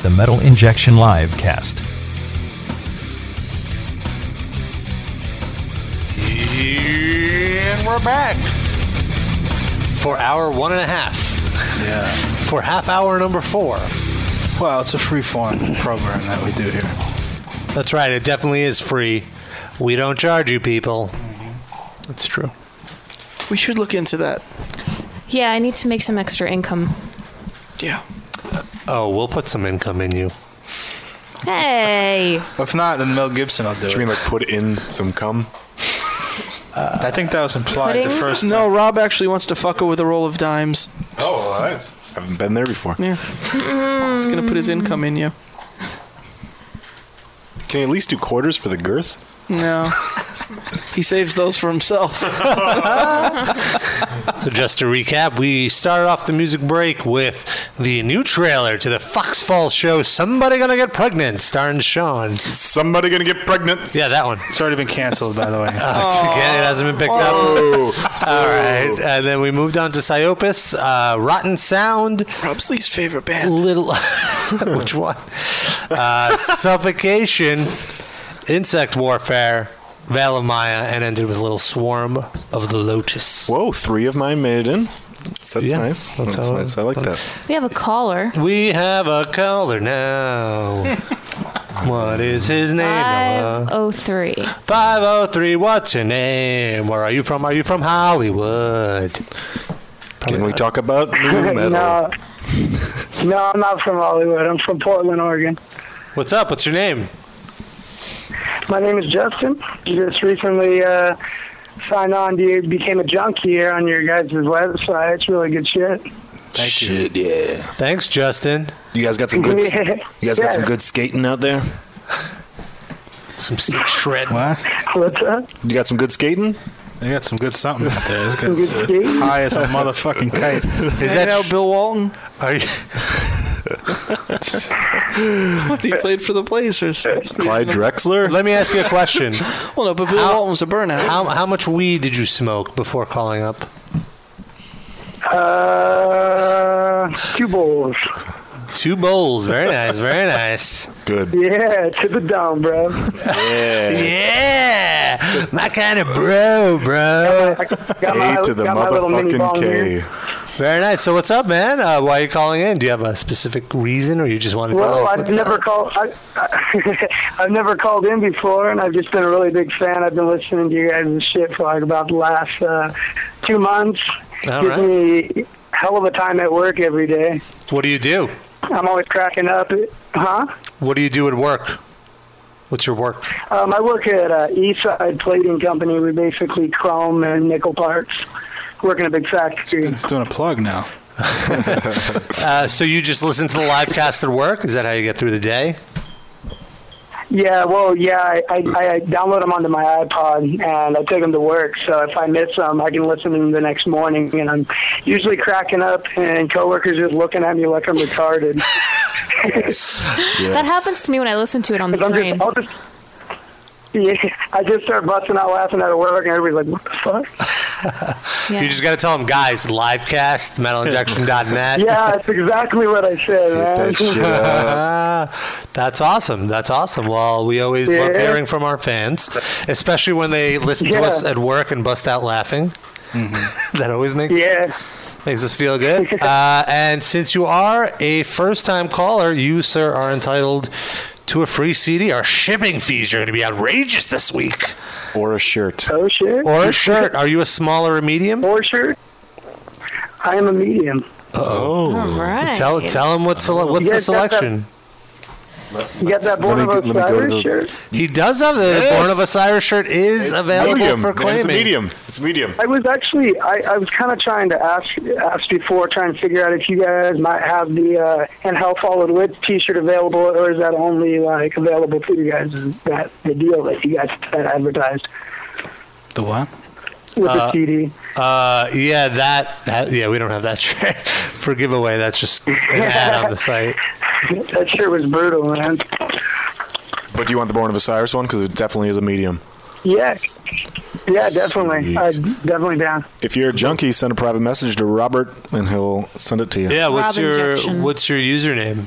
Speaker 1: The Metal Injection Live Cast.
Speaker 4: And we're back for hour one and a half.
Speaker 7: Yeah.
Speaker 4: For half hour number four.
Speaker 7: Well, it's a free form program that we do here.
Speaker 4: That's right. It definitely is free. We don't charge you people. That's true.
Speaker 11: We should look into that.
Speaker 6: Yeah, I need to make some extra income.
Speaker 11: Yeah.
Speaker 4: Oh, we'll put some income in you.
Speaker 6: Hey.
Speaker 7: If not, then Mel Gibson will do it.
Speaker 3: you mean like put in some cum?
Speaker 7: I think that was implied the first.
Speaker 11: No, Rob actually wants to fuck her with a roll of dimes.
Speaker 3: Oh, I haven't been there before.
Speaker 11: Yeah. He's gonna put his income in you.
Speaker 3: Can you at least do quarters for the girth?
Speaker 11: No. he saves those for himself.
Speaker 4: So, just to recap, we started off the music break with the new trailer to the Fox Falls show, Somebody Gonna Get Pregnant, starring Sean.
Speaker 3: Somebody Gonna Get Pregnant.
Speaker 4: Yeah, that one. Oh,
Speaker 7: It's already been canceled, by the way.
Speaker 4: it hasn't been picked
Speaker 3: Oh.
Speaker 4: up. All right. And then we moved on to Psyopus, uh, Rotten Sound.
Speaker 11: Rob's least favorite band.
Speaker 4: Little. which one? Uh, suffocation, Insect Warfare, Veil of Maya, and ended with a little swarm of the Lotus.
Speaker 3: Whoa, three of mine made it in. That's nice.
Speaker 4: that's
Speaker 3: That's
Speaker 4: how it-
Speaker 3: nice. I like that.
Speaker 6: We have a caller.
Speaker 4: We have a caller now. what is his name? Noah?
Speaker 6: 503.
Speaker 4: 503, what's your name? Where are you from? Are you from Hollywood?
Speaker 3: Can we talk about new metal?
Speaker 18: no. No, I'm not from Hollywood. I'm from Portland, Oregon.
Speaker 4: What's up? What's your name?
Speaker 18: My name is Justin. Just recently uh, signed on. You became a junkie here on your guys' website. It's really good shit.
Speaker 4: Thank
Speaker 3: Shit, yeah.
Speaker 4: Thanks, Justin.
Speaker 3: You guys got some good.
Speaker 18: Yeah.
Speaker 3: You guys got some
Speaker 18: Yeah.
Speaker 3: good skating out there.
Speaker 4: Some sick shred.
Speaker 7: What?
Speaker 18: What's up?
Speaker 3: You got some good skating.
Speaker 7: They got some good something out there. It's
Speaker 18: Some good skating?
Speaker 7: high as a motherfucking kite.
Speaker 4: Is that
Speaker 11: now Bill Walton?
Speaker 4: Are you?
Speaker 11: he played for the Blazers.
Speaker 3: Clyde Drexler.
Speaker 4: Let me ask you a question.
Speaker 11: well, no, but Bill Walton was a burnout.
Speaker 4: How, how much weed did you smoke before calling up?
Speaker 18: Uh, two bowls.
Speaker 4: Two bowls. Very nice. Very nice.
Speaker 3: Good.
Speaker 18: Yeah, to the dome, bro.
Speaker 3: Yeah.
Speaker 4: yeah. My kind of bro, bro.
Speaker 18: Got my- to the got my little mini motherfucking bong K.
Speaker 4: Very nice. So what's up, man? Uh, why are you calling in? Do you have a specific reason, or you just want to?
Speaker 18: Well, I've never called. I, I, I've never called in before, and I've just been a really big fan. I've been listening to you guys' shit for like about the last uh, two months.
Speaker 4: All
Speaker 18: Gives
Speaker 4: right.
Speaker 18: me a hell of a time at work every day.
Speaker 4: What do you do?
Speaker 18: I'm always cracking up. Huh?
Speaker 4: What do you do at work? What's your work?
Speaker 18: Um, I work at uh, Eastside Plating Company. We basically chrome and nickel parts. Work in a big factory.
Speaker 7: It's doing a plug now.
Speaker 4: Uh, so you just listen to the live cast at work? Is that how you get through the day?
Speaker 18: Yeah, well, yeah, I, I, I download them onto my iPod and I take them to work. So if I miss them, I can listen to them the next morning. And I'm usually cracking up, and coworkers just looking at me like I'm retarded.
Speaker 6: That happens to me when I listen to it on the train.
Speaker 18: yeah, I just start busting out laughing at work, and everybody's like, "What the fuck?"
Speaker 4: You just got to tell them, guys, livecast, metalinjection.net.
Speaker 18: yeah, that's exactly what I said, man.
Speaker 4: That's awesome. That's awesome. Well, we always love
Speaker 18: Yeah.
Speaker 4: hearing from our fans, especially when they listen to
Speaker 18: Yeah. Mm-hmm.
Speaker 4: us at work and bust out laughing. that always makes
Speaker 18: yeah.
Speaker 4: makes us feel good. uh, and since you are a first time caller, you sir are entitled to a free CD. Our shipping fees are going to be outrageous this week.
Speaker 3: Or a shirt.
Speaker 18: Oh shit.
Speaker 4: Or a shirt. Are you a small or a medium?
Speaker 18: Or shirt. I am a medium.
Speaker 4: Oh,
Speaker 18: All right.
Speaker 4: Tell tell him what's sele- what's
Speaker 18: You
Speaker 4: the
Speaker 18: guys got that-
Speaker 4: selection.
Speaker 18: You got that
Speaker 4: Let
Speaker 18: Born
Speaker 4: me
Speaker 18: of
Speaker 4: go- let me go to
Speaker 18: Osiris
Speaker 4: the-
Speaker 18: shirt?
Speaker 4: He does have the
Speaker 18: Yes.
Speaker 4: Born of Osiris shirt is available
Speaker 3: medium.
Speaker 4: for
Speaker 3: It's a
Speaker 4: claiming.
Speaker 3: medium. It's medium.
Speaker 18: I was actually I, I was kind of trying to ask ask before trying to figure out if you guys might have the uh, and how followed with T-shirt available or is that only like available to you guys? Is that the deal that you guys had advertised
Speaker 7: The what?
Speaker 18: with
Speaker 4: Uh,
Speaker 18: the CD?
Speaker 4: Uh, yeah, that, that- Yeah, we don't have that shirt for giveaway. That's just an ad on the site.
Speaker 18: that shirt was brutal, man.
Speaker 3: But do you want the Born of Osiris one? Because it definitely is a medium.
Speaker 18: Yeah, Yeah, definitely. Uh, definitely down.
Speaker 3: If you're a junkie, send a private message to Robert, and he'll send it to you.
Speaker 4: Yeah, what's your what's your username?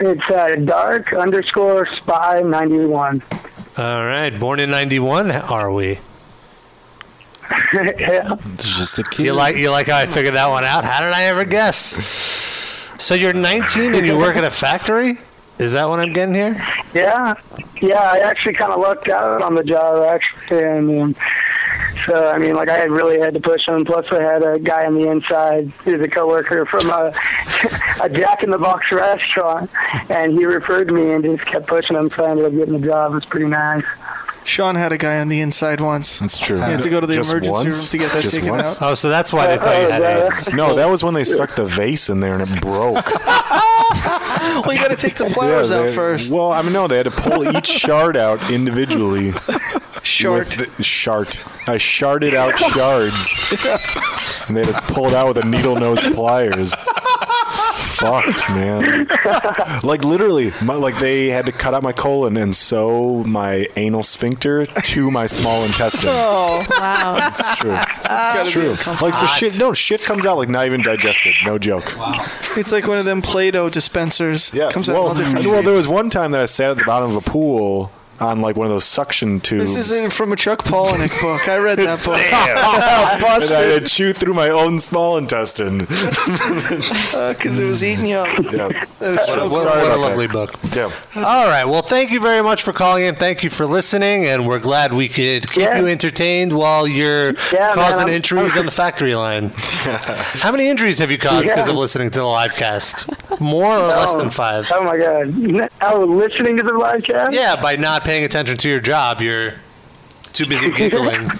Speaker 18: It's uh, dark underscore spy 91.
Speaker 4: All right, born in '91, are we?
Speaker 18: yeah.
Speaker 3: It's just a kid.
Speaker 4: You like you like how I figured that one out? How did I ever guess? So you're 19 and you work at a factory? Is that what I'm getting here?
Speaker 18: Yeah, yeah. I actually kind of lucked out on the job, actually. I mean, so I mean, like I had really had to push him. Plus, I had a guy on the inside who's a coworker from a, a Jack in the Box restaurant, and he referred me and just kept pushing him. So I ended up getting the job. It was pretty nice.
Speaker 11: Sean had a guy on the inside once. That's
Speaker 3: true.
Speaker 11: He had to go to the
Speaker 3: Just
Speaker 11: emergency
Speaker 3: once?
Speaker 11: room to get that
Speaker 3: Just
Speaker 11: taken
Speaker 3: once?
Speaker 11: out.
Speaker 4: Oh, so that's why they thought you had AIDS.
Speaker 3: No, that was when they stuck the vase in there and it broke.
Speaker 11: well, you got to take the flowers
Speaker 3: Yeah,
Speaker 11: out
Speaker 3: they-
Speaker 11: first.
Speaker 3: Well, I mean, no, they had to pull each shard out individually.
Speaker 11: Shart.
Speaker 3: With the- shart. I sharded out shards. and they had to pull it out with a needle nose pliers. Fucked, man. Like literally, my, like they had to cut out my colon and sew my anal sphincter to my small intestine.
Speaker 10: Oh,
Speaker 6: wow.
Speaker 10: That's
Speaker 3: true. It's true. Like so, shit. No shit comes out like not even digested. No joke.
Speaker 11: It's like one of them Play-Doh dispensers. Yeah, comes out in
Speaker 3: well,
Speaker 11: all different
Speaker 3: well, there
Speaker 11: shapes.
Speaker 3: was one time that I sat at the bottom of a pool on like one of those suction tubes.
Speaker 11: This isn't from a Chuck Palahniuk book. I read that book.
Speaker 3: Damn.
Speaker 11: Busted.
Speaker 3: And I had to chew through my own small intestine.
Speaker 11: Because Uh, it was eating you up.
Speaker 3: Yeah.
Speaker 11: That was so
Speaker 4: what,
Speaker 11: cool.
Speaker 4: what a lovely book.
Speaker 3: Yeah.
Speaker 4: All right. Well, thank you very much for calling in. Thank you for listening, and we're glad we could keep you entertained while you're
Speaker 18: man,
Speaker 4: causing
Speaker 18: I'm-
Speaker 4: injuries
Speaker 18: I'm-
Speaker 4: on the factory line. How many injuries have you caused because
Speaker 18: Yeah.
Speaker 4: of listening to the live cast? More or less than five?
Speaker 18: Oh my god! Oh, listening to the podcast.
Speaker 4: Yeah, by not paying attention to your job, you're too busy giggling.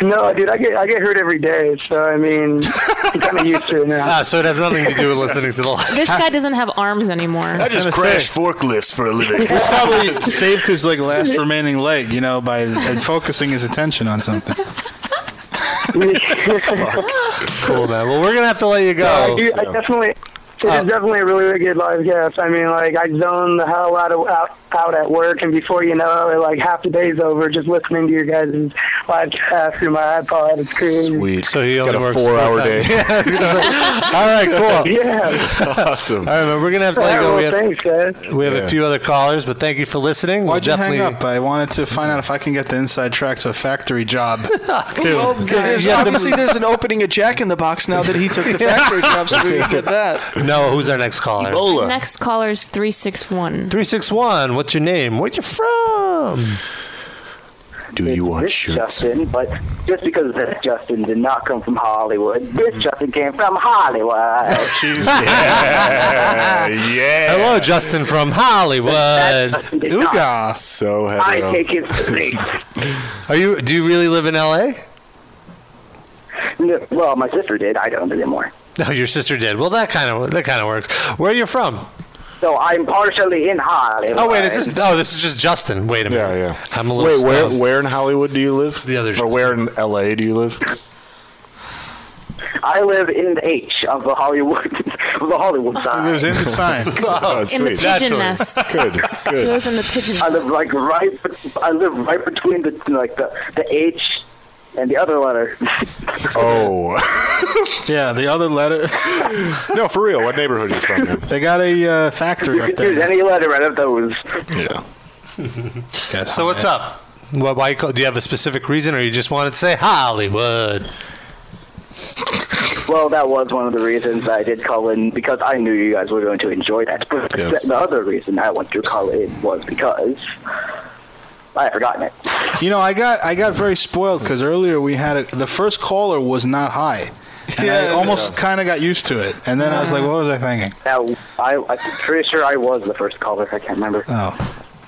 Speaker 18: No, dude, I get I get hurt every day, so I mean, I'm kind of used to it now.
Speaker 4: ah, so it has nothing to do with listening to the live.
Speaker 6: This guy doesn't have arms anymore.
Speaker 4: I just
Speaker 7: crashed
Speaker 3: forklifts for a living.
Speaker 7: He's probably saved his like last remaining leg, you know, by uh, focusing his attention on something.
Speaker 4: Cool man. Well, we're gonna have to let you
Speaker 18: No,
Speaker 4: go.
Speaker 18: I, do, I definitely. It
Speaker 3: Uh,
Speaker 18: is definitely a really, really good live guest. I mean, like I zone the hell out of out, out at work, and before you know it, like half the day's over just listening to your guys' live chat through my iPod. It's crazy.
Speaker 3: Sweet.
Speaker 4: So he
Speaker 3: got
Speaker 4: only
Speaker 3: a
Speaker 4: works
Speaker 3: four-hour
Speaker 4: full-time.
Speaker 3: day.
Speaker 4: Yeah, I was gonna say. All right, cool.
Speaker 18: Yeah.
Speaker 3: Awesome.
Speaker 4: All right, man, we're gonna have to let you go. We
Speaker 18: Well,
Speaker 4: have,
Speaker 18: thanks, guys.
Speaker 4: we have a few other callers, but thank you for listening. We'll
Speaker 7: Why'd you
Speaker 4: definitely.
Speaker 7: hang up? I wanted to find out if I can get the inside track to a factory job. too.
Speaker 11: Well, there's,
Speaker 7: Yeah, the-
Speaker 11: obviously, there's an opening at Jack in the Box now that he took the factory job, so we can get that.
Speaker 4: No, who's our next caller?
Speaker 6: Next caller is 361.
Speaker 4: Three six one. What's your name? Where you from?
Speaker 3: Do you want
Speaker 8: this Justin, but just because this Justin did not come from Hollywood, this Justin came from Hollywood.
Speaker 4: Oh,
Speaker 3: yeah.
Speaker 4: Hello, Justin from Hollywood. Ooga.
Speaker 3: So
Speaker 8: I take his place.
Speaker 4: Are you? Do you really live in L.A.?
Speaker 8: No, Well, my sister did. I don't anymore.
Speaker 4: No, your sister did. Well, that kind of that kind of works. Where are you from?
Speaker 8: So I'm partially in Hollywood.
Speaker 4: Oh wait, is this? Oh, this is just Justin. Wait a minute. Yeah, yeah. I'm a little.
Speaker 3: Wait, where
Speaker 4: stoned.
Speaker 3: where in Hollywood do you live? The other. Or where in L.A. do you live?
Speaker 8: I live in the H of the Hollywood, of the Hollywood side. He lives
Speaker 7: in the sign.
Speaker 3: oh,
Speaker 6: In the pigeon nest.
Speaker 3: Good,
Speaker 6: He lives in the pigeon
Speaker 8: I live like right. I live right between the like the, the H and the other letter.
Speaker 3: Oh.
Speaker 7: yeah, the other letter.
Speaker 3: no, for real. What neighborhood are you from? man?
Speaker 7: They got a uh, factory
Speaker 8: You
Speaker 7: up
Speaker 8: could
Speaker 7: there.
Speaker 8: choose any letter out of those.
Speaker 3: Yeah.
Speaker 4: So what's up? Why, why you call, do you have a specific reason, or you just wanted to say Hollywood?
Speaker 8: Well, that was one of the reasons I did call in because I knew you guys were going to enjoy that. But
Speaker 3: Yes.
Speaker 8: the other reason I wanted to call in was because I had forgotten it.
Speaker 7: You know, I got I got very spoiled because earlier we had a, the first caller was not high, and I
Speaker 8: Yeah.
Speaker 7: almost kind of got used to it. And then I was like, what was I thinking?
Speaker 8: Now, I, I'm pretty sure I was the first caller. I can't remember.
Speaker 7: Oh,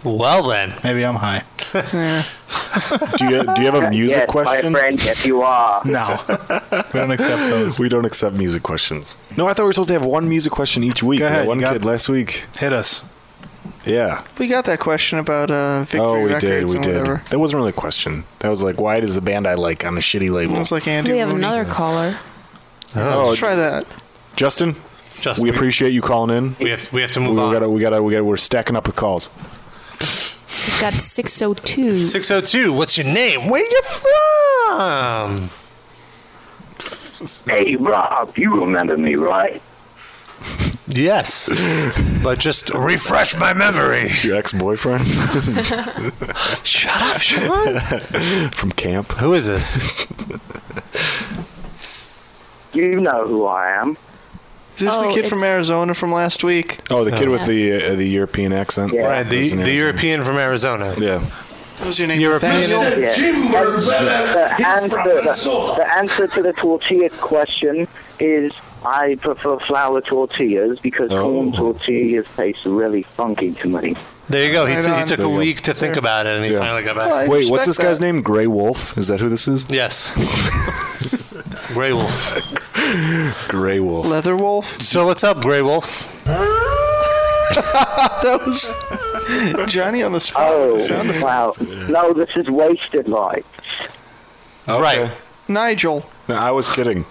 Speaker 4: Well then,
Speaker 7: maybe I'm high.
Speaker 3: Do you do you have a music
Speaker 8: yes,
Speaker 3: question?
Speaker 8: my friend. Yes, you are.
Speaker 7: No, we don't accept those.
Speaker 3: We don't accept music questions. No, I thought we were supposed to have one music question each week.
Speaker 11: Go
Speaker 3: We had
Speaker 11: ahead,
Speaker 3: one
Speaker 11: you got-
Speaker 3: kid last week.
Speaker 7: Hit us.
Speaker 3: Yeah.
Speaker 11: We got that question about uh, Victory
Speaker 3: oh, we
Speaker 11: Records
Speaker 3: did. We
Speaker 11: and
Speaker 3: did.
Speaker 11: whatever.
Speaker 3: That wasn't really a question. That was like, why does the band I like on a shitty label?
Speaker 11: Almost like Andy.
Speaker 6: We have
Speaker 11: Rooney.
Speaker 6: another caller.
Speaker 3: Oh,
Speaker 11: Let's try that.
Speaker 3: Justin.
Speaker 4: Justin,
Speaker 3: we appreciate you calling in.
Speaker 4: We have we have to move
Speaker 3: we
Speaker 4: on.
Speaker 3: Gotta, we gotta we gotta we're stacking up with calls.
Speaker 19: Got 602.
Speaker 4: 602, what's your name? Where you from?
Speaker 8: Hey, Rob, you remember me, right?
Speaker 4: Yes. but just refresh my memory.
Speaker 3: Your ex boyfriend?
Speaker 4: Shut up, Sean.
Speaker 3: From camp?
Speaker 4: Who is this?
Speaker 8: You know who I am.
Speaker 5: Is this
Speaker 8: Oh,
Speaker 5: the kid from
Speaker 8: it's-
Speaker 5: Arizona from last week?
Speaker 3: Oh, the kid
Speaker 5: Oh.
Speaker 3: with the uh, the European accent.
Speaker 5: Yeah. Right, the-
Speaker 3: Lives in
Speaker 5: the
Speaker 3: Arizona.
Speaker 4: European from Arizona.
Speaker 3: Yeah.
Speaker 5: What was your name?
Speaker 4: European.
Speaker 8: Yeah. The, the answer, the, the answer to the tortilla question is I prefer flour tortillas because
Speaker 4: Oh.
Speaker 8: corn tortillas taste really funky to me.
Speaker 4: There you go. He,
Speaker 8: Right
Speaker 4: t- he
Speaker 8: on.
Speaker 4: took
Speaker 8: There
Speaker 4: a
Speaker 8: you go.
Speaker 4: week to think about it, and he
Speaker 3: Yeah.
Speaker 4: finally got back.
Speaker 3: Wait, what's this guy's name? Gray Wolf? Is that who this is?
Speaker 4: Yes. Grey Wolf.
Speaker 3: Gray Wolf.
Speaker 5: Leather Wolf?
Speaker 4: So what's up, Grey Wolf?
Speaker 5: that was Johnny on the spot. Oh,
Speaker 8: wow. No, this is wasted life.
Speaker 4: Right.
Speaker 5: Nigel.
Speaker 3: No, I was kidding.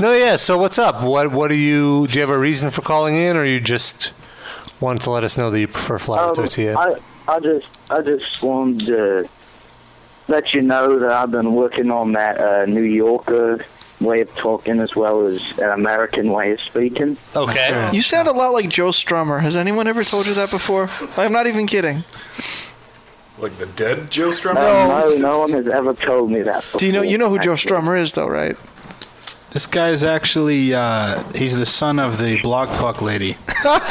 Speaker 4: no, yeah. So what's up? What What do you? Do you have a reason for calling in, or you just want to let us know that you prefer flour
Speaker 8: Um,
Speaker 4: tortilla?
Speaker 8: I, I just I just wanted to let you know that I've been working on that uh, New Yorker way of talking as well as an American way of speaking.
Speaker 4: Okay.
Speaker 5: You sound a lot like Joe Strummer. Has anyone ever told you that before? I'm not even kidding.
Speaker 3: Like the dead Joe
Speaker 8: No,
Speaker 3: Strummer?
Speaker 8: no, no one has ever told me that. Before.
Speaker 5: Do you know you know who Joe
Speaker 8: actually.
Speaker 5: Strummer is though, right?
Speaker 7: This guy is actually uh, he's the son of the blog talk lady.
Speaker 5: What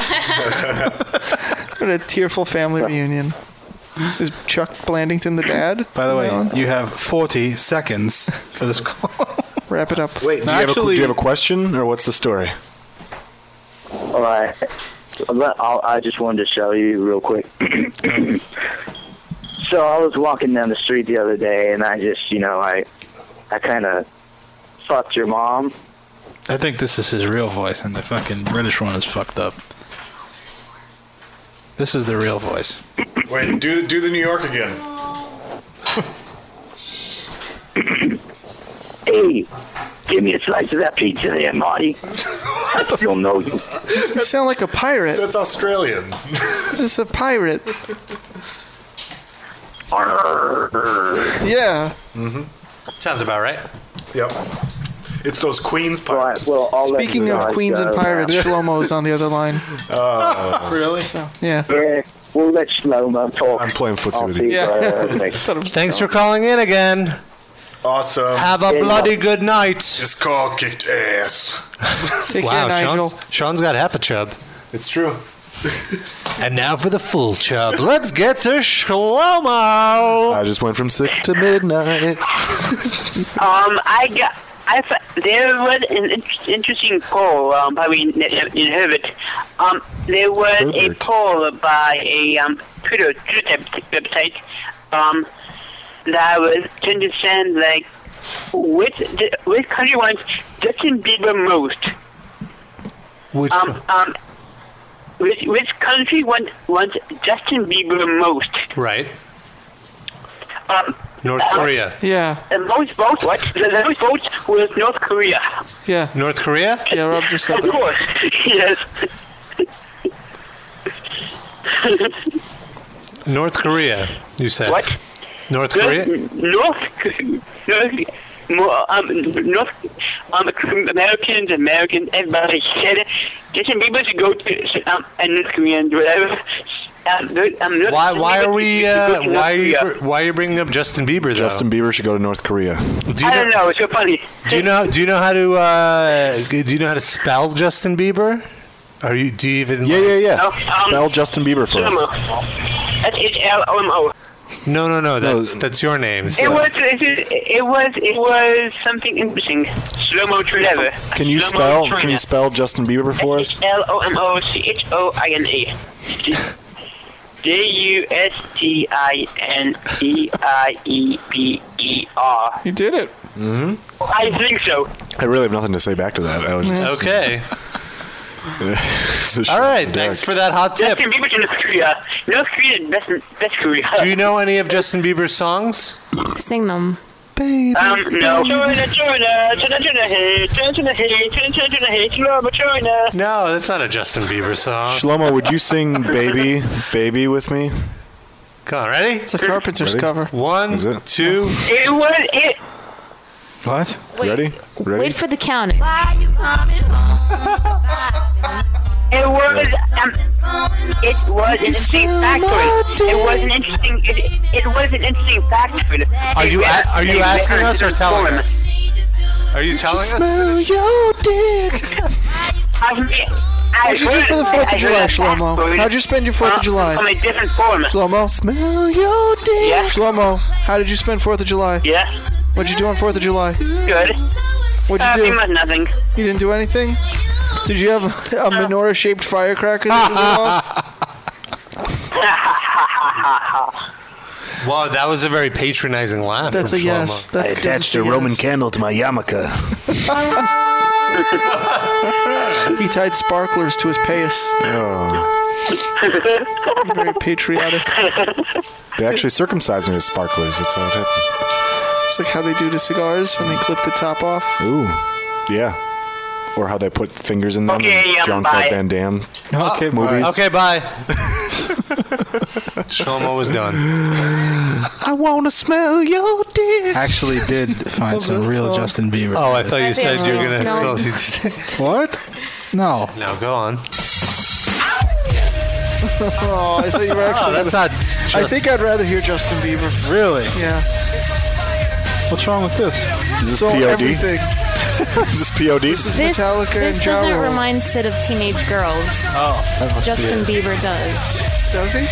Speaker 5: a tearful family reunion. Is Chuck Blandington the dad?
Speaker 7: By the way,
Speaker 5: No.
Speaker 7: you have 40 seconds for this call.
Speaker 5: Wrap it up.
Speaker 3: Wait, do you,
Speaker 7: Actually-
Speaker 3: have a, do you have a question or what's the story?
Speaker 8: All right. Well, I'll, I just wanted to show you real quick. so I was walking down the street the other day, and I just, you know, I, I kind of fucked your mom.
Speaker 7: I think this is his real voice, and the fucking British one is fucked up. This is the real voice.
Speaker 3: Wait, do do the New York again.
Speaker 8: Hey, give me a slice of that pizza there, Marty. I don't know you.
Speaker 5: You sound like a pirate.
Speaker 3: That's Australian.
Speaker 5: It's a pirate. Yeah.
Speaker 3: Mm-hmm.
Speaker 4: Sounds about right.
Speaker 3: Yep. It's those Queens pirates.
Speaker 8: well,
Speaker 5: Speaking of queens and pirates, Shlomo's on the other line. Oh.
Speaker 7: really?
Speaker 5: So, yeah.
Speaker 8: Yeah, we'll let Shlomo talk. I'm
Speaker 3: playing footsie with
Speaker 8: you.
Speaker 4: Thanks for calling in again.
Speaker 3: Awesome.
Speaker 4: Have a bloody good night.
Speaker 3: This call kicked ass.
Speaker 5: Take
Speaker 4: wow,
Speaker 5: care, Nigel.
Speaker 4: Sean's, Sean's got half a chub.
Speaker 3: It's true.
Speaker 4: and now for the full chub. Let's get to Shlomo.
Speaker 3: I just went from six to midnight.
Speaker 2: Um, I got. I f- there was an in- interesting poll um, by we in Herbert. Um, there was a poll by a um, Twitter, Twitter website um, that was to understand like which di- which country wants Justin Bieber most.
Speaker 4: Which
Speaker 2: um, um, which, which country wants wants Justin Bieber most?
Speaker 4: Right.
Speaker 2: Um,
Speaker 4: North Korea.
Speaker 5: Yeah.
Speaker 2: the most votes. What? The, the most votes was North Korea.
Speaker 5: Yeah.
Speaker 4: North Korea?
Speaker 5: Yeah, Rob just said
Speaker 2: Of
Speaker 5: that.
Speaker 2: course. yes.
Speaker 4: North Korea, you said. What? North Korea?
Speaker 2: North, North, Mo- um, North, um, Americans, Americans, everybody said Justin Bieber should go to um, and North Koreans, whatever. Um, North- um, North
Speaker 4: Why, why are we,
Speaker 2: Korea should
Speaker 4: uh,
Speaker 2: go to North
Speaker 4: why, are you,
Speaker 2: Korea.
Speaker 4: br- why are you bringing up Justin Bieber, though?
Speaker 3: Justin Bieber should go to North Korea.
Speaker 4: Do you
Speaker 2: I don't know. It's so funny.
Speaker 4: Do you know? Do you know how to? Uh, do you know how to spell Justin Bieber? Are you? Do you even? Yeah,
Speaker 3: yeah, yeah.
Speaker 2: Oh, Spell
Speaker 3: Justin Bieber for us.
Speaker 2: That's H Um, L O M O.
Speaker 4: No, no, no. That's that's your name.
Speaker 2: It was, it was, it was, it was something interesting. Slow mo Trelever.
Speaker 3: Can you spell? Can you spell Justin Bieber for us?
Speaker 2: L O M O C H O I N E. D U S T I N E I E B E R.
Speaker 5: You did it.
Speaker 3: Mm-hmm.
Speaker 2: I think so.
Speaker 3: I really have nothing to say back to that. I was just,
Speaker 4: Okay.
Speaker 3: All
Speaker 4: right. Thanks for that hot tip.
Speaker 2: Justin Bieber to North Korea. North Korea, best, best Korea.
Speaker 4: Do you know any of Justin Bieber's songs?
Speaker 19: Sing them.
Speaker 4: Baby.
Speaker 2: Um, no. China, China, China, China, hey, China, China, hey, China, China, China, hey, China, China.
Speaker 4: No, that's not a Justin Bieber song.
Speaker 3: Shlomo, would you sing "Baby, Baby" with me?
Speaker 4: Come on, ready? It's
Speaker 11: a carpenter's
Speaker 4: Ready?
Speaker 11: cover.
Speaker 4: One, two.
Speaker 2: It was it.
Speaker 4: What?
Speaker 6: Wait.
Speaker 4: ready?
Speaker 6: Wait for the count.
Speaker 2: It was. Um, it was an interesting factoid. It was an interesting. It, it was an interesting factoid.
Speaker 4: Are you a- are you asking us or telling us? Are you telling us?
Speaker 2: Smell your dick.
Speaker 5: What'd you do for the 4th of July, Shlomo? How'd you spend your 4th of July?
Speaker 2: From Uh, a different form.
Speaker 5: Shlomo? Smell your dick. Shlomo, how did you spend 4th of July?
Speaker 2: Yeah.
Speaker 5: What'd you do on 4th of July?
Speaker 2: Good.
Speaker 5: What'd you
Speaker 2: Uh,
Speaker 5: do?
Speaker 2: pretty much nothing. Uh.
Speaker 5: You didn't do anything? Did you have a menorah shaped firecracker that you lit off?
Speaker 4: Wow, that was a very patronizing laugh.
Speaker 5: That's
Speaker 4: from
Speaker 5: a yes.
Speaker 4: Shlomo.
Speaker 5: That's- I attached that's a a yes. Roman
Speaker 20: candle to my yarmulke.
Speaker 5: he tied sparklers to his pace. Oh. Very patriotic.
Speaker 3: They actually circumcised me with sparklers. That's how it happened.
Speaker 5: It's like how they do to cigars when they clip the top off.
Speaker 3: Ooh, yeah. Or how they put fingers in them.
Speaker 5: Okay,
Speaker 3: in
Speaker 5: yeah,
Speaker 3: John
Speaker 5: bye.
Speaker 3: Claude Van Damme.
Speaker 7: Okay,
Speaker 5: Oh,
Speaker 7: bye.
Speaker 3: movies.
Speaker 4: Okay, bye. Shlomo was done.
Speaker 5: I want to smell your dick.
Speaker 7: Actually, did find some real Justin Bieber.
Speaker 4: Oh, I thought you said you were gonna smell.
Speaker 7: What? No.
Speaker 4: No, go on.
Speaker 5: oh, I thought you were actually.
Speaker 4: that's not
Speaker 5: I
Speaker 4: just-
Speaker 5: think I'd rather hear Justin Bieber.
Speaker 7: Really?
Speaker 5: Yeah.
Speaker 7: What's wrong with this?
Speaker 3: Is this
Speaker 5: so
Speaker 3: POD?
Speaker 5: everything.
Speaker 3: Is this POD?
Speaker 5: This
Speaker 6: This,
Speaker 5: Metallica
Speaker 6: this
Speaker 5: and Ja
Speaker 6: doesn't
Speaker 5: Rule.
Speaker 6: remind Sid of teenage girls.
Speaker 5: Oh,
Speaker 6: Justin Bieber does.
Speaker 5: Does he?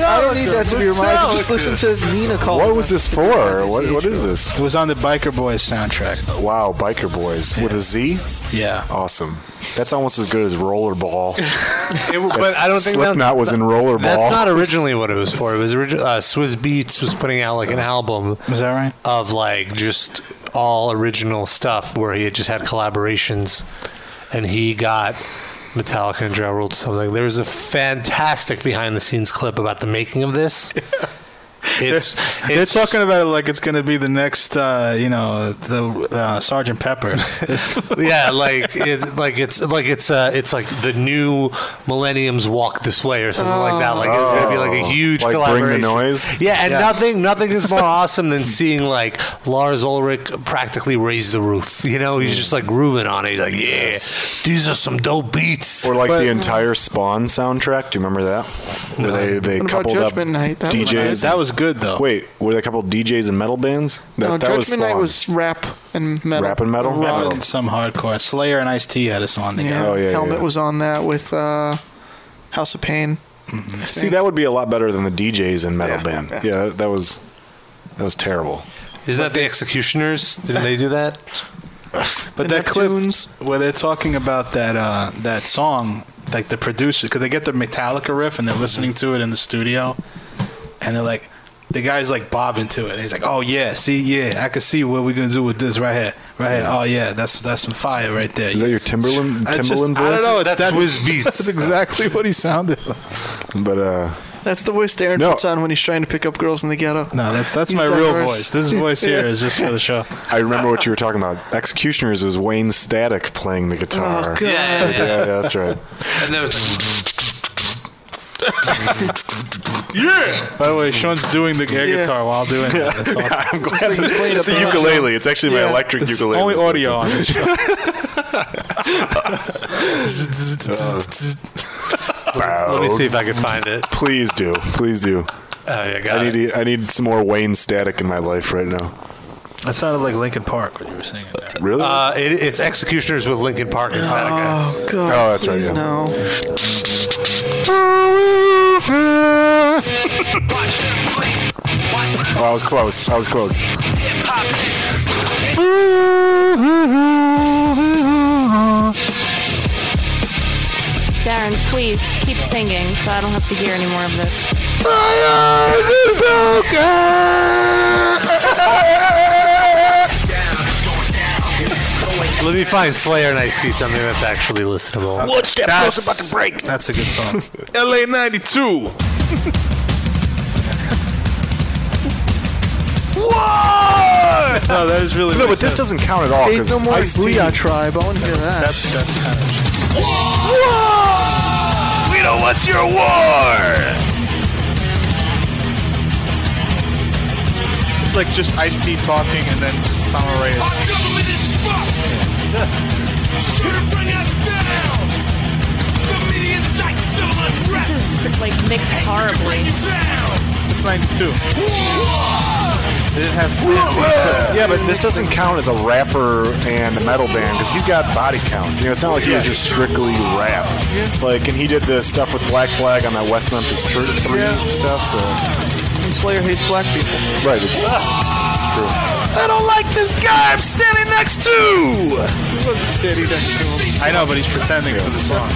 Speaker 5: I don't need that to be reminded. Just listen to Nina calling.
Speaker 3: What was this for? What, what is this?
Speaker 7: It was on the Biker Boys soundtrack.
Speaker 3: Wow, Biker Boys with a Z.
Speaker 7: Yeah,
Speaker 3: awesome. That's almost as good as Rollerball.
Speaker 4: but I don't think
Speaker 3: Slipknot
Speaker 4: that's-
Speaker 3: was in Rollerball.
Speaker 4: That's not originally what it was for. It was originally uh, Swizz Beats was putting out like an album.
Speaker 7: Is that right?
Speaker 4: Of like just all original stuff where he had just had collaborations, and he got Metallica and Ja Rule to something. There was a fantastic behind the scenes clip about the making of this. It's,
Speaker 7: They're talking about it like it's going to be the next, uh, you know, the uh, Sergeant Pepper. It's-
Speaker 4: yeah, like it, like it's like it's uh, it's like the new millenniums walk this way or something like that. Like it's gonna be like a
Speaker 3: Oh.
Speaker 4: huge
Speaker 3: Like Bring the
Speaker 4: collaboration.
Speaker 3: Noise?
Speaker 4: Yeah, and
Speaker 3: Yeah.
Speaker 4: nothing nothing is more awesome than seeing like Lars Ulrich practically raise the roof. You know,
Speaker 3: Mm.
Speaker 4: he's just like grooving on it. He's like, yeah, these are some dope beats.
Speaker 3: Or like the entire Spawn soundtrack. Do you remember that? Where they they
Speaker 5: uh, What about
Speaker 3: coupled up
Speaker 5: Judgment Night? That was
Speaker 3: DJs.
Speaker 5: good. That was
Speaker 7: good though.
Speaker 3: Wait, were they coupled DJs and metal bands? That,
Speaker 5: no,
Speaker 3: that was
Speaker 5: Judgment Night
Speaker 3: Spawn.
Speaker 5: was rap and metal.
Speaker 3: Rap and metal?
Speaker 5: Rock.
Speaker 3: Metal. Oh,
Speaker 7: and some hardcore. Slayer and Ice T had us on together. Oh,
Speaker 5: Yeah. Helmet was on that with uh, House of Pain.
Speaker 3: See, that would be a lot better than the DJs and metal band. Yeah. that, that was that was terrible.
Speaker 4: Isn't that the Executioners? Didn't they do that?
Speaker 7: But that clip where they're talking about that uh, that song, like the producer, because they get the Metallica riff and they're listening to it in the studio, and they're like, the guy's like bobbing to it. And he's like, "Oh yeah, see, yeah, I can see what we're gonna do with this right here, right here. Oh yeah, that's that's some fire right there."
Speaker 3: Is that your Timberland
Speaker 7: I just-
Speaker 3: Timberland
Speaker 7: I
Speaker 3: voice?
Speaker 7: don't know. That's, That's exactly what he sounded like.
Speaker 3: But uh,
Speaker 5: That's the voice Darren puts on when he's trying to pick up girls in the ghetto.
Speaker 7: No, that's that's my real voice. This voice here is just for the show.
Speaker 3: I remember what you were talking about. Executioners was Wayne Static playing the guitar.
Speaker 5: Oh, God. Yeah, yeah, yeah.
Speaker 3: yeah, that's right.
Speaker 4: And there was
Speaker 7: yeah. By the way, Sean's doing the air
Speaker 3: Yeah.
Speaker 7: guitar while doing it. That's awesome.
Speaker 3: I'm glad it's a ukulele. It's actually my electric
Speaker 7: It's
Speaker 3: ukulele.
Speaker 7: Only audio on this show.
Speaker 4: Let me see if I can find it.
Speaker 3: Please do. Please do.
Speaker 4: Oh, yeah, got
Speaker 3: I need I need some more Wayne Static in my life right now.
Speaker 7: That sounded like Lincoln Park when you were singing that.
Speaker 3: Really?
Speaker 4: Uh, it, it's Executioners with Lincoln Park and Static X.
Speaker 5: God,
Speaker 3: Oh, that's right,
Speaker 5: please
Speaker 3: yeah. Oh, I was close. I was close.
Speaker 6: Darren, please keep singing so I don't have to hear any more of this.
Speaker 4: Let me find Slayer and Ice T something that's actually listenable.
Speaker 7: One step
Speaker 4: That's-
Speaker 7: closer, about to break. That's a good song. LA 92. What? No, that is really
Speaker 3: No, but this doesn't count at all.
Speaker 5: Ain't
Speaker 3: 'cause
Speaker 5: no more
Speaker 3: Ice-T-
Speaker 5: Booyah Tribe. I want to hear that.
Speaker 7: That's that's kind
Speaker 5: of.
Speaker 7: We don't want your war. It's like just Ice T talking and then Tom Reyes.
Speaker 10: This is like mixed horribly.
Speaker 7: It's 92.
Speaker 3: They didn't have yeah, but this doesn't count as a rapper and a metal band because he's got body count. You know, it's not like he was just strictly rap. Like, and he did the stuff with Black Flag on that West Memphis Tr- Three stuff. So,
Speaker 5: and Slayer hates black people.
Speaker 3: Right, it's, it's true.
Speaker 7: I don't like this guy I'm standing next to!
Speaker 21: He wasn't standing next to him.
Speaker 7: I know, but he's pretending for the song.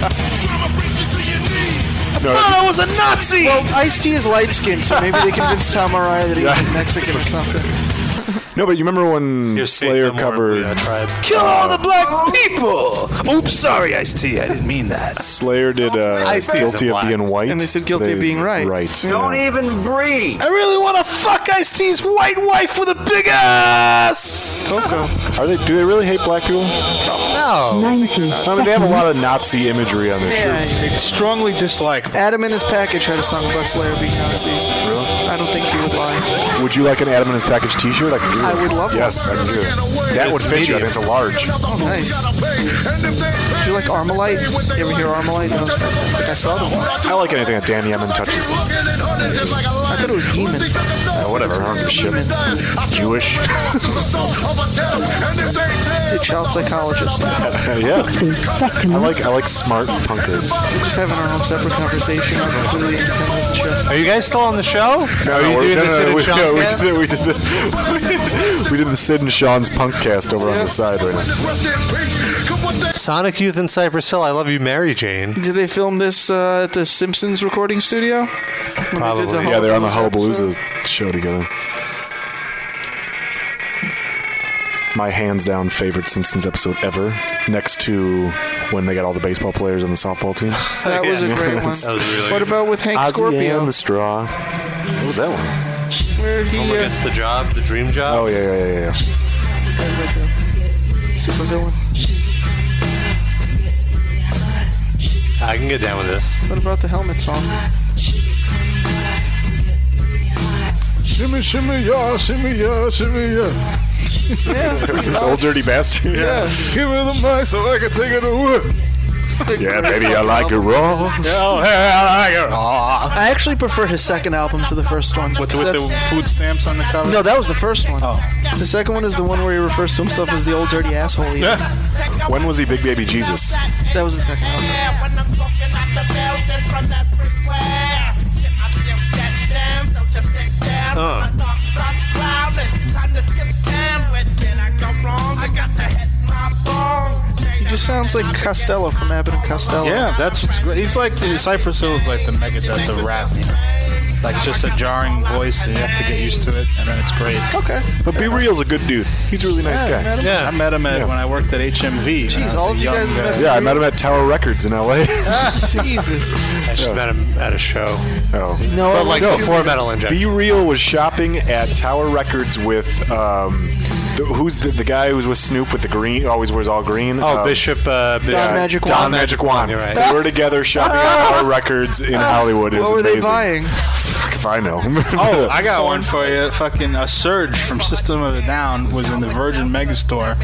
Speaker 3: No,
Speaker 7: I was a Nazi!
Speaker 5: Well, Ice T is light skinned, so maybe they convinced Tom Mariah that he's Mexican or something.
Speaker 3: no, but you remember when Slayer covered
Speaker 7: Kill all the black people! Oops, sorry, Ice T. I didn't mean that.
Speaker 3: Slayer did uh,
Speaker 7: Ice-T is
Speaker 3: "Guilty
Speaker 7: a
Speaker 3: of
Speaker 7: black.
Speaker 3: Being White,"
Speaker 7: And they said "Guilty of Being Right."
Speaker 3: Right.
Speaker 7: Don't
Speaker 11: even breathe.
Speaker 7: I really want to fuck Ice T's white wife with a big ass!
Speaker 3: Coco. Are they? Do they really hate black people? No. I mean, they have a lot of Nazi imagery on their
Speaker 5: Yeah,
Speaker 3: shirts.
Speaker 5: yeah.
Speaker 7: Strongly dislike.
Speaker 5: Adam and his package had a song about Slayer being Nazis. Really? I don't think he would lie.
Speaker 3: Would you like an Adam and his package T-shirt? I can do it.
Speaker 5: I would love one.
Speaker 3: Yes, I can do it. That would fit you. I think it's a large.
Speaker 5: Oh, nice. Do you like Armalite? You ever hear Armalite? That was fantastic. I saw them once.
Speaker 3: I like anything that Dan Yemen touches.
Speaker 5: I thought it was Heman.
Speaker 3: Uh, whatever, I don't give a shit. Jewish.
Speaker 5: He's a child psychologist.
Speaker 3: yeah. I like I like smart punkers.
Speaker 5: We're just having our own separate conversation. on a completely independent show.
Speaker 4: Are you guys still on the show?
Speaker 3: No,
Speaker 4: Are
Speaker 3: no,
Speaker 4: you
Speaker 3: we're-
Speaker 4: doing
Speaker 3: no,
Speaker 4: this
Speaker 3: no,
Speaker 4: in a
Speaker 3: we,
Speaker 4: Sean
Speaker 3: no, we
Speaker 4: cast?
Speaker 3: did, we did the we did the Sid and Sean's punk cast over on the side right now.
Speaker 4: Sonic Youth and Cypress Hill, I love you, Mary Jane.
Speaker 5: Did they film this uh, at the Simpsons recording studio? Probably.
Speaker 4: Probably.
Speaker 3: yeah, they're on the Hullabalooza show together. My hands down favorite Simpsons episode ever, next to when they got all the baseball players on the softball team.
Speaker 5: That was a great one.
Speaker 3: That was really
Speaker 5: what
Speaker 3: good.
Speaker 5: about with Hank
Speaker 3: Ozzy
Speaker 5: Scorpio?
Speaker 3: and the straw. What was that one?
Speaker 5: Where he uh,
Speaker 4: It's the job, the dream job.
Speaker 3: Oh yeah, yeah, yeah, yeah.
Speaker 5: is like a super villain.
Speaker 4: I can get down with this.
Speaker 5: What about the helmet song?
Speaker 21: Shimmy, shimmy, yeah, shimmy, yeah, shimmy, yeah.
Speaker 3: This old dirty bastard.
Speaker 21: Yeah. Give me the mic so I can take it away.
Speaker 3: Yeah, baby, I like it raw.
Speaker 5: I actually prefer his second album to the first one.
Speaker 7: With,
Speaker 5: 'cause
Speaker 7: with the
Speaker 5: that's-
Speaker 7: food stamps on the cover?
Speaker 5: no, that was the first one. Oh. The second one is the one where he refers to himself as the old dirty asshole. he is.
Speaker 3: When was he Big Baby Jesus?
Speaker 5: That was the second album. He just sounds like Costello from Abbott and Costello.
Speaker 7: Yeah, that's what's great. He's like Cypress Hill is like the Megadeth, the rap. You know? Like just a jarring voice, and you have to get used to it, and then it's great.
Speaker 5: Okay.
Speaker 3: But Be Real's a good dude. He's a really nice
Speaker 7: Yeah, I met
Speaker 3: guy.
Speaker 7: him. I met him at, when I worked at HMV. when I was
Speaker 5: all
Speaker 7: a
Speaker 5: of you
Speaker 7: young
Speaker 5: guys
Speaker 7: guy.
Speaker 5: met
Speaker 3: Yeah, I met him at Tower Records in LA.
Speaker 5: Jesus.
Speaker 4: I just met him at a show.
Speaker 3: Oh.
Speaker 5: No,
Speaker 4: But, like, no. before Metal Injection.
Speaker 3: Be Real was shopping at Tower Records with um, the, who's the, the guy who was with Snoop with the green, always wears all green.
Speaker 4: Oh,
Speaker 3: Um,
Speaker 4: Bishop. Uh, Bi-
Speaker 5: Don Magic
Speaker 3: Don
Speaker 5: Wand.
Speaker 3: Magic Wand.
Speaker 4: You're right.
Speaker 3: They were together shopping at Tower Records in Hollywood. It was
Speaker 5: Uh, What were they
Speaker 3: amazing.
Speaker 5: buying?
Speaker 3: Fuck if I know.
Speaker 7: Oh, I got one for you. Fucking a surge from System of a Down was in the Virgin Megastore,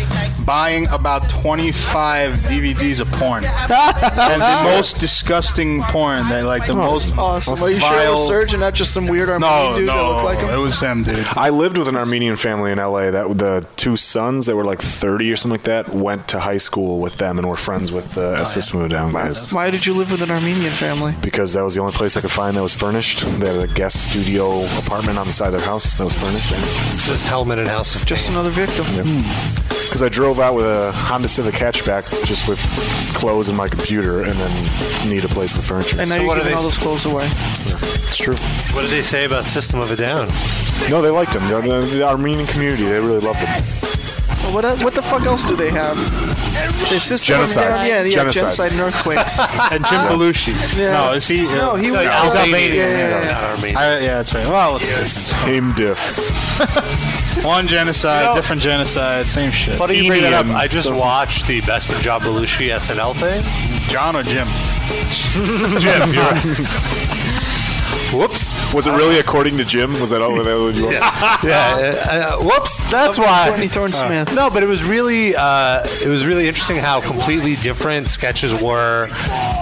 Speaker 7: buying about 25 DVDs of porn, and the most disgusting porn. They like the most
Speaker 5: awesome.
Speaker 7: most
Speaker 5: Are you sure it was
Speaker 7: vile-
Speaker 5: Surge and not just some weird Armenian
Speaker 7: No,
Speaker 5: dude that looked
Speaker 7: no,
Speaker 5: like him?
Speaker 7: it was him, dude.
Speaker 3: I lived with an Armenian family in LA. That the two sons that were like 30 or something like that went to high school with them and were friends with
Speaker 4: Oh,
Speaker 3: the uh, System of a Down guys.
Speaker 5: Why did you live with an Armenian family?
Speaker 3: because that was the only place I could find that was furnished. They had a guest studio apartment on the side of their house that was furnished.
Speaker 4: This is Hellman and House of
Speaker 5: Just another victim.
Speaker 3: Because I drove out with a Honda Civic hatchback just with clothes and my computer, and then need a place for furniture.
Speaker 5: And now
Speaker 4: So
Speaker 5: you're
Speaker 4: what are
Speaker 5: giving
Speaker 4: they
Speaker 5: all
Speaker 4: s-
Speaker 5: those clothes away.
Speaker 3: It's true.
Speaker 4: What did they say about System of a Down?
Speaker 3: No, they liked them. The, the, the Armenian community, they really loved them.
Speaker 5: Well, What, el- what the fuck else do they have? Their system
Speaker 3: Genocide.
Speaker 5: Yeah, yeah,
Speaker 3: Genocide.
Speaker 5: genocide, and earthquakes.
Speaker 7: And Jim Belushi.
Speaker 5: Yeah.
Speaker 7: No, is he?
Speaker 5: No, he was Albanian.
Speaker 7: he's Albanian.
Speaker 5: Yeah, yeah,
Speaker 4: Not Armenian.
Speaker 7: I- yeah, that's right. Well, it's
Speaker 3: Him diff.
Speaker 7: one genocide, different genocide, same shit.
Speaker 4: Funny you bring that up.
Speaker 7: Ian.
Speaker 4: I just watched the Best of John Belushi SNL thing.
Speaker 7: John or Jim?
Speaker 4: Jim, you're right. Whoops.
Speaker 3: Was it really according to Jim? Was that all that you wrote?
Speaker 4: yeah. uh, uh, whoops. That's why.
Speaker 3: Courtney Thorne Smith.
Speaker 4: no, but it was really, uh, it was really interesting how completely different sketches were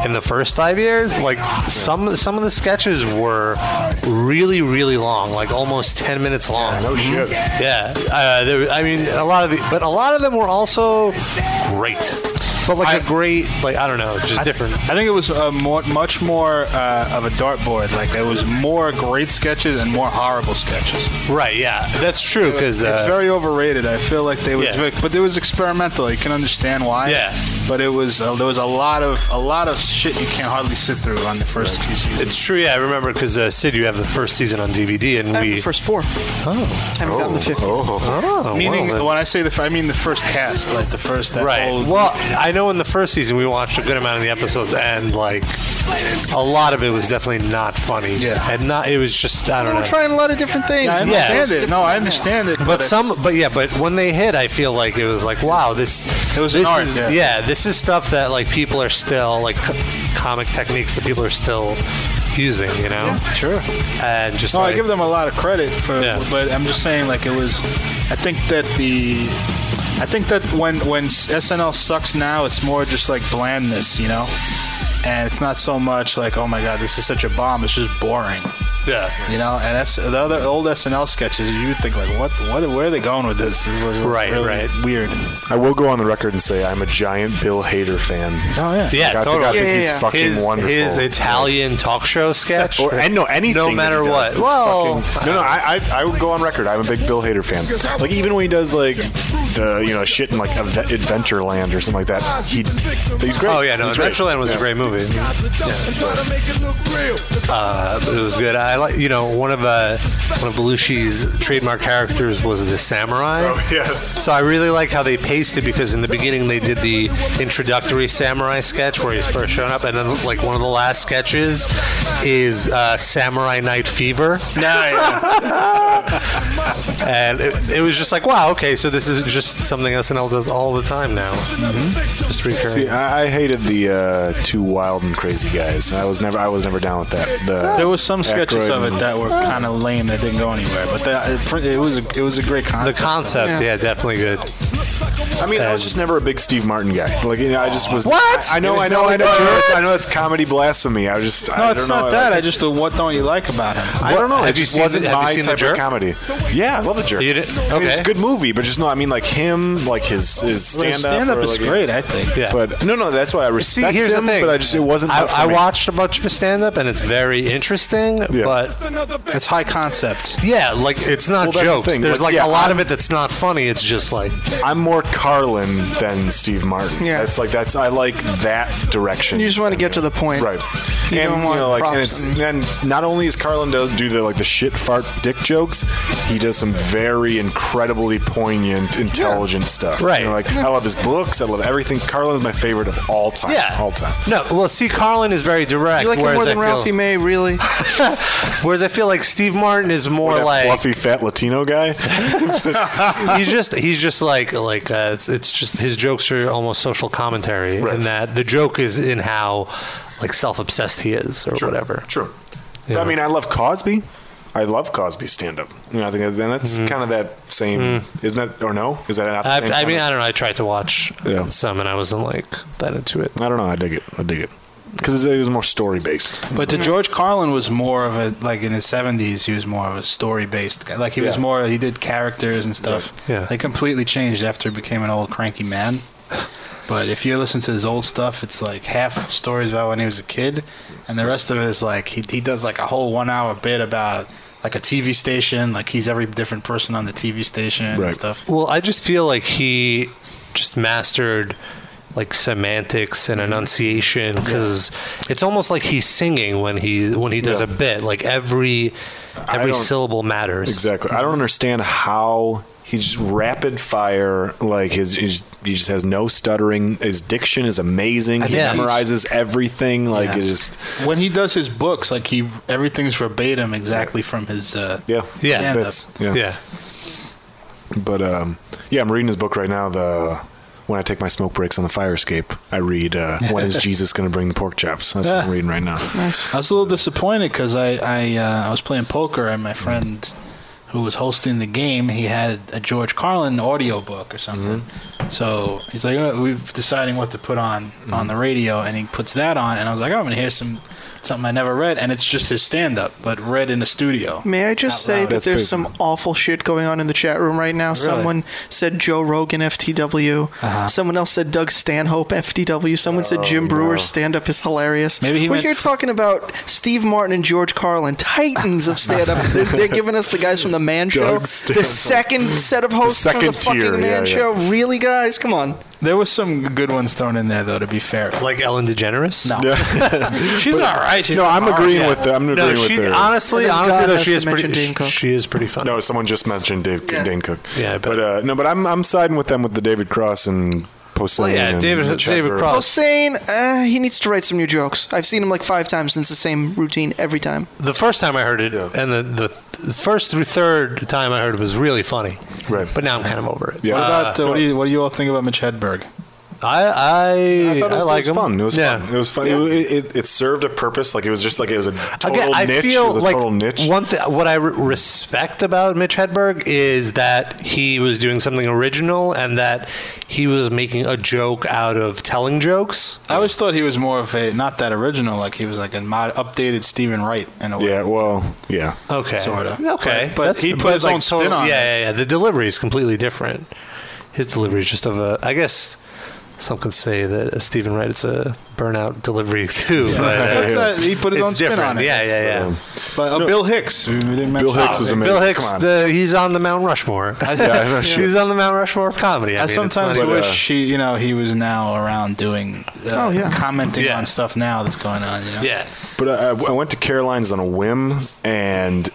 Speaker 4: in the first five years. Like some, some of the sketches were really, really long, like almost ten minutes long. no
Speaker 3: shit.
Speaker 4: Yeah. Uh, there, I mean, a lot of, the, but a lot of them were also great. But like a great, like I don't know, just
Speaker 7: I-
Speaker 4: different.
Speaker 7: I think it was a more, much more uh, of a dartboard. Like there was more great sketches and more horrible sketches.
Speaker 4: Right. Yeah, that's true. Because
Speaker 7: it's very overrated. I feel like they was,
Speaker 4: Yeah.
Speaker 7: but it was experimental. You can understand why. Yeah. But it was uh, there was a lot of a lot of shit you can't hardly sit through on the first two seasons.
Speaker 4: It's true, yeah. I remember because uh, Sid, you have the first season on DVD, and we
Speaker 7: first four.
Speaker 4: Oh,
Speaker 7: haven't gotten the fifth.
Speaker 4: Oh, oh
Speaker 7: Meaning,
Speaker 4: well,
Speaker 7: when I say the, f- I mean the first cast, like the first that
Speaker 4: right.
Speaker 7: old-
Speaker 4: Well, I know in the first season we watched a good amount of the episodes, and like a lot of it was definitely not funny. Yeah, and not it was just I
Speaker 11: They
Speaker 4: don't
Speaker 11: were
Speaker 4: know.
Speaker 11: trying a lot of different things.
Speaker 4: Yeah, I
Speaker 11: and
Speaker 4: understand
Speaker 11: was
Speaker 4: it.
Speaker 7: No, I understand it.
Speaker 4: but, some, but yeah, but when they hit, I feel like it was like, wow, this. It was
Speaker 7: an
Speaker 4: this
Speaker 7: art,
Speaker 4: is-
Speaker 7: yeah.
Speaker 4: this is stuff that like people are still like co- comic techniques that people are still using, you know.
Speaker 7: sure.
Speaker 4: And just
Speaker 7: no,
Speaker 4: like,
Speaker 7: I give them a lot of credit for, but I'm just saying, like it was. I think that the, I think that when when SNL sucks now, it's more just like blandness, you know, and it's not so much like, oh my god, this is such a bomb. It's just boring.
Speaker 4: Yeah.
Speaker 7: You know, and that's the other old SNL sketches. You would think like, what, what, where are they going with this? It's like
Speaker 4: Right,
Speaker 7: really
Speaker 4: right.
Speaker 7: Weird.
Speaker 3: I will go on the record and say I'm a giant Bill Hader fan.
Speaker 7: Oh yeah,
Speaker 4: Yeah,
Speaker 3: Like, I think-
Speaker 4: totally.
Speaker 3: I think he's fucking
Speaker 4: his,
Speaker 3: wonderful.
Speaker 4: His Italian talk show sketch,
Speaker 3: Or and no anything.
Speaker 4: no
Speaker 3: that
Speaker 4: matter
Speaker 3: he does
Speaker 4: what.
Speaker 3: is
Speaker 4: Well,
Speaker 3: fucking- no, no. I, I I would go on record. I'm a big Bill Hader fan. Like even when he does like the you know shit in like Adve- Adventureland or something like that, he he's great.
Speaker 4: Oh yeah, no,
Speaker 3: He's great.
Speaker 4: Adventureland was
Speaker 3: Yeah.
Speaker 4: a great movie. Uh, it was good. I like, you know, one of uh, one of Belushi's trademark characters was the samurai.
Speaker 3: Oh yes. So
Speaker 4: I really like how they paced it because in the beginning they did the introductory samurai sketch where he's first showing up, and then like one of the last sketches is uh, Samurai Night Fever. and it, it was just like, wow, okay, so this is just something SNL does all the time now. Just recurring.
Speaker 3: See, I, I hated the uh, two wild and crazy guys. I was never, I was never down with that. The
Speaker 7: There was some sketches
Speaker 3: Aykroyd
Speaker 7: of it
Speaker 3: and-
Speaker 7: that were kind of lame that didn't go anywhere, but that, it was it was a great concept.
Speaker 4: The concept,
Speaker 3: Yeah.
Speaker 4: yeah, definitely good.
Speaker 3: I mean, I was just never a big Steve Martin guy. Like, you know, I just was.
Speaker 7: What?
Speaker 3: I, I know, I know, I know. I know it's comedy blasphemy. I just,
Speaker 7: No,
Speaker 3: I
Speaker 7: it's
Speaker 3: don't know.
Speaker 7: not
Speaker 3: I
Speaker 7: that.
Speaker 3: like
Speaker 7: I just uh, what don't you like about him?
Speaker 3: I don't know. It just wasn't my type of comedy. Yeah, I love the jerk.
Speaker 4: You did-
Speaker 3: I mean,
Speaker 4: okay.
Speaker 3: it's a good movie, but just no. I mean, like him, like his his
Speaker 7: Well,
Speaker 3: stand
Speaker 7: his
Speaker 3: up.
Speaker 7: stand-up is great, I think. Yeah.
Speaker 3: But no, no, that's why I
Speaker 4: See,
Speaker 3: respect
Speaker 4: here's
Speaker 3: him.
Speaker 4: the thing.
Speaker 3: But I just it wasn't.
Speaker 4: I,
Speaker 3: that for
Speaker 4: I
Speaker 3: me.
Speaker 4: watched a bunch of his stand up, and it's very interesting, but
Speaker 7: it's high concept.
Speaker 4: Yeah, like it's not
Speaker 3: Well, that's the
Speaker 4: jokes.
Speaker 3: thing.
Speaker 4: There's
Speaker 3: Like,
Speaker 4: like,
Speaker 3: yeah,
Speaker 4: a lot
Speaker 3: I'm-
Speaker 4: of it that's not funny. It's just like
Speaker 3: I'm more Carlin than Steve Martin. Yeah, it's like that's I like that direction.
Speaker 11: You just want to get to the point.
Speaker 3: Right.
Speaker 11: You
Speaker 3: and
Speaker 11: don't
Speaker 3: you
Speaker 11: want
Speaker 3: know, like, and,
Speaker 11: props
Speaker 3: it's, and not only is Carlin does do the like the shit fart dick jokes, he does some very incredibly poignant, intelligent stuff.
Speaker 4: Right.
Speaker 3: You know, like I love his books. I love everything. Carlin is my favorite of all time.
Speaker 4: Yeah.
Speaker 3: all time.
Speaker 4: no. Well, see, Carlin is very direct.
Speaker 11: You like him
Speaker 4: whereas
Speaker 11: more than
Speaker 4: I feel,
Speaker 11: Ralphie May, really?
Speaker 4: Whereas I feel like Steve Martin is more
Speaker 3: that
Speaker 4: like
Speaker 3: fluffy fat Latino guy.
Speaker 4: he's just he's just like like uh, it's, it's just his jokes are almost social commentary in that the joke is in how like self obsessed he is or whatever.
Speaker 3: True. But, I mean, I love Cosby. I love Cosby stand up. You know, I think and that's kind of that same. Isn't that or no? Is that not the
Speaker 4: I,
Speaker 3: same
Speaker 4: Mm-hmm. Mm. I
Speaker 3: kind
Speaker 4: mean,
Speaker 3: of-
Speaker 4: I don't know. I tried to watch some, and I wasn't like that into it.
Speaker 3: I don't know. I dig it. I dig it because it was more story based.
Speaker 7: But the George Carlin was more of a like in his seventies. He was more of a story based guy. Like he was
Speaker 4: Yeah.
Speaker 7: more he did characters and stuff.
Speaker 4: Yeah.
Speaker 7: they completely changed after he became an old cranky man. But if you listen to his old stuff, it's like half stories about when he was a kid, and the rest of it is like he he does like a whole one hour bit about like a TV station. Like he's every different person on the TV station and stuff.
Speaker 4: Well, I just feel like he just mastered like semantics
Speaker 3: Mm-hmm.
Speaker 4: and enunciation because it's almost like he's singing when he when he does
Speaker 3: Yeah.
Speaker 4: a bit. Like every every
Speaker 3: don't-
Speaker 4: syllable matters.
Speaker 3: Exactly.
Speaker 7: Mm-hmm.
Speaker 3: I don't understand how he just rapid fire like his, his he just has no stuttering. His diction is amazing.
Speaker 7: I
Speaker 3: He
Speaker 7: think
Speaker 3: memorizes everything. Like
Speaker 7: Yeah.
Speaker 3: it just
Speaker 7: when he does his books, like he everything's verbatim exactly from his uh,
Speaker 3: yeah
Speaker 7: yeah
Speaker 3: His bits. Yeah. But um, yeah, I'm reading his book right now. The when I take my smoke breaks on the fire escape, I read uh, "When is Jesus going to bring the pork chops?" That's what I'm reading right now.
Speaker 7: I was a little disappointed because I I, uh, I was playing poker and my friend who was hosting the game he had a George Carlin audiobook or something. So he's like, "Oh, we're deciding what to put on on the radio, and he puts that on, and I was like, oh, I'm gonna hear some something I never read, and it's just his stand up, but read in a studio.
Speaker 5: May I just say that
Speaker 7: That's
Speaker 5: there's
Speaker 7: big.
Speaker 5: some awful shit going on in the chat room right now?
Speaker 7: Really? Uh-huh.
Speaker 5: Someone said Joe Rogan FTW. Someone else said Doug Stanhope FTW. Someone said Jim Brewer's stand up is hilarious. Maybe
Speaker 7: Oh, he
Speaker 5: We're
Speaker 7: went
Speaker 5: here
Speaker 7: f-
Speaker 5: talking about Steve Martin and George Carlin, titans of stand up. they're, they're giving us the guys from The Man Show. The
Speaker 7: Stanhope.
Speaker 5: second set of hosts
Speaker 7: The
Speaker 5: from The
Speaker 7: second
Speaker 5: fucking
Speaker 7: tier,
Speaker 5: Man
Speaker 7: yeah, yeah.
Speaker 5: Show. Really, guys? Come on.
Speaker 7: There was some good ones thrown in there, though. To be fair, like Ellen DeGeneres. No, she's
Speaker 3: But-
Speaker 7: all right. She's
Speaker 3: no,
Speaker 7: not
Speaker 3: I'm
Speaker 7: horrible.
Speaker 3: agreeing
Speaker 7: Yeah.
Speaker 3: with. I'm agreeing with. her.
Speaker 4: she is pretty fun.
Speaker 3: No, someone just mentioned Dave, Dane Cook.
Speaker 4: Yeah, I bet.
Speaker 3: but uh, no, but I'm I'm siding with them with the David Cross and Posey. and Chad Burr.
Speaker 5: Hossein, uh, he needs to write some new jokes. I've seen him like five times, and it's the same routine every time.
Speaker 4: The first time I heard it, and the, the th- first through third time I heard it was really funny. Right. But now I'm kind of over it.
Speaker 7: What about
Speaker 4: Uh,
Speaker 7: uh, what, do you, what do you all think about Mitch Hedberg?
Speaker 4: I I,
Speaker 3: I thought it was,
Speaker 4: like
Speaker 3: it was
Speaker 4: him.
Speaker 3: fun. It was
Speaker 4: yeah.
Speaker 3: fun. It was fun. It, it, it served a purpose. Like it was just like it was a total
Speaker 4: Again, I
Speaker 3: niche.
Speaker 4: feel
Speaker 3: it was a
Speaker 4: like
Speaker 3: total niche.
Speaker 4: one thing. What I re- respect about Mitch Hedberg is that he was doing something original and that he was making a joke out of telling jokes.
Speaker 7: I always thought he was more of a not that original. Like he was like a mod, updated Stephen Wright in a way.
Speaker 3: Yeah. Well. Yeah.
Speaker 4: Okay.
Speaker 7: Sorta.
Speaker 4: Okay.
Speaker 7: But- but he put his own spin on it.
Speaker 4: Yeah, yeah, yeah. The delivery is completely different. His delivery is just of a. I guess some could say that uh, Stephen Wright it's a burnout delivery too. But,
Speaker 7: Yeah.
Speaker 4: uh,
Speaker 7: That's, uh, he put his
Speaker 4: it's
Speaker 7: own spin
Speaker 4: different.
Speaker 7: on it.
Speaker 4: Yeah, yeah, yeah.
Speaker 7: That's, But uh, Bill Hicks. Bill
Speaker 4: Bill Hicks, the, he's on the Mount Rushmore. he's on the Mount Rushmore of comedy. I,
Speaker 7: I
Speaker 4: mean, it's
Speaker 7: sometimes
Speaker 4: not-
Speaker 7: wish
Speaker 3: uh,
Speaker 7: he, you know, he was now around doing, uh,
Speaker 4: Oh, yeah.
Speaker 7: commenting on stuff now that's going on. You know?
Speaker 4: Yeah.
Speaker 3: But I, I went to Caroline's on a whim, and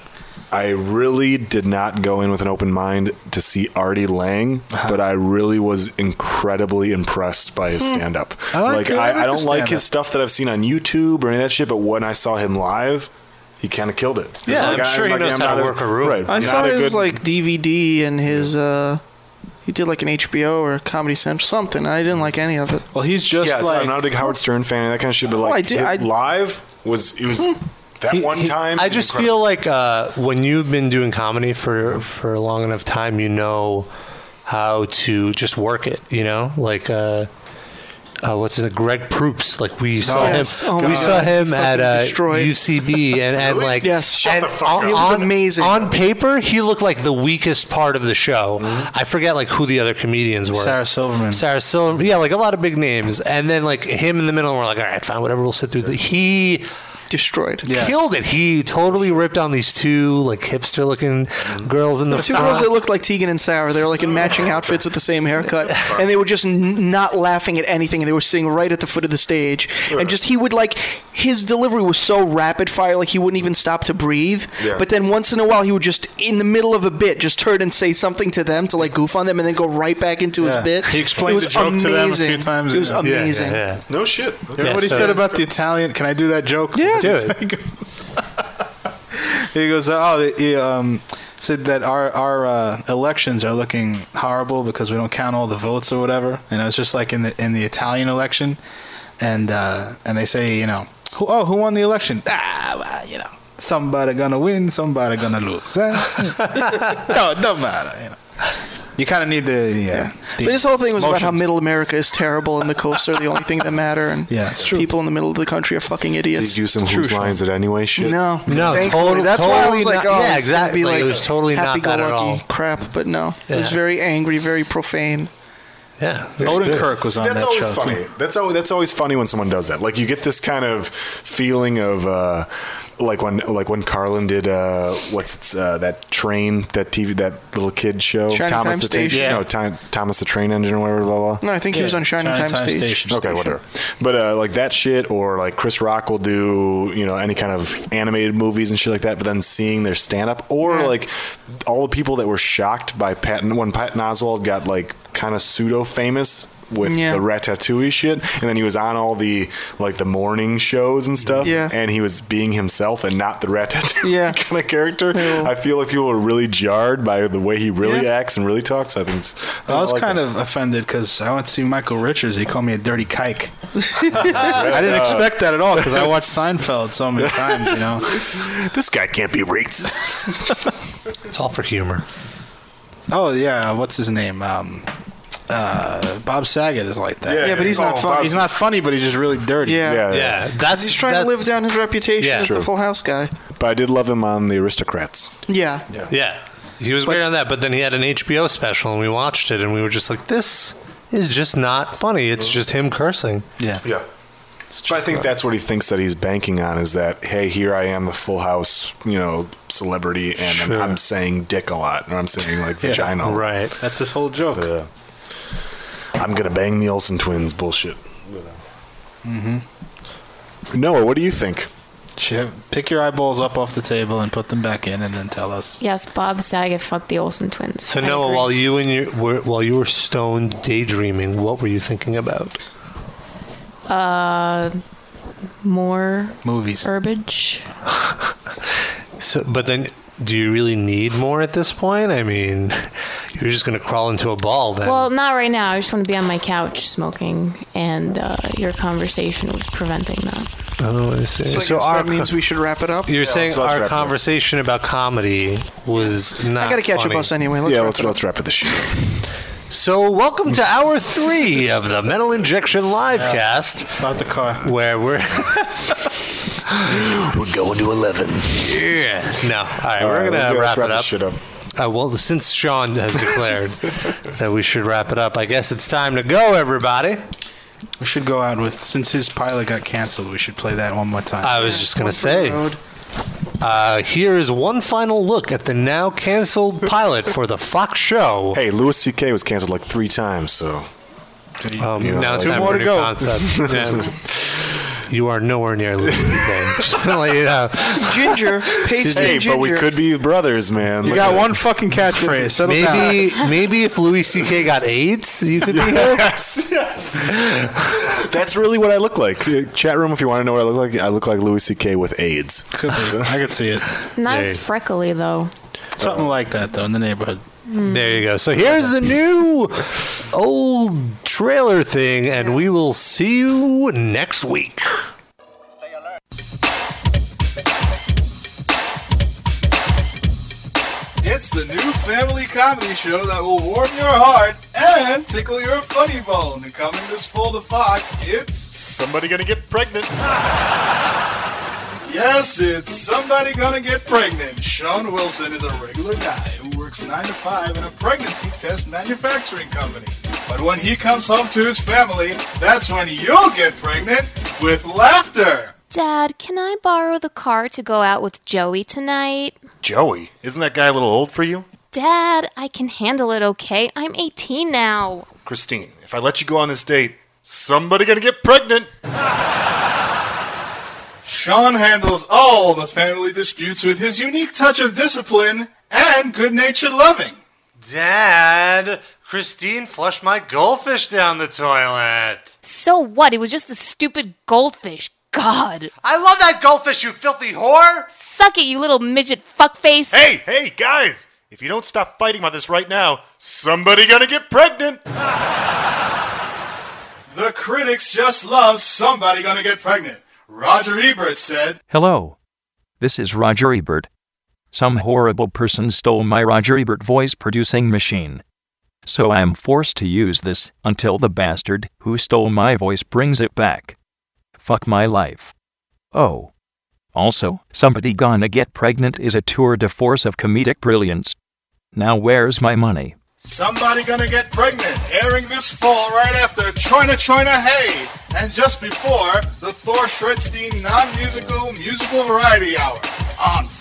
Speaker 3: I really did not go in with an open mind to see Artie Lang,
Speaker 5: Uh-huh.
Speaker 3: but I really was incredibly impressed by his
Speaker 17: Hmm.
Speaker 3: stand up.
Speaker 17: I like
Speaker 3: Like,
Speaker 17: it. I
Speaker 3: I,
Speaker 17: like
Speaker 3: I,
Speaker 17: his
Speaker 3: don't like
Speaker 17: stand-up.
Speaker 3: his stuff that I've seen on YouTube or any of that shit, but when I saw him live, he kind of killed it.
Speaker 5: Yeah,
Speaker 3: Like,
Speaker 5: I'm
Speaker 3: I-
Speaker 5: sure he
Speaker 3: like,
Speaker 5: knows
Speaker 3: I'm
Speaker 5: how
Speaker 3: not
Speaker 5: to work
Speaker 4: a room.
Speaker 3: Right.
Speaker 5: I
Speaker 3: not
Speaker 5: saw
Speaker 3: a
Speaker 5: his
Speaker 3: good-
Speaker 5: like DVD and his. Uh, he did like an HBO or Comedy Central something. I didn't like any of it.
Speaker 7: Well, he's just
Speaker 3: yeah, it's- I'm not a big Howard Stern fan and that kind of shit, but like
Speaker 5: I do-
Speaker 3: it
Speaker 5: I- Hmm.
Speaker 3: live was it was that one time.
Speaker 4: I
Speaker 3: it was
Speaker 4: just
Speaker 3: incredible.
Speaker 4: feel like uh, when you've been doing comedy for for a long enough time, you know how to just work it. You know, like. Uh, uh, what's his name? Greg Proops. Like we saw
Speaker 5: Yes.
Speaker 4: him,
Speaker 5: Oh my
Speaker 4: we saw
Speaker 5: God.
Speaker 4: him at
Speaker 5: Fucking
Speaker 4: uh,
Speaker 5: destroyed.
Speaker 4: UCB, and, and like
Speaker 5: Yes. Shut
Speaker 4: and
Speaker 5: the fuck up. He was
Speaker 4: amazing. On paper, he looked like the weakest part of the show. I forget like who the other comedians were.
Speaker 7: Sarah Silverman.
Speaker 4: Sarah Silverman. Yeah, like a lot of big names, and then like him in the middle. And we're like, all right, fine, whatever. We'll sit through. The, he
Speaker 5: destroyed,
Speaker 4: killed it. He totally ripped on these two like hipster looking girls in the
Speaker 5: two
Speaker 4: front.
Speaker 5: girls that looked like Tegan and Sarah. They were like in matching outfits with the same haircut, and they were just n- not laughing at anything. They were sitting right at the foot of the stage, and just he would like his delivery was so rapid fire, like he wouldn't even stop to breathe.
Speaker 11: Yeah.
Speaker 5: But then once in a while, he would just in the middle of a bit just turn and say something to them to like goof on them, and then go right back into
Speaker 7: Yeah.
Speaker 5: his bit.
Speaker 7: He explained
Speaker 5: it was
Speaker 7: the joke
Speaker 5: amazing.
Speaker 7: to them a few times.
Speaker 5: It was
Speaker 7: Yeah, yeah,
Speaker 5: amazing.
Speaker 7: yeah.
Speaker 3: No shit.
Speaker 7: You know what he said about the Italian? Can I do that joke? Yeah,
Speaker 4: Do it.
Speaker 7: he goes, oh, he um, said that our our uh, elections are looking horrible because we don't count all the votes or whatever. And it was just like in the in the Italian election, and uh, and they say, you know, who, oh, who won the election? Ah, well, you know, somebody gonna win, somebody gonna lose. eh? no, it don't matter. You know, you kind of need the yeah. the
Speaker 5: But his whole thing was about how
Speaker 7: emotions.
Speaker 5: middle America is terrible and the coasts are the only thing that matter, and
Speaker 7: Yeah, it's true.
Speaker 5: people in the middle of the country are fucking
Speaker 3: Did
Speaker 5: idiots.
Speaker 3: he do some
Speaker 5: It's
Speaker 3: whose
Speaker 5: true.
Speaker 3: lines it anyway shit?
Speaker 5: No,
Speaker 4: No,
Speaker 5: Thankfully.
Speaker 4: total-
Speaker 5: That's why I
Speaker 4: totally
Speaker 5: was like,
Speaker 4: not-
Speaker 5: oh,
Speaker 4: yeah,
Speaker 5: it's gonna
Speaker 4: exactly.
Speaker 5: Be like
Speaker 4: It was totally not that at
Speaker 5: happy-go-lucky
Speaker 4: all.
Speaker 5: Crap, but no, it was
Speaker 3: Yeah.
Speaker 5: very angry, very profane.
Speaker 4: Yeah,
Speaker 3: Kirk that's always funny. That's always that's always funny when someone does that. Like you get this kind of feeling of uh, like when like when Carlin did uh, what's it's, uh, that train that TV that little kid show
Speaker 5: Shining Time
Speaker 3: the Train-
Speaker 5: Station.
Speaker 3: no Ti- Thomas the Train Engine or whatever blah blah.
Speaker 5: No, I think he Yeah, was on Shining Shining Time Time Station. Station.
Speaker 3: Okay, whatever. But uh, like that shit or like Chris Rock will do you know any kind of animated movies and shit like that. But then seeing their stand up or like all the people that were shocked by Patton when Patton Oswald got like kind of pseudo famous with
Speaker 5: Yeah.
Speaker 3: the ratatouille shit, and then he was on all the like the morning shows and stuff.
Speaker 5: Yeah.
Speaker 3: and he was being himself and not the ratatouille.
Speaker 5: yeah.
Speaker 3: kind of character. I feel like people are really jarred by the way he really acts and really talks. I think it's,
Speaker 7: I was
Speaker 3: like
Speaker 7: kind
Speaker 3: that.
Speaker 7: of offended because I went to see Michael Richards. He called me a dirty kike. I didn't expect that at all because I watched Seinfeld so many times. You know,
Speaker 3: this guy can't be racist.
Speaker 4: it's all for humor.
Speaker 7: Oh yeah, what's his name? Um, uh, Bob Saget is like that.
Speaker 5: Yeah, Yeah, but he's
Speaker 3: Oh,
Speaker 5: not funny.
Speaker 7: He's not funny, but he's just really dirty.
Speaker 5: Yeah. That's he's trying to live down his reputation
Speaker 7: Yeah.
Speaker 5: as the
Speaker 7: True.
Speaker 5: Full House guy.
Speaker 3: But I did love him on The Aristocrats.
Speaker 5: Yeah.
Speaker 4: Yeah. He was great on that, but then he had an HBO special and we watched it and we were just like, this is just not funny. It's just him cursing.
Speaker 7: Yeah.
Speaker 3: Yeah. But I think that's what he thinks that he's banking on is that hey, here I am, the Full House, you know, celebrity, and I'm- I'm, saying dick a lot, and I'm saying like
Speaker 7: Yeah.
Speaker 3: vagina,
Speaker 4: right?
Speaker 7: That's his whole joke.
Speaker 3: I'm gonna bang the Olsen twins, bullshit.
Speaker 7: Mm-hmm.
Speaker 3: Noah, what do you think?
Speaker 7: Pick your eyeballs up off the table and put them back in, and then tell us.
Speaker 6: Yes, Bob Saget fucked the Olsen twins.
Speaker 4: So
Speaker 6: I
Speaker 4: Noah,
Speaker 6: agree.
Speaker 4: while you and your were, while you were stoned daydreaming, what were you thinking about?
Speaker 6: uh, more
Speaker 7: movies
Speaker 6: herbage.
Speaker 4: So, but then, do you really need more at this point? I mean, you're just going to crawl into a ball then.
Speaker 6: Well, not right now. I just want to be on my couch smoking, and uh, your conversation was preventing that.
Speaker 4: oh, I see.
Speaker 5: So, I guess that means we should wrap it up.
Speaker 4: You're saying our conversation about comedy was not.
Speaker 5: I gotta catch a
Speaker 4: funny.
Speaker 5: bus anyway. Let's wrap it up.
Speaker 3: wrap it this shit.
Speaker 4: So, welcome to hour three of the Metal Injection Livecast. cast.
Speaker 7: Start the car.
Speaker 4: Where we're.
Speaker 3: we're going to 11.
Speaker 4: Yeah. No. All right,
Speaker 3: All
Speaker 4: we're
Speaker 3: right,
Speaker 4: going
Speaker 3: let's-
Speaker 4: to
Speaker 3: let's
Speaker 4: wrap,
Speaker 3: wrap
Speaker 4: it
Speaker 3: this
Speaker 4: up.
Speaker 3: shit up.
Speaker 4: Uh, well, since Sean has declared that we should wrap it up, I guess it's time to go, everybody.
Speaker 7: We should go out with since his pilot got canceled. We should play that one more time.
Speaker 4: I was just going to say. Uh, here is one final look at the now canceled pilot for the Fox show.
Speaker 3: Hey, Louis C.K. was canceled like three times, so.
Speaker 4: Um,
Speaker 3: You know,
Speaker 4: now it's
Speaker 3: two
Speaker 4: time
Speaker 3: more
Speaker 4: for a new
Speaker 3: to go.
Speaker 4: concept. Yeah. You are nowhere near losing game. Just gonna let you know.
Speaker 5: Ginger, pasty
Speaker 3: hey,
Speaker 5: ginger.
Speaker 3: but we could be brothers, man.
Speaker 7: You
Speaker 3: Look
Speaker 7: got
Speaker 3: at
Speaker 7: one
Speaker 3: this.
Speaker 7: fucking catchphrase. Settle
Speaker 4: Maybe, maybe if Louis C.K. got AIDS, you could be here.
Speaker 3: Yes, yes. That's really what I look like. Uh, Chat room, if you want to know what I look like, I look like Louis C.K. with AIDS.
Speaker 7: Could be. I could see it.
Speaker 6: Not as freckly though.
Speaker 7: Something like that though in the neighborhood.
Speaker 4: There you go. So here's the new old trailer thing, and we will see you next week.
Speaker 17: It's the new family comedy show that will warm your heart and tickle your funny bone. Coming this fall to Fox, it's
Speaker 3: somebody gonna get pregnant.
Speaker 17: Yes, it's somebody gonna get pregnant. Sean Wilson is a regular guy who works 9 to 5 in a pregnancy test manufacturing company. But when he comes home to his family, that's when you'll get pregnant with laughter.
Speaker 6: Dad, can I borrow the car to go out with Joey tonight?
Speaker 3: Joey, isn't that guy a little old for you?
Speaker 6: Dad, I can handle it. Okay, I'm 18 now.
Speaker 3: Christine, if I let you go on this date, somebody gonna get pregnant.
Speaker 17: Sean handles all the family disputes with his unique touch of discipline and good natured loving.
Speaker 4: Dad, Christine flushed my goldfish down the toilet.
Speaker 6: So what? It was just a stupid goldfish. God.
Speaker 4: I love that goldfish, you filthy whore!
Speaker 6: Suck it, you little midget fuckface.
Speaker 3: Hey, hey, guys! If you don't stop fighting about this right now, somebody gonna get pregnant.
Speaker 17: The critics just love somebody gonna get pregnant. Roger Ebert said,
Speaker 1: Hello. This is Roger Ebert. Some horrible person stole my Roger Ebert voice producing machine. So I am forced to use this until the bastard who stole my voice brings it back. Fuck my life. Oh. Also, Somebody Gonna Get Pregnant is a tour de force of comedic brilliance. Now where's my money?
Speaker 17: Somebody gonna get pregnant, airing this fall right after Choina Choina Hey, and just before the Thor Shredstein non-musical musical variety hour on